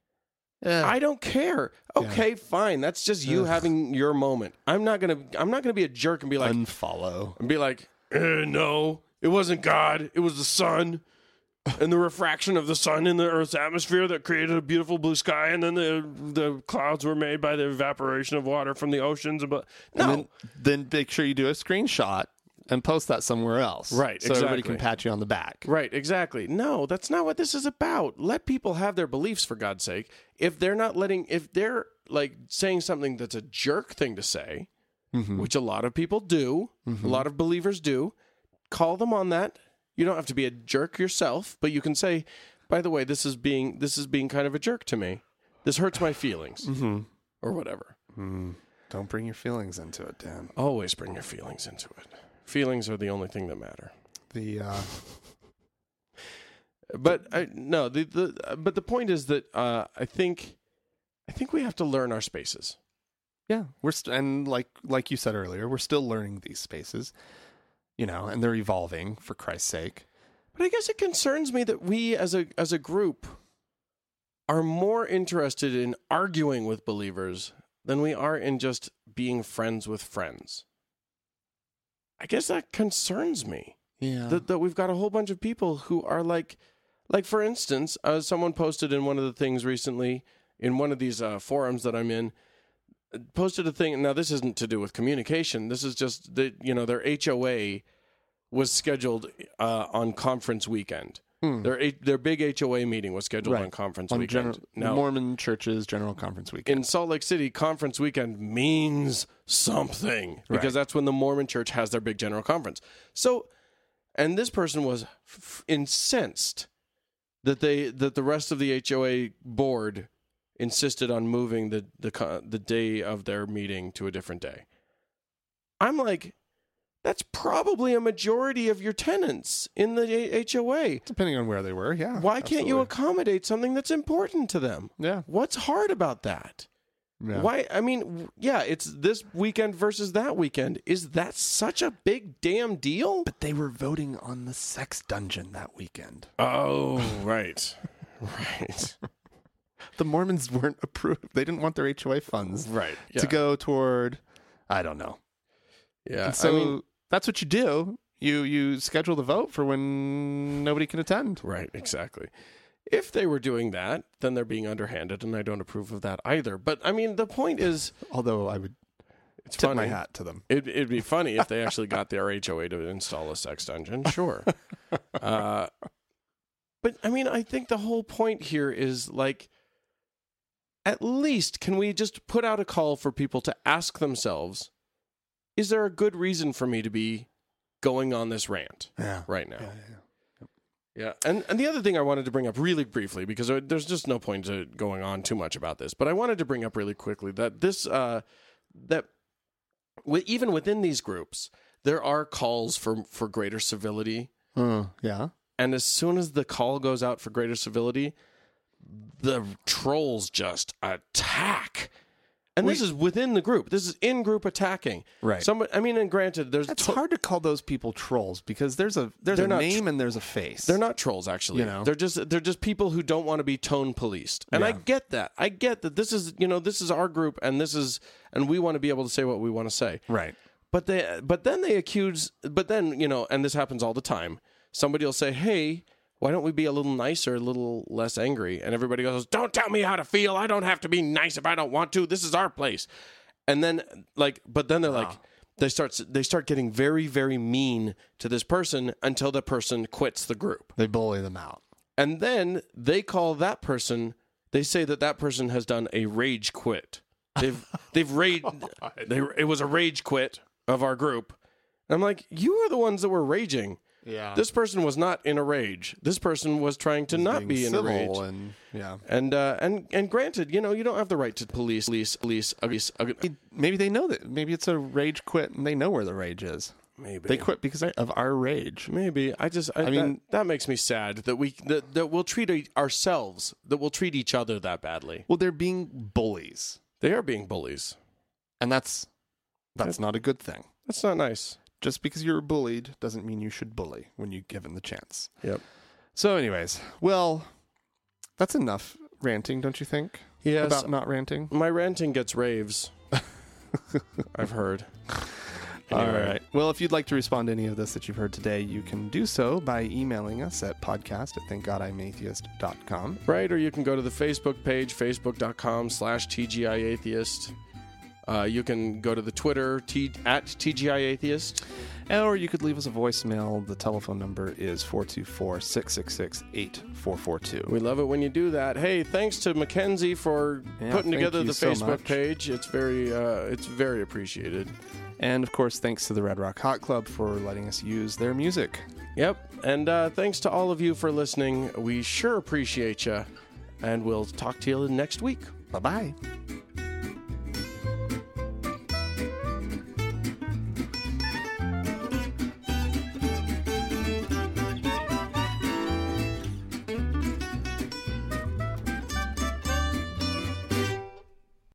[SPEAKER 3] Yeah.
[SPEAKER 2] I don't care. Okay, fine. That's just you
[SPEAKER 3] Ugh.
[SPEAKER 2] having your moment. I'm not gonna. I'm not gonna be a jerk and be like
[SPEAKER 3] Unfollow.
[SPEAKER 2] and be like, "Eh, no, it wasn't God. It was the sun and the refraction of the sun in the Earth's atmosphere that created a beautiful blue sky, and then the the clouds were made by the evaporation of water from the oceans. But no,
[SPEAKER 3] And then, then make sure you do a screenshot and post that somewhere else.
[SPEAKER 2] Right,
[SPEAKER 3] So everybody can
[SPEAKER 2] exactly.
[SPEAKER 3] pat you on the back.
[SPEAKER 2] Right, exactly. No, that's not what this is about. Let people have their beliefs for God's sake. If they're not letting if they're like saying something that's a jerk thing to say, which a lot of people do, a lot of believers do, call them on that. You don't have to be a jerk yourself, but you can say, by the way, this is being this is being kind of a jerk to me. This hurts my feelings. Or whatever.
[SPEAKER 3] Don't bring your feelings into it, Dan.
[SPEAKER 2] Always bring your feelings into it. Feelings are the only thing that matter.
[SPEAKER 3] The *laughs* uh,
[SPEAKER 2] but I, no the, the uh, but the point is that uh, I think I think we have to learn our spaces.
[SPEAKER 3] yeah, we're st- and like like you said earlier, we're still learning these spaces, you know, and they're evolving for Christ's sake.
[SPEAKER 2] But I guess it concerns me that we as a as a group are more interested in arguing with believers than we are in just being friends with friends. I guess that concerns me.
[SPEAKER 3] Yeah.
[SPEAKER 2] that, that we've got a whole bunch of people who are like like for instance uh, someone posted in one of the things recently in one of these uh, forums that i'm in uh, posted a thing now this isn't to do with communication this is just that you know their hoa was scheduled uh, on conference weekend
[SPEAKER 3] Hmm.
[SPEAKER 2] Their H- their big HOA meeting was scheduled
[SPEAKER 3] Right.
[SPEAKER 2] on conference
[SPEAKER 3] on
[SPEAKER 2] weekend.
[SPEAKER 3] gener-
[SPEAKER 2] now,
[SPEAKER 3] Mormon churches general conference weekend.
[SPEAKER 2] in Salt Lake City, conference weekend means something because that's when the Mormon church has their big general conference. So, and this person was f- incensed that they that the rest of the HOA board insisted on moving the the co- the day of their meeting to a different day. I'm like that's probably a majority of your tenants in the A- HOA.
[SPEAKER 3] Depending on where they were, yeah.
[SPEAKER 2] Why can't you
[SPEAKER 3] absolutely.
[SPEAKER 2] accommodate something that's important to them?
[SPEAKER 3] Yeah.
[SPEAKER 2] What's hard about that?
[SPEAKER 3] yeah.
[SPEAKER 2] Why? I mean, w- yeah, it's this weekend versus that weekend. Is that such a big damn deal?
[SPEAKER 3] But they were voting on the sex dungeon that weekend.
[SPEAKER 2] Oh, right, *laughs* right,
[SPEAKER 3] The Mormons *laughs* weren't approved. They didn't want their HOA funds
[SPEAKER 2] right.
[SPEAKER 3] to go toward, I don't know.
[SPEAKER 2] Yeah,
[SPEAKER 3] And so that's what you do. You you schedule the vote for when nobody can attend.
[SPEAKER 2] right, exactly. If they were doing that, then they're being underhanded, and I don't approve of that either. But I mean, the point is,
[SPEAKER 3] Although I would
[SPEAKER 2] it's
[SPEAKER 3] tip
[SPEAKER 2] funny.
[SPEAKER 3] my hat to them.
[SPEAKER 2] It, it'd be funny
[SPEAKER 3] *laughs*
[SPEAKER 2] if they actually got their HOA to install a sex dungeon. Sure. Uh, but I mean, I think the whole point here is like, at least can we just put out a call for people to ask themselves, is there a good reason for me to be going on this rant
[SPEAKER 3] Yeah.
[SPEAKER 2] right now?
[SPEAKER 3] Yeah, yeah,
[SPEAKER 2] Yeah, and and the other thing I wanted to bring up really briefly because there- there's just no point to going on too much about this, but I wanted to bring up really quickly that this uh that wi- even within these groups there are calls for for greater civility,
[SPEAKER 3] yeah. Uh, yeah.
[SPEAKER 2] and as soon as the call goes out for greater civility, the trolls just attack. And this is within the group. This is in group attacking.
[SPEAKER 3] Right.
[SPEAKER 2] Some, I mean, and granted, there's
[SPEAKER 3] It's
[SPEAKER 2] to-
[SPEAKER 3] hard to call those people trolls because there's a there's
[SPEAKER 2] They're
[SPEAKER 3] a
[SPEAKER 2] not
[SPEAKER 3] name and there's a face.
[SPEAKER 2] They're not trolls, actually.
[SPEAKER 3] You know?
[SPEAKER 2] They're just they're just people who don't want to be tone policed. And I
[SPEAKER 3] Yeah.
[SPEAKER 2] get that. I get that this is you know this is our group and this is and we want to be able to say what we want to say.
[SPEAKER 3] right.
[SPEAKER 2] But they but then they accuse but then you know and this happens all the time. Somebody will say, "Hey, why don't we be a little nicer, a little less angry?" And everybody goes, "Don't tell me how to feel. I don't have to be nice if I don't want to. This is our place." And then like but then they're like they start they start getting very very mean to this person until the person quits the group.
[SPEAKER 3] They bully them out.
[SPEAKER 2] And then they call that person. They say that that person has done a rage quit. *laughs* They've they've rage. They, it was a rage quit of our group. And I'm like, you are the ones that were raging.
[SPEAKER 3] Yeah.
[SPEAKER 2] This person was not in a rage. This person was trying to not be in a rage.
[SPEAKER 3] and yeah.
[SPEAKER 2] And uh, and and granted, you know, you don't have the right to police, police, police, police. uh,
[SPEAKER 3] Maybe they know that. Maybe it's a rage quit, and they know where the rage is.
[SPEAKER 2] Maybe
[SPEAKER 3] They quit because of our rage.
[SPEAKER 2] Maybe I just I,
[SPEAKER 3] I
[SPEAKER 2] mean
[SPEAKER 3] mean-
[SPEAKER 2] that, that makes me sad that we that, that we'll treat a- ourselves that we'll treat each other that badly.
[SPEAKER 3] Well, they're being bullies,
[SPEAKER 2] They are being bullies.
[SPEAKER 3] and that's that's not a good thing.
[SPEAKER 2] That's not nice.
[SPEAKER 3] Just because you're bullied doesn't mean you should bully when you're given the chance.
[SPEAKER 2] Yep.
[SPEAKER 3] So, anyways, well, that's enough ranting, don't you think?
[SPEAKER 2] Yes.
[SPEAKER 3] About not ranting.
[SPEAKER 2] My ranting gets raves. *laughs* I've heard. Anyway.
[SPEAKER 3] All right. Well, if you'd like to respond to any of this that you've heard today, you can do so by emailing us at podcast at thankgodimatheist.com.
[SPEAKER 2] Right, or you can go to the Facebook page, facebook.com slash TGIAtheist. Uh, you can go to the Twitter, t- at TGIAtheist.
[SPEAKER 3] Or you could leave us a voicemail. The telephone number is 424 666 8442.
[SPEAKER 2] We love it when you do that. Hey, thanks to Mackenzie for
[SPEAKER 3] Yeah,
[SPEAKER 2] putting
[SPEAKER 3] thank
[SPEAKER 2] together
[SPEAKER 3] you
[SPEAKER 2] the
[SPEAKER 3] so
[SPEAKER 2] Facebook
[SPEAKER 3] much.
[SPEAKER 2] page. It's very, uh, it's very appreciated.
[SPEAKER 3] And of course, thanks to the Red Rock Hot Club for letting us use their music.
[SPEAKER 2] Yep, and uh, thanks to all of you for listening. We sure appreciate you, and we'll talk to you next week.
[SPEAKER 3] Bye bye.